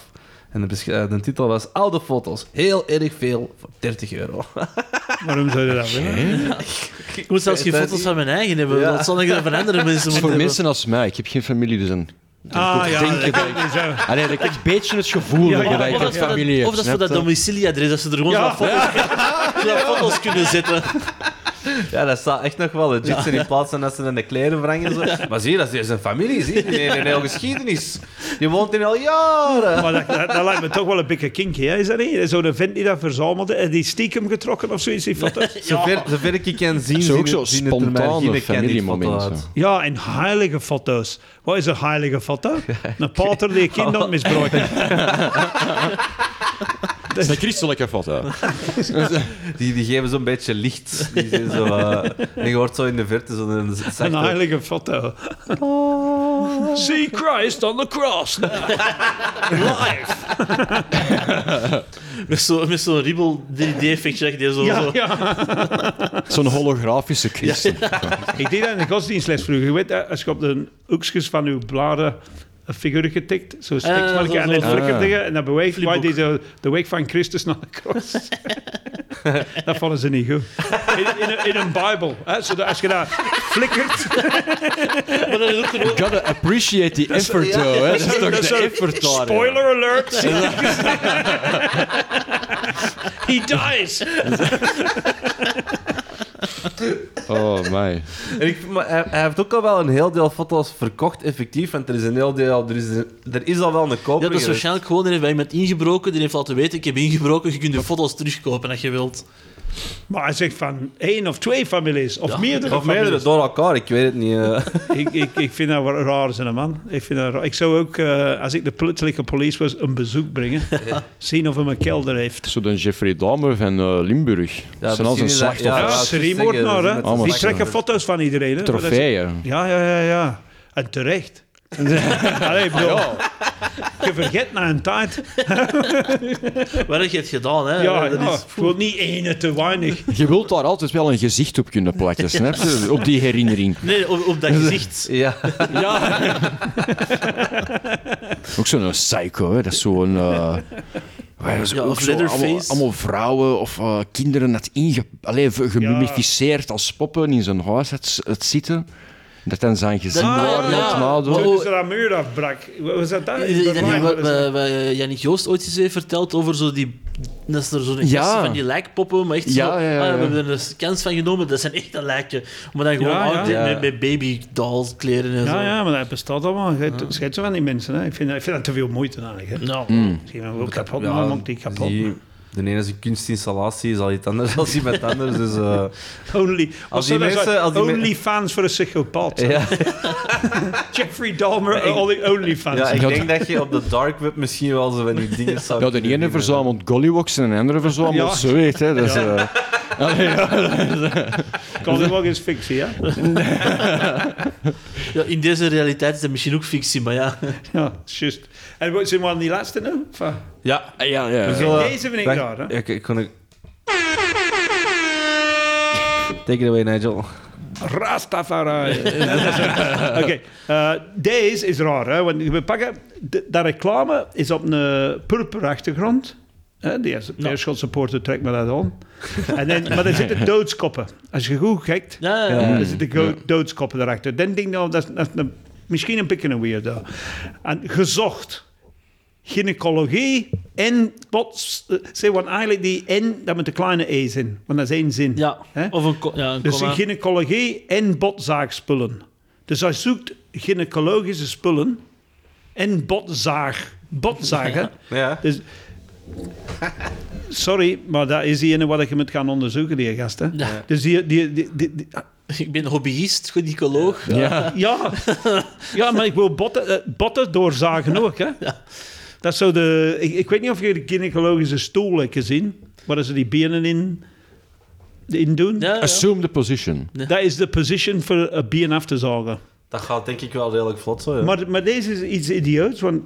[SPEAKER 3] En de, besch- eh, de titel was Oude foto's, heel erg veel, voor 30 euro.
[SPEAKER 2] waarom zou je dat willen?
[SPEAKER 4] Ik moet zelfs geen
[SPEAKER 3] weet
[SPEAKER 4] foto's van mijn eigen hebben.
[SPEAKER 3] Ja.
[SPEAKER 4] Dat zal ik dan van andere mensen
[SPEAKER 5] Voor
[SPEAKER 4] moeten
[SPEAKER 5] mensen als mij, ik heb geen familie, dus een Dan
[SPEAKER 2] Ah
[SPEAKER 5] ik
[SPEAKER 2] ja,
[SPEAKER 5] denk
[SPEAKER 2] dat
[SPEAKER 5] dat
[SPEAKER 2] kan
[SPEAKER 5] ik...
[SPEAKER 2] niet zo.
[SPEAKER 5] Allee, dat ik een beetje het gevoel
[SPEAKER 2] Ja,
[SPEAKER 5] heb
[SPEAKER 2] ja,
[SPEAKER 5] dat
[SPEAKER 4] of
[SPEAKER 5] ik
[SPEAKER 4] dat
[SPEAKER 5] een
[SPEAKER 4] is voor dat-
[SPEAKER 5] familie heb.
[SPEAKER 4] Of dat is voor dat
[SPEAKER 5] snap je?
[SPEAKER 4] domicilieadres, dat ze er gewoon
[SPEAKER 2] Ja.
[SPEAKER 4] zo'n foto's, zo'n foto's kunnen zetten.
[SPEAKER 3] Ja, dat staat echt nog wel legit zijn in plaats van dat ze in de kleren wringen. Zo. Maar zie, je, dat is zijn familie, zie je. Die heeft een hele geschiedenis. Die woont in al jaren.
[SPEAKER 2] Maar dat, dat, dat lijkt me toch wel een beetje kinky, hè? is dat niet? Zo'n vent die dat verzamelde en die stiekem getrokken of zoiets, die foto's.
[SPEAKER 3] Zover, zover ik je kan zien,
[SPEAKER 5] Zo ook
[SPEAKER 3] zien-
[SPEAKER 5] zo
[SPEAKER 3] zien het er maar
[SPEAKER 5] spontane
[SPEAKER 3] geen
[SPEAKER 5] familiemoment.
[SPEAKER 3] candidfoto uit.
[SPEAKER 5] zo.
[SPEAKER 2] Ja, en heilige foto's. Wat is een heilige foto? Een pater die kinderen misbruikt.
[SPEAKER 5] Dat is een christelijke foto.
[SPEAKER 3] Die, die geven zo'n beetje licht. Die zijn zo, eh, en je hoort zo in de verte zo'n
[SPEAKER 2] Een
[SPEAKER 3] zachte...
[SPEAKER 2] heilige foto. See Christ on the cross.
[SPEAKER 4] Met zo'n met zo'n ribbel 3D-effectje dat je die zo...
[SPEAKER 2] Ja,
[SPEAKER 4] zo-
[SPEAKER 2] ja.
[SPEAKER 5] Zo'n holografische christen.
[SPEAKER 2] Ik deed dat in de godsdienstles vroeger. Je weet, eh, als je op de hoekjes van je bladen een figuurtje tikt, zo'n
[SPEAKER 4] Ah, zo- zo-
[SPEAKER 2] steekvarken en het
[SPEAKER 4] zo-
[SPEAKER 2] drukken
[SPEAKER 5] Ah.
[SPEAKER 2] dingen, en dat beweegt waar
[SPEAKER 4] Flipboek.
[SPEAKER 2] die de, de weg van Christus naar de cross. dat vallen ze niet goed. In, in, een- in een Bijbel. Hè, zodat als je daar flikkert,
[SPEAKER 4] Maar dan is het er ook-
[SPEAKER 5] Gotta appreciate the effort, though. Hè? Dat is toch de effort daar. hè?
[SPEAKER 2] spoiler alert, zie je. he dies.
[SPEAKER 5] Oh, my.
[SPEAKER 3] En ik, maar hij, hij heeft ook al wel een heel deel foto's verkocht, effectief. Want er is een heel deel... Er is, een- er is al wel een koper
[SPEAKER 4] Ja, dat is
[SPEAKER 3] geweest.
[SPEAKER 4] waarschijnlijk gewoon er bij iemand ingebroken. Die heeft laten weten, ik heb ingebroken, je kunt de foto's terugkopen als je wilt.
[SPEAKER 2] Maar hij zegt van één of twee families, of meerdere
[SPEAKER 3] Of meerdere
[SPEAKER 2] families.
[SPEAKER 3] door elkaar, ik weet het niet. eh.
[SPEAKER 2] ik, ik, ik vind dat wel raar zijn, man. Ik, vind dat raar. ik zou ook, eh, als ik de plaatselijke police was, een bezoek brengen. Zien of hij een kelder heeft.
[SPEAKER 5] Zo de Jeffrey Dahmer van eh, Limburg. dat zijn al
[SPEAKER 3] misschien
[SPEAKER 5] zijn
[SPEAKER 3] is dat-
[SPEAKER 5] slachtoffers.
[SPEAKER 2] Ja,
[SPEAKER 3] dat is
[SPEAKER 2] seriemoordnaar,
[SPEAKER 3] zeggen,
[SPEAKER 2] hè.
[SPEAKER 3] dat is
[SPEAKER 2] Die
[SPEAKER 3] met-
[SPEAKER 2] trekken foto's van iedereen. hè.
[SPEAKER 5] Trofeeën.
[SPEAKER 2] Ja, ja, ja, ja. En terecht. Allee, ik bedoel, Je vergeet na een tijd.
[SPEAKER 4] Waar heb je het gedaan, hè?
[SPEAKER 2] Ja,
[SPEAKER 4] dat
[SPEAKER 2] ja.
[SPEAKER 4] is-
[SPEAKER 2] Gewoon niet ene te weinig.
[SPEAKER 5] Je wilt daar altijd wel een gezicht op kunnen plakken, snap je? Op die herinnering.
[SPEAKER 4] Nee, op, op dat gezicht.
[SPEAKER 3] Ja.
[SPEAKER 5] Ook zo'n psycho, hè? dat is zo'n. eh, waar ze
[SPEAKER 4] Ja,
[SPEAKER 5] ook
[SPEAKER 4] of
[SPEAKER 5] zo
[SPEAKER 4] Leatherface.
[SPEAKER 5] allemaal, allemaal vrouwen of eh, kinderen had inge, allee, v- gemummificeerd als poppen in zijn huis het, het zitten. Dat dan zijn gezin
[SPEAKER 4] Ah,
[SPEAKER 5] daar
[SPEAKER 4] ja.
[SPEAKER 5] moet nadoen.
[SPEAKER 4] Maar-
[SPEAKER 2] Toen ze dat muur afbrak. Wat was dat daar?
[SPEAKER 4] Is dat
[SPEAKER 2] Bij mij
[SPEAKER 4] niet wat,
[SPEAKER 2] was dat-
[SPEAKER 4] wat- wat Jannik Joost ooit eens heeft verteld over zo die... Dat is er zo'n
[SPEAKER 5] Ja.
[SPEAKER 4] gast van die lijkpoppen, maar echt
[SPEAKER 5] Ja,
[SPEAKER 4] zo...
[SPEAKER 5] ja, ja,
[SPEAKER 4] ah,
[SPEAKER 5] ja.
[SPEAKER 4] we hebben er een kans van genomen, dat zijn echte lijken. Maar dan gewoon
[SPEAKER 2] Ja, ja.
[SPEAKER 4] oud,
[SPEAKER 3] Ja.
[SPEAKER 4] Met, met baby dolls, kleren en zo.
[SPEAKER 2] Ja, ja, maar dat bestaat allemaal.
[SPEAKER 3] Ah.
[SPEAKER 2] Schet zo van die mensen. Hè. Ik, vind, ik vind dat te veel moeite eigenlijk. Hè.
[SPEAKER 4] Nou,
[SPEAKER 5] Mm.
[SPEAKER 2] Zie je, ook kapot,
[SPEAKER 3] Mm. Ja,
[SPEAKER 2] maar maakt die kapot.
[SPEAKER 3] die- De ene is een kunstinstallatie, is al iets anders als iemand anders. Dus, eh,
[SPEAKER 2] Only,
[SPEAKER 3] Als
[SPEAKER 2] als
[SPEAKER 3] die mensen- als die me-
[SPEAKER 2] only fans voor een psychopaat.
[SPEAKER 3] ja.
[SPEAKER 2] Jeffrey Dahmer,
[SPEAKER 3] ik-
[SPEAKER 2] only, only fans.
[SPEAKER 3] ja, ik
[SPEAKER 5] dat-
[SPEAKER 3] denk dat je op de dark web misschien wel zo van die dingen zou
[SPEAKER 5] Ja, de
[SPEAKER 3] kunnen
[SPEAKER 5] ene
[SPEAKER 3] vinden.
[SPEAKER 5] verzamelt gollywoks en de andere verzamelt
[SPEAKER 2] Ja.
[SPEAKER 5] zweet. Hè? Dat is, eh, allee, ja.
[SPEAKER 2] kan hem ook eens fictie, hè?
[SPEAKER 4] ja, in deze realiteit is dat misschien ook fictie, maar ja.
[SPEAKER 2] Ja, juist. En wat zijn we aan die laatste nu? Enfin,
[SPEAKER 3] Ja.
[SPEAKER 5] Ah, Ja, ja.
[SPEAKER 3] We zullen-
[SPEAKER 2] Deze vind ik
[SPEAKER 3] Wacht,
[SPEAKER 2] raar, hè?
[SPEAKER 3] Ik, ik kon... Take it away, Nigel.
[SPEAKER 2] Rastafari. Oké, eh, deze is raar, hè? Want we pakken... de- Dat reclame is op een eh, purper achtergrond. hè, Die is Beerschot supporter trekt me dat aan. En dan, maar er zitten doodskoppen. Als je goed kijkt,
[SPEAKER 4] Ja, ja.
[SPEAKER 3] Ja.
[SPEAKER 2] Er zitten go- doodskoppen erachter. Dan denk ik, nou, dat is, dat is een- misschien een beetje een weirdo. En gezocht. Gynaecologie en bots. eh, Zeg, want eigenlijk die en, dat moet een kleine e zijn. Want dat is één zin.
[SPEAKER 4] Ja,
[SPEAKER 2] Hè?
[SPEAKER 4] of een, ko- ja, een
[SPEAKER 2] Dus
[SPEAKER 4] comma.
[SPEAKER 2] gynaecologie en botzaagspullen. Dus hij zoekt gynaecologische spullen en botzaag. Botzagen.
[SPEAKER 3] Ja.
[SPEAKER 2] Dus, sorry, maar dat is die ene wat je moet gaan onderzoeken, die gast. Hè?
[SPEAKER 4] Ja.
[SPEAKER 2] Dus die, die, die, die- die-
[SPEAKER 4] Ik ben hobbyist, gynaecoloog.
[SPEAKER 5] Ja.
[SPEAKER 2] ja. ja, maar ik wil botten, eh, botten doorzagen ook. Hè? Dat is zo de, ik, ik weet niet of je de gynaecologische stoel hebt gezien, waar ze die benen in, in doen.
[SPEAKER 4] Ja, ja.
[SPEAKER 5] Assume the position.
[SPEAKER 2] Dat is de position voor een been af te zagen.
[SPEAKER 3] Dat gaat denk ik wel redelijk vlot zo, ja.
[SPEAKER 2] Maar, maar deze is iets idioots, want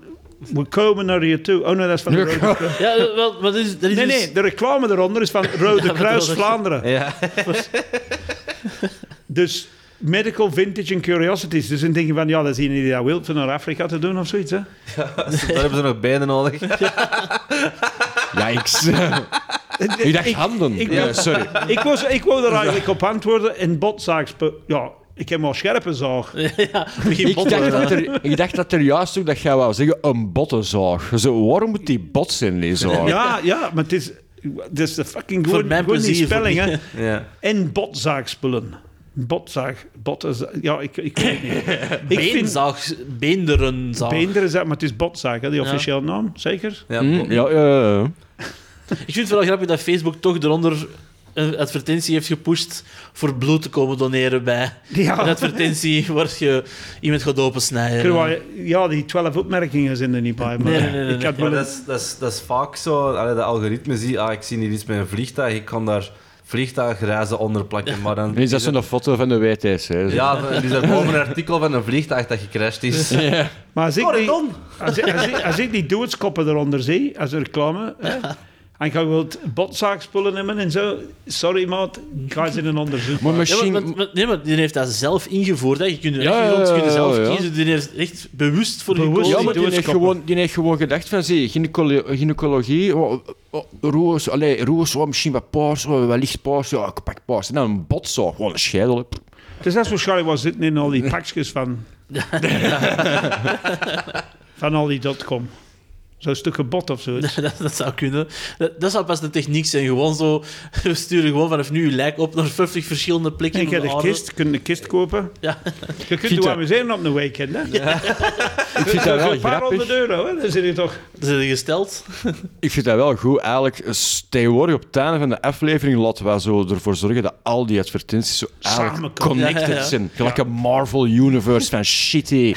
[SPEAKER 2] we komen naar hier toe. Oh nee, dat is van de Rode Kruis.
[SPEAKER 4] Ja, wel, wat is, dat is
[SPEAKER 2] Nee,
[SPEAKER 4] dus-
[SPEAKER 2] nee, de reclame eronder is van Rode
[SPEAKER 4] met de
[SPEAKER 2] Kruis
[SPEAKER 4] Rode-
[SPEAKER 2] Vlaanderen.
[SPEAKER 3] Ja.
[SPEAKER 2] Dus medical vintage en curiosities. Dus dan denk je van, ja, dat is iemand die dat wil, om naar Afrika te doen of zoiets, hè?
[SPEAKER 3] Daar hebben ze nog benen nodig.
[SPEAKER 5] Yikes. U dacht handen.
[SPEAKER 2] ik-
[SPEAKER 5] Ja, sorry.
[SPEAKER 2] Ik, was, ik wou er eigenlijk op antwoorden en botzaaks... Ja, Ik heb maar scherpe zaag.
[SPEAKER 4] ja, begin
[SPEAKER 5] Ik
[SPEAKER 4] botten.
[SPEAKER 5] dacht, dat er, ik dacht dat er juist ook dat jij wou zeggen een bottenzaag. Zo, waarom moet die bot zijn, die zaag?
[SPEAKER 2] Ja, ja, maar het is... Het is de fucking
[SPEAKER 4] Voor
[SPEAKER 2] gewoon,
[SPEAKER 4] mijn
[SPEAKER 2] gewoon die
[SPEAKER 4] plezier, voor
[SPEAKER 2] spelling, hè.
[SPEAKER 4] die-
[SPEAKER 3] Ja.
[SPEAKER 2] En botzaagspullen. Botzaag, botzaag... Ja, ik, ik weet niet. ik vind
[SPEAKER 4] Beenzaag, beenderenzaag.
[SPEAKER 2] beenderen, maar het is botzaag, hè, die officiële naam. Zeker?
[SPEAKER 3] Ja,
[SPEAKER 5] Hm,
[SPEAKER 3] bo-
[SPEAKER 5] ja, ja, ja.
[SPEAKER 4] Ik vind het wel grappig dat Facebook toch eronder een advertentie heeft gepusht voor bloed te komen doneren bij
[SPEAKER 2] Ja.
[SPEAKER 4] een advertentie waar je iemand gaat opensnijden.
[SPEAKER 2] Kunnen wij- Ja, die twaalf opmerkingen zijn er niet bij. Maar
[SPEAKER 4] Nee, nee, nee, nee,
[SPEAKER 2] ik had
[SPEAKER 3] Maar
[SPEAKER 2] wel
[SPEAKER 3] dat is, dat, is, dat is vaak zo. Allee, de algoritme zie ah, ik zie hier iets met een vliegtuig, ik kan daar vliegtuigreizen onder plakken. Maar dan
[SPEAKER 5] Is dat zo'n foto van de WTS? Hè? Zo.
[SPEAKER 3] Ja, er is er boven een artikel van een vliegtuig dat gecrashed is.
[SPEAKER 2] Maar als ik, die,
[SPEAKER 3] Corridon.
[SPEAKER 2] als, ik- als, ik, als ik die doodskoppen eronder zie, als reclame, hè, en je wilt botzaakspullen nemen en zo, sorry maat, ga eens in een onderzoek.
[SPEAKER 5] Maar
[SPEAKER 4] Ja, maar-
[SPEAKER 5] misschien...
[SPEAKER 4] maar, maar- nee, maar die heeft dat zelf ingevoerd. Hè. Je kunt er
[SPEAKER 5] Ja,
[SPEAKER 4] echt rond, je kunt er
[SPEAKER 5] ja,
[SPEAKER 4] zelf
[SPEAKER 5] ja, ja.
[SPEAKER 4] kiezen. Die heeft echt bewust voor
[SPEAKER 2] Bewust.
[SPEAKER 4] gekozen.
[SPEAKER 5] ja, maar die heeft,
[SPEAKER 2] doodskoppen.
[SPEAKER 5] gewoon, die heeft gewoon gedacht van, zie, gynaecolo- gynaecologie, oh, oh, roos, allee, roos, oh, misschien wat paars, oh, wat licht paars, ja, ik pak paars. En dan een botzaag, gewoon een schedel. hè.
[SPEAKER 2] Dus dat is waarschijnlijk wel zitten in al die pakjes van... van al die dotcom. Zo'n stukje bot of zo.
[SPEAKER 4] dat, dat zou kunnen. Dat, dat zou pas de techniek zijn. Gewoon zo, we sturen gewoon vanaf nu je lijk op naar 50 verschillende plekken.
[SPEAKER 2] Ik
[SPEAKER 4] op
[SPEAKER 2] heb
[SPEAKER 4] de
[SPEAKER 2] een
[SPEAKER 4] aarde.
[SPEAKER 2] kist, je kunt een kist kopen.
[SPEAKER 4] Ja.
[SPEAKER 2] Je kunt
[SPEAKER 5] Gieten.
[SPEAKER 2] je amuseren op een weekend, hè.
[SPEAKER 5] Ik vind dat wel
[SPEAKER 2] een paar honderd
[SPEAKER 5] grappig.
[SPEAKER 2] euro, hè. Dan zit je toch...
[SPEAKER 4] Dat is gesteld.
[SPEAKER 5] Ik vind dat wel goed, eigenlijk. s- Tegenwoordig op het einde van de aflevering laten wij zo ervoor zorgen dat al die advertenties zo eigenlijk
[SPEAKER 2] Samenkomen.
[SPEAKER 5] connected
[SPEAKER 4] Ja, ja, ja.
[SPEAKER 5] zijn. Gelijk een Marvel Universe van shitty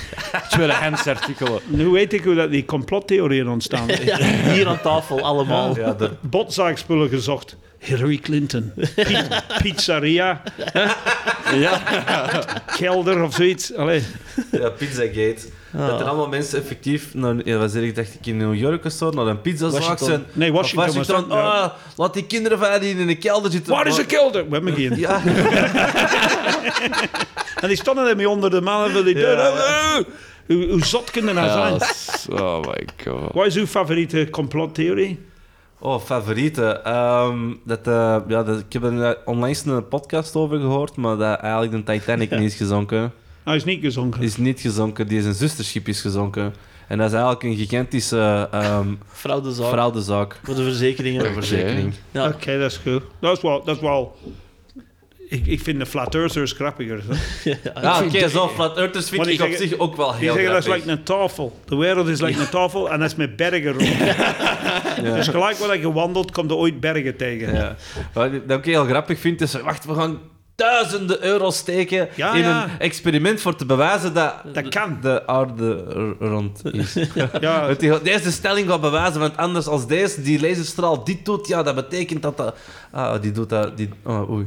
[SPEAKER 5] tweedehands artikelen.
[SPEAKER 2] Nu weet ik hoe dat die complottheorieën ontstaan.
[SPEAKER 4] Ja, hier aan tafel, allemaal.
[SPEAKER 3] Ja, de,
[SPEAKER 2] Botzaakspullen gezocht. Hillary Clinton. Pi- pizzeria. kelder of zoiets. Allee.
[SPEAKER 3] ja, Pizzagate. Dat er allemaal mensen effectief naar, ja, wat zeg ik, dacht ik in New York of zo, naar een pizzazaak
[SPEAKER 4] Washington.
[SPEAKER 3] zijn.
[SPEAKER 2] Nee,
[SPEAKER 3] Of
[SPEAKER 2] Washington was
[SPEAKER 3] Washington.
[SPEAKER 2] dat, ja.
[SPEAKER 3] Ah, laat die kinderen van die in de kelder zitten.
[SPEAKER 2] Waar is
[SPEAKER 3] Maar-
[SPEAKER 2] een kelder? We hebben geen.
[SPEAKER 3] Ja,
[SPEAKER 2] En die stonden ermee onder de mannen van die deur.
[SPEAKER 3] Ja.
[SPEAKER 2] Oh, oh. Hoe, hoe zot kunnen dat zijn?
[SPEAKER 5] oh my god.
[SPEAKER 2] Wat is uw favoriete complottheorie?
[SPEAKER 3] Oh, favoriete. Ehm, dat, eh, ja, dat, ik heb er eh, onlangs een podcast over gehoord, maar dat eigenlijk de Titanic niet is gezonken.
[SPEAKER 2] Hij Nou, is niet gezonken.
[SPEAKER 3] Is niet gezonken, die is een zusterschip is gezonken. En dat is eigenlijk een gigantische ehm
[SPEAKER 4] Fraudezaak.
[SPEAKER 3] fraudezaak.
[SPEAKER 4] Voor de verzekeringen.
[SPEAKER 3] Verzekering.
[SPEAKER 4] Ja.
[SPEAKER 2] Oké, dat is goed. Dat is wel... Dat is wel ik, ik vind de flat earthers grappiger. hè.
[SPEAKER 3] Ja, Ah, oké, zo flat earthers vind
[SPEAKER 2] Maar die
[SPEAKER 3] ik op
[SPEAKER 2] zeggen-
[SPEAKER 3] zich ook wel
[SPEAKER 2] Die
[SPEAKER 3] heel
[SPEAKER 2] zeggen dat is
[SPEAKER 3] grappig.
[SPEAKER 2] like een tafel. De wereld is like een tafel en dat is met bergen rond. Dus gelijk waar je wandelt, komt er ooit bergen tegen.
[SPEAKER 3] Ja. Wat ik dat ik heel grappig vind, is... Wacht, we gaan duizenden euro's steken
[SPEAKER 2] Ja,
[SPEAKER 3] in
[SPEAKER 2] ja.
[SPEAKER 3] een experiment voor te bewijzen dat...
[SPEAKER 2] Dat kan.
[SPEAKER 3] De aarde r- rond is.
[SPEAKER 2] Ja.
[SPEAKER 3] Dat die- Deze stelling gaat bewijzen, want anders als deze, die laserstraal dit doet, ja, dat betekent dat dat... Ah, die doet dat... Die, oh, oei.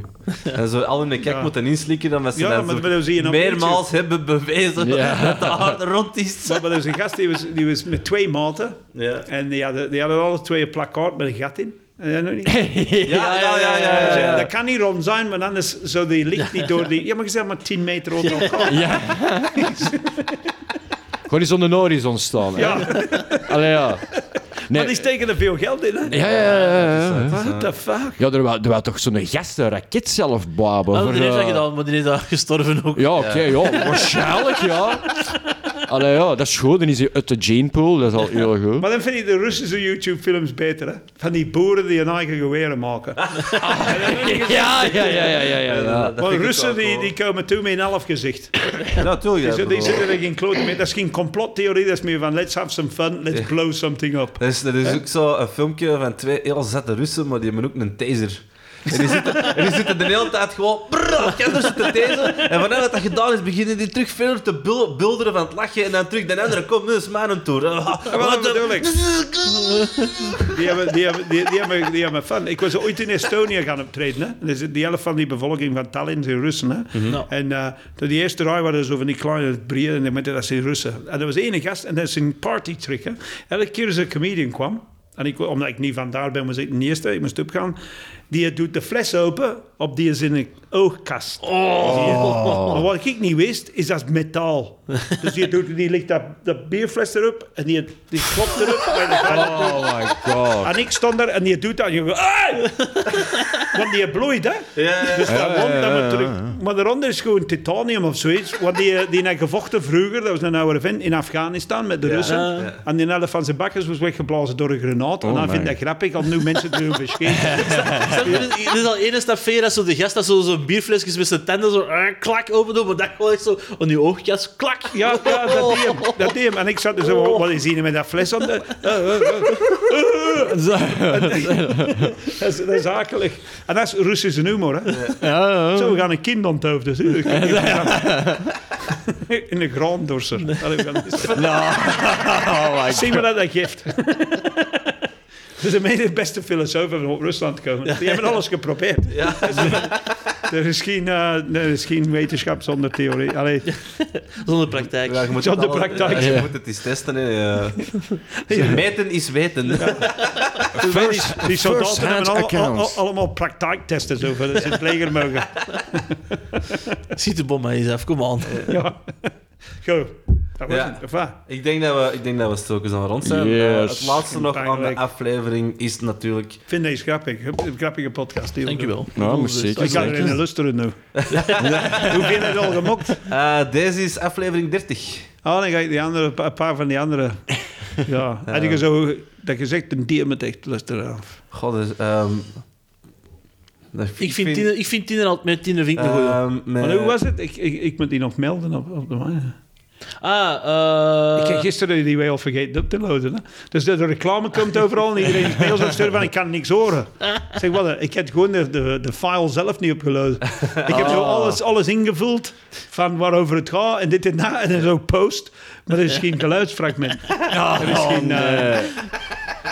[SPEAKER 3] En zo al in de kek
[SPEAKER 2] Ja.
[SPEAKER 3] moeten inslikken, dan was ze
[SPEAKER 2] Ja,
[SPEAKER 3] dat
[SPEAKER 2] maar
[SPEAKER 3] zo
[SPEAKER 2] dat zie je op
[SPEAKER 3] meermaals hebben bewezen
[SPEAKER 5] Ja.
[SPEAKER 3] dat de aarde rond is.
[SPEAKER 2] Maar er was een gast die was, die was met twee maten.
[SPEAKER 3] Ja.
[SPEAKER 2] En die hadden, die hadden alle twee een plakkaat met een gat in. En dat nog niet.
[SPEAKER 3] Ja, ja, ja, ja, ja,
[SPEAKER 2] Ze zeiden,
[SPEAKER 3] ja.
[SPEAKER 2] Dat kan niet rond zijn, want anders zo die ligt niet door die... Ja, maar je zegt maar 10 meter onder elkaar.
[SPEAKER 5] Gewoon eens onder de horizon staan. hè.
[SPEAKER 2] Ja,
[SPEAKER 5] Allee, ja. Nee.
[SPEAKER 2] maar die steken er veel geld in, hè?
[SPEAKER 5] Ja, ja, ja, ja, ja.
[SPEAKER 2] What the fuck?
[SPEAKER 5] Ja, er was, er was toch zo'n gast, een raket zelf baben.
[SPEAKER 4] Ah,
[SPEAKER 5] voor,
[SPEAKER 4] die heeft dat
[SPEAKER 5] eh,
[SPEAKER 4] gedaan, maar die is daar gestorven ook.
[SPEAKER 5] Ja, oké, ja. Waarschijnlijk, ja. Allee, ja, dat is goed. Dan is hij uit de gene pool. Dat is al heel goed.
[SPEAKER 2] Maar dan vind ik de Russische YouTube-films beter, hè? Van die boeren die hun eigen geweren maken.
[SPEAKER 5] Ja, ja, ja, ja, ja. ja, ja.
[SPEAKER 2] Maar Russen die, die komen toe met een half gezicht.
[SPEAKER 3] Natuurlijk,
[SPEAKER 2] Zo, die zitten er geen klote mee. Dat is geen complottheorie, dat is meer van let's have some fun, let's blow something up.
[SPEAKER 3] Er is, er is ook zo een filmpje van twee heel zette Russen, maar die hebben ook een taser. En die zitten, en die zitten de hele tijd gewoon... brrr, op elkaar zitten taseren. En wanneer dat dat gedaan is, beginnen die terug verder te bul- bulderen van het lachen. En dan terug de andere, kom, nu is mijn toer. Ah,
[SPEAKER 2] Wat bedoel ik? Die hebben, die, hebben, die, die hebben, die hebben fun. Ik was ooit in Estonië gaan optreden. Hè? Dus die helft van die bevolking van Tallinn zijn Russen. Hè?
[SPEAKER 4] Nou.
[SPEAKER 2] En eh toen die eerste rij waren zo van die kleine brieën. En die mensen, dat zijn Russen. En er was één gast en dat is een partytrick. hè. Elke keer als een comedian kwam. En ik, omdat ik niet vandaar ben, was ik de eerste. Ik moest opgaan. Die doet de fles open op die zijn oogkast. Oh. Maar wat ik niet wist, is dat is metaal. Dus die, doet, die ligt dat, dat bierfles erop en die, die klopt erop. En, dan-
[SPEAKER 3] Oh my god.
[SPEAKER 2] en ik stond daar en die doet dat. En je gaat, "Ai!" Want die bloeit, hè? Dus dat
[SPEAKER 3] Ja, ja,
[SPEAKER 2] wond dat
[SPEAKER 3] ja,
[SPEAKER 2] moet
[SPEAKER 3] ja,
[SPEAKER 2] terug.
[SPEAKER 3] ja.
[SPEAKER 2] Maar daaronder is gewoon titanium of zoiets. Want die, die had gevochten vroeger, dat was een oude vent, in Afghanistan met de Russen.
[SPEAKER 4] Ja.
[SPEAKER 2] En die helft van zijn bakkers was weggeblazen door een granaat. en
[SPEAKER 5] Oh
[SPEAKER 2] dan
[SPEAKER 5] my.
[SPEAKER 2] vind ik dat grappig, al nu mensen het doen verschenen.
[SPEAKER 4] Snap je? Dit is- Dit is al één stap verder als zo de gast dat zo- zo'n bierflesjes met zijn tanden zo eh, klak open doet, maar dat gewoon echt zo aan je oogkast klak.
[SPEAKER 2] Ja, ja, dat deed hem. Dat deed hem. En ik zat dus zo, wat is hier met dat fles aan de... Eh, eh, eh, eh, eh. dat, is, dat is akelig. En dat is Russische humor, hè. Zo, we gaan een kind onthoofden. zie je. In de graandorser. Allee, we gaan- Zie maar dat dat geeft. Dus de meest beste filosofen van op Rusland komen. Die hebben alles geprobeerd. Er is geen, eh, er is geen wetenschap zonder theorie. Allee,
[SPEAKER 4] Zonder praktijk.
[SPEAKER 3] Ja, je moet
[SPEAKER 2] John
[SPEAKER 3] het
[SPEAKER 2] de
[SPEAKER 3] al-
[SPEAKER 2] praktijk.
[SPEAKER 3] Je moet het eens testen. Hè. ja. Ze Meten is weten.
[SPEAKER 5] First,
[SPEAKER 2] die soldaten
[SPEAKER 5] first-hand
[SPEAKER 2] hebben al- al-
[SPEAKER 5] accounts.
[SPEAKER 2] al- allemaal praktijktesten zo voor dat ze het leger mogen.
[SPEAKER 4] Ziet de bom aan jezelf, kom aan.
[SPEAKER 2] Ja. Go. Dat was
[SPEAKER 3] Ja.
[SPEAKER 2] het. Of wat?
[SPEAKER 3] Ik denk dat we, ik denk dat we stokens aan rond zijn.
[SPEAKER 5] Yes.
[SPEAKER 3] Eh, het laatste nog aan de
[SPEAKER 2] Pijnlijk.
[SPEAKER 3] aflevering is natuurlijk...
[SPEAKER 2] Ik vind deze grappig. Een grappige podcast. heel
[SPEAKER 4] Dankjewel.
[SPEAKER 5] Nou, maar
[SPEAKER 2] goed. Ik ga
[SPEAKER 5] zeker.
[SPEAKER 2] er in lusteren nu. Hoe ben je het al gemokt?
[SPEAKER 3] eh, deze is aflevering 30.
[SPEAKER 2] Oh, dan ga ik die andere, een paar van die andere. Ja, had ik zo dat je zegt, een dier met echt luster af.
[SPEAKER 3] God, dus, ehm, dat-
[SPEAKER 4] Ik vind tiener, ik vind tiener altijd, met tiener vind ik een goeie.
[SPEAKER 3] ehm, met-
[SPEAKER 2] Maar hoe was het? Ik, ik, ik moet die nog melden op, op de man.
[SPEAKER 4] ah,
[SPEAKER 2] ik
[SPEAKER 4] eh
[SPEAKER 2] heb gisteren die wij al vergeten op te loaden. Hè? Dus de, de reclame komt overal en iedereen is mails aan het sturen van ik kan niks horen. Ik zeg, wat, ik heb gewoon de, de, de file zelf niet opgeload. Ik heb
[SPEAKER 4] Ah.
[SPEAKER 2] zo alles, alles ingevuld van waarover het gaat en dit en dat en dan zo post. Maar er is geen geluidsfragment. er
[SPEAKER 4] oh,
[SPEAKER 2] is geen, eh,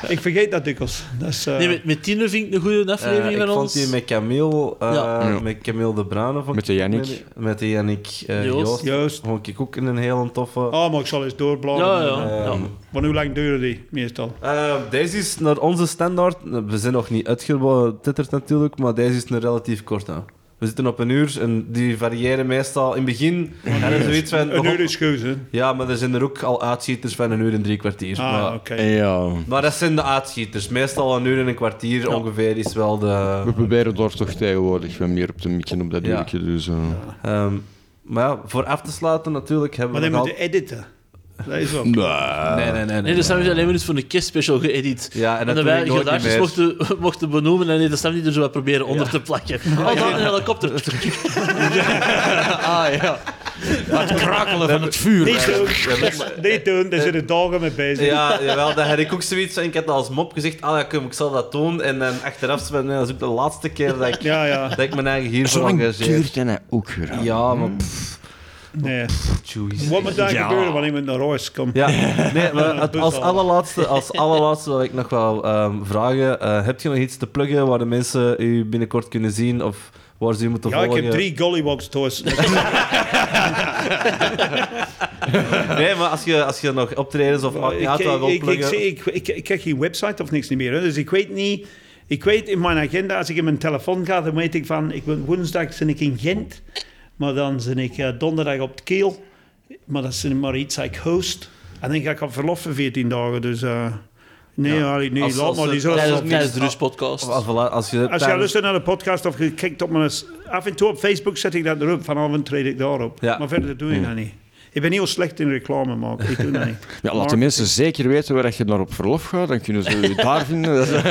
[SPEAKER 2] ik vergeet dat dikwijls. Dat is, eh,
[SPEAKER 4] nee, met, met tiener vind ik een goede
[SPEAKER 3] eh,
[SPEAKER 4] aflevering
[SPEAKER 3] ik
[SPEAKER 4] van
[SPEAKER 3] vond
[SPEAKER 4] ons.
[SPEAKER 3] die met Camille, eh,
[SPEAKER 4] Ja.
[SPEAKER 5] Ja.
[SPEAKER 3] met Camille de Bruyne. vond ik-
[SPEAKER 5] Met de Yannick.
[SPEAKER 3] Met de Yannick eh,
[SPEAKER 4] Joost.
[SPEAKER 3] Joost.
[SPEAKER 2] Joost.
[SPEAKER 3] Vond ik ook een hele toffe.
[SPEAKER 2] Oh, maar ik zal eens doorbladeren.
[SPEAKER 4] Ja, ja.
[SPEAKER 3] Ehm,
[SPEAKER 4] ja.
[SPEAKER 2] Want hoe lang duren die meestal?
[SPEAKER 3] Eh, deze is naar onze standaard. We zijn nog niet uitgetitterd natuurlijk, maar deze is een relatief kort. hè. We zitten op een uur en die variëren meestal in het begin. En er is zoiets van,
[SPEAKER 2] Een uur is goed, hè?
[SPEAKER 3] Ja, maar er zijn er ook al uitschieters van een uur en drie kwartier.
[SPEAKER 2] Ah,
[SPEAKER 3] maar,
[SPEAKER 2] oké.
[SPEAKER 5] Ja,
[SPEAKER 3] maar dat zijn de uitschieters. Meestal een uur en een kwartier ongeveer is wel de.
[SPEAKER 5] we proberen daar toch tegenwoordig wel meer op te mikken op dat
[SPEAKER 3] Ja.
[SPEAKER 5] uurtje. Dus, eh.
[SPEAKER 3] Ehm, maar ja, voor af te sluiten natuurlijk
[SPEAKER 2] Maar
[SPEAKER 3] hebben we.
[SPEAKER 2] dan moet
[SPEAKER 3] nog
[SPEAKER 2] je editen. Dat is wel.
[SPEAKER 3] al-
[SPEAKER 5] Nee.
[SPEAKER 3] Nee, nee, nee.
[SPEAKER 4] Nee,
[SPEAKER 3] nee,
[SPEAKER 4] dat hebben we alleen maar eens voor een kerstspecial geëdit.
[SPEAKER 3] Ja, en dat
[SPEAKER 4] en dat
[SPEAKER 3] doe
[SPEAKER 4] wij
[SPEAKER 3] ik nooit
[SPEAKER 4] gedachten
[SPEAKER 3] meer.
[SPEAKER 4] mochten, mochten benoemen en nee, dat Sam niet er zo wat proberen onder te plakken. Oh, dan een helikopter.
[SPEAKER 5] Ah ja. Maar het krakelen van het vuur.
[SPEAKER 2] Niet doen, niet doen, daar zitten dagen mee bezig.
[SPEAKER 3] Ja, jawel, dat had ik ook zoiets. van. Ik had dat als mop gezegd, ah ja, kom, ik zal dat doen. En dan achteraf, is het, nee, dat is ook de laatste keer dat ik,
[SPEAKER 2] Ja, ja.
[SPEAKER 3] dat ik mijn eigen hiervoor
[SPEAKER 5] Zolang
[SPEAKER 3] engageer.
[SPEAKER 5] duurt en hij ook Hmm. weer.
[SPEAKER 3] Ja, maar pff,
[SPEAKER 2] Nee.
[SPEAKER 3] tjoeis.
[SPEAKER 2] Wat moet daar
[SPEAKER 5] Ja.
[SPEAKER 2] gebeuren wanneer iemand naar huis komt?
[SPEAKER 3] Ja, nee, maar het- als
[SPEAKER 2] Bus al.
[SPEAKER 3] allerlaatste, als allerlaatste wil ik nog wel ehm, vragen. eh, heb je nog iets te pluggen waar de mensen u binnenkort kunnen zien of waar ze u moeten
[SPEAKER 2] Ja, ik
[SPEAKER 3] volgen?
[SPEAKER 2] heb drie gollywogs thuis.
[SPEAKER 3] Nee, maar als je, als je nog optredens of
[SPEAKER 2] Ik-
[SPEAKER 3] ja,
[SPEAKER 2] ik-
[SPEAKER 3] wil
[SPEAKER 2] ik- ik
[SPEAKER 3] pluggen...
[SPEAKER 2] zie- Ik ik- ik krijg geen website of niks niet meer. hè. Dus ik weet niet... Ik weet in mijn agenda, als ik in mijn telefoon ga, dan weet ik van... Ik ben, woensdag ben ik in Gent. Maar dan ben ik eh, donderdag op het Keel. Maar dat is maar iets dat ik host. En dan ga ik op verlof voor 14 dagen. Dus... eh, nee,
[SPEAKER 3] Ja.
[SPEAKER 2] allee, nee,
[SPEAKER 3] Als-
[SPEAKER 2] laat
[SPEAKER 3] als
[SPEAKER 2] maar.
[SPEAKER 3] het-
[SPEAKER 2] Die zullen
[SPEAKER 4] Tijdens
[SPEAKER 2] wel-
[SPEAKER 4] tijdens de Rus podcast.
[SPEAKER 3] of als, voilà, als je
[SPEAKER 2] Als jij
[SPEAKER 3] tijdens-
[SPEAKER 2] luistert naar de podcast of je kijkt op mijn... Af en toe op Facebook zet ik dat erop. Vanavond treed ik daarop.
[SPEAKER 3] Ja.
[SPEAKER 2] Maar verder doe ik dat niet. Ik ben heel slecht in reclame maken. Ik doe dat niet.
[SPEAKER 5] Ja, laat de mensen zeker weten waar dat je naar op verlof gaat, dan kunnen ze je daar vinden. Dat is-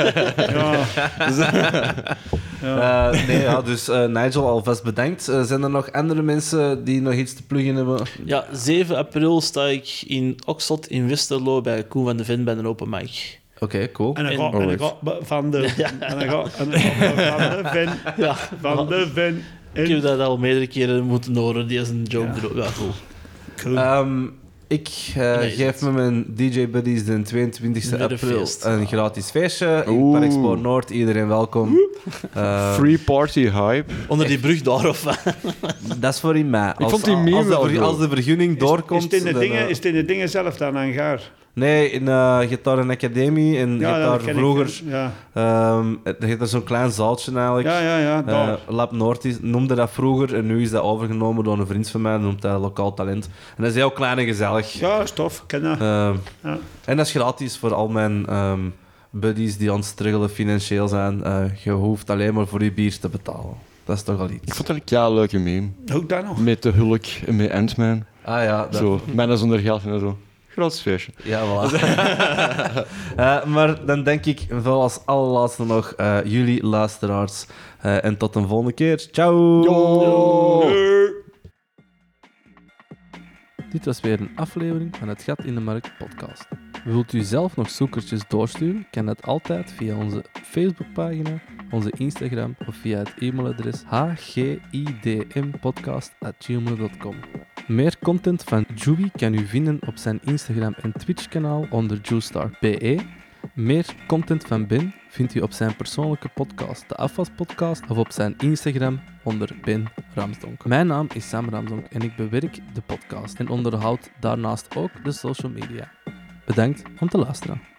[SPEAKER 2] Ja.
[SPEAKER 3] Eh, nee, ja, dus eh, Nigel, alvast bedankt. Eh, zijn er nog andere mensen die nog iets te pluggen hebben?
[SPEAKER 4] Ja, 7 april sta ik in Oxford in Westerlo bij Koen van de Ven bij een open mic.
[SPEAKER 3] Oké, cool.
[SPEAKER 2] En dan
[SPEAKER 4] En-
[SPEAKER 2] gaat- en dan gaat be- van de... En dan gaat en dan gaat van de ven.
[SPEAKER 4] Ja,
[SPEAKER 2] Van de ven.
[SPEAKER 4] ik heb
[SPEAKER 2] En,
[SPEAKER 4] dat al meerdere keren moeten horen. Die is een joke. erop. Ja, cool.
[SPEAKER 2] cool.
[SPEAKER 3] Ehm, ik eh,
[SPEAKER 4] Nee,
[SPEAKER 3] geef me mijn DJ Buddies de 22 e
[SPEAKER 4] Weer een
[SPEAKER 3] april
[SPEAKER 4] feest.
[SPEAKER 3] een gratis feestje in
[SPEAKER 5] Oeh.
[SPEAKER 3] Parkspoor Noord. Iedereen welkom. Eh,
[SPEAKER 5] Free party hype.
[SPEAKER 4] Onder die brug daar of wat?
[SPEAKER 3] dat is voor in mei. Als,
[SPEAKER 5] vond die meme
[SPEAKER 3] als, de,
[SPEAKER 5] wel
[SPEAKER 3] vergu-
[SPEAKER 5] goed.
[SPEAKER 3] als de vergunning doorkomt...
[SPEAKER 2] is, het in de
[SPEAKER 3] dan,
[SPEAKER 2] dingen,
[SPEAKER 3] eh,
[SPEAKER 2] is het in de dingen zelf dan aan gaar?
[SPEAKER 3] Nee, in eh Gitaar en Academie. In
[SPEAKER 2] Ja,
[SPEAKER 3] Gitaar
[SPEAKER 2] dat ken ik,
[SPEAKER 3] vroeger.
[SPEAKER 2] Ja,
[SPEAKER 3] ehm het- je hebt daar zo'n klein zaaltje eigenlijk.
[SPEAKER 2] ja, ja, ja daar.
[SPEAKER 3] Eh, Lab Noord is, noemde dat vroeger en nu is dat overgenomen door een vriend van mij, die noemt dat lokaal talent. En dat is heel klein en gezellig.
[SPEAKER 2] ja, is tof. Ken dat.
[SPEAKER 3] Ehm,
[SPEAKER 2] Ja.
[SPEAKER 3] En dat is gratis voor al mijn ehm, buddies die aan het struggelen financieel zijn. Eh, je hoeft alleen maar voor je bier te betalen. Dat is toch al
[SPEAKER 5] Ik
[SPEAKER 3] iets.
[SPEAKER 5] vond dat een ja, leuke meme.
[SPEAKER 2] Ook daar nog.
[SPEAKER 5] Met de Hulk en met Ant-Man.
[SPEAKER 3] Ah ja, dat,
[SPEAKER 5] Zo, mannen zonder geld en zo. Groot feestje.
[SPEAKER 3] ja voilà. Eh, maar dan denk ik wel als allerlaatste nog eh, jullie luisteraars. Eh, en tot een volgende keer. Ciao! Dit was weer een aflevering van het Gat in de Markt podcast. Wilt u zelf nog zoekertjes doorsturen? Kan dat altijd via onze Facebookpagina, onze Instagram of via het e-mailadres hgidmpodcast.gmail.com Meer content van Juby kan u vinden op zijn Instagram en Twitch-kanaal onder juestar.be. Meer content van Ben vindt u op zijn persoonlijke podcast, de Afwaspodcast, of op zijn Instagram onder Ben Ramsdonk. Mijn naam is Sam Ramsdonk en ik bewerk de podcast en onderhoud daarnaast ook de social media. Bedankt om te luisteren.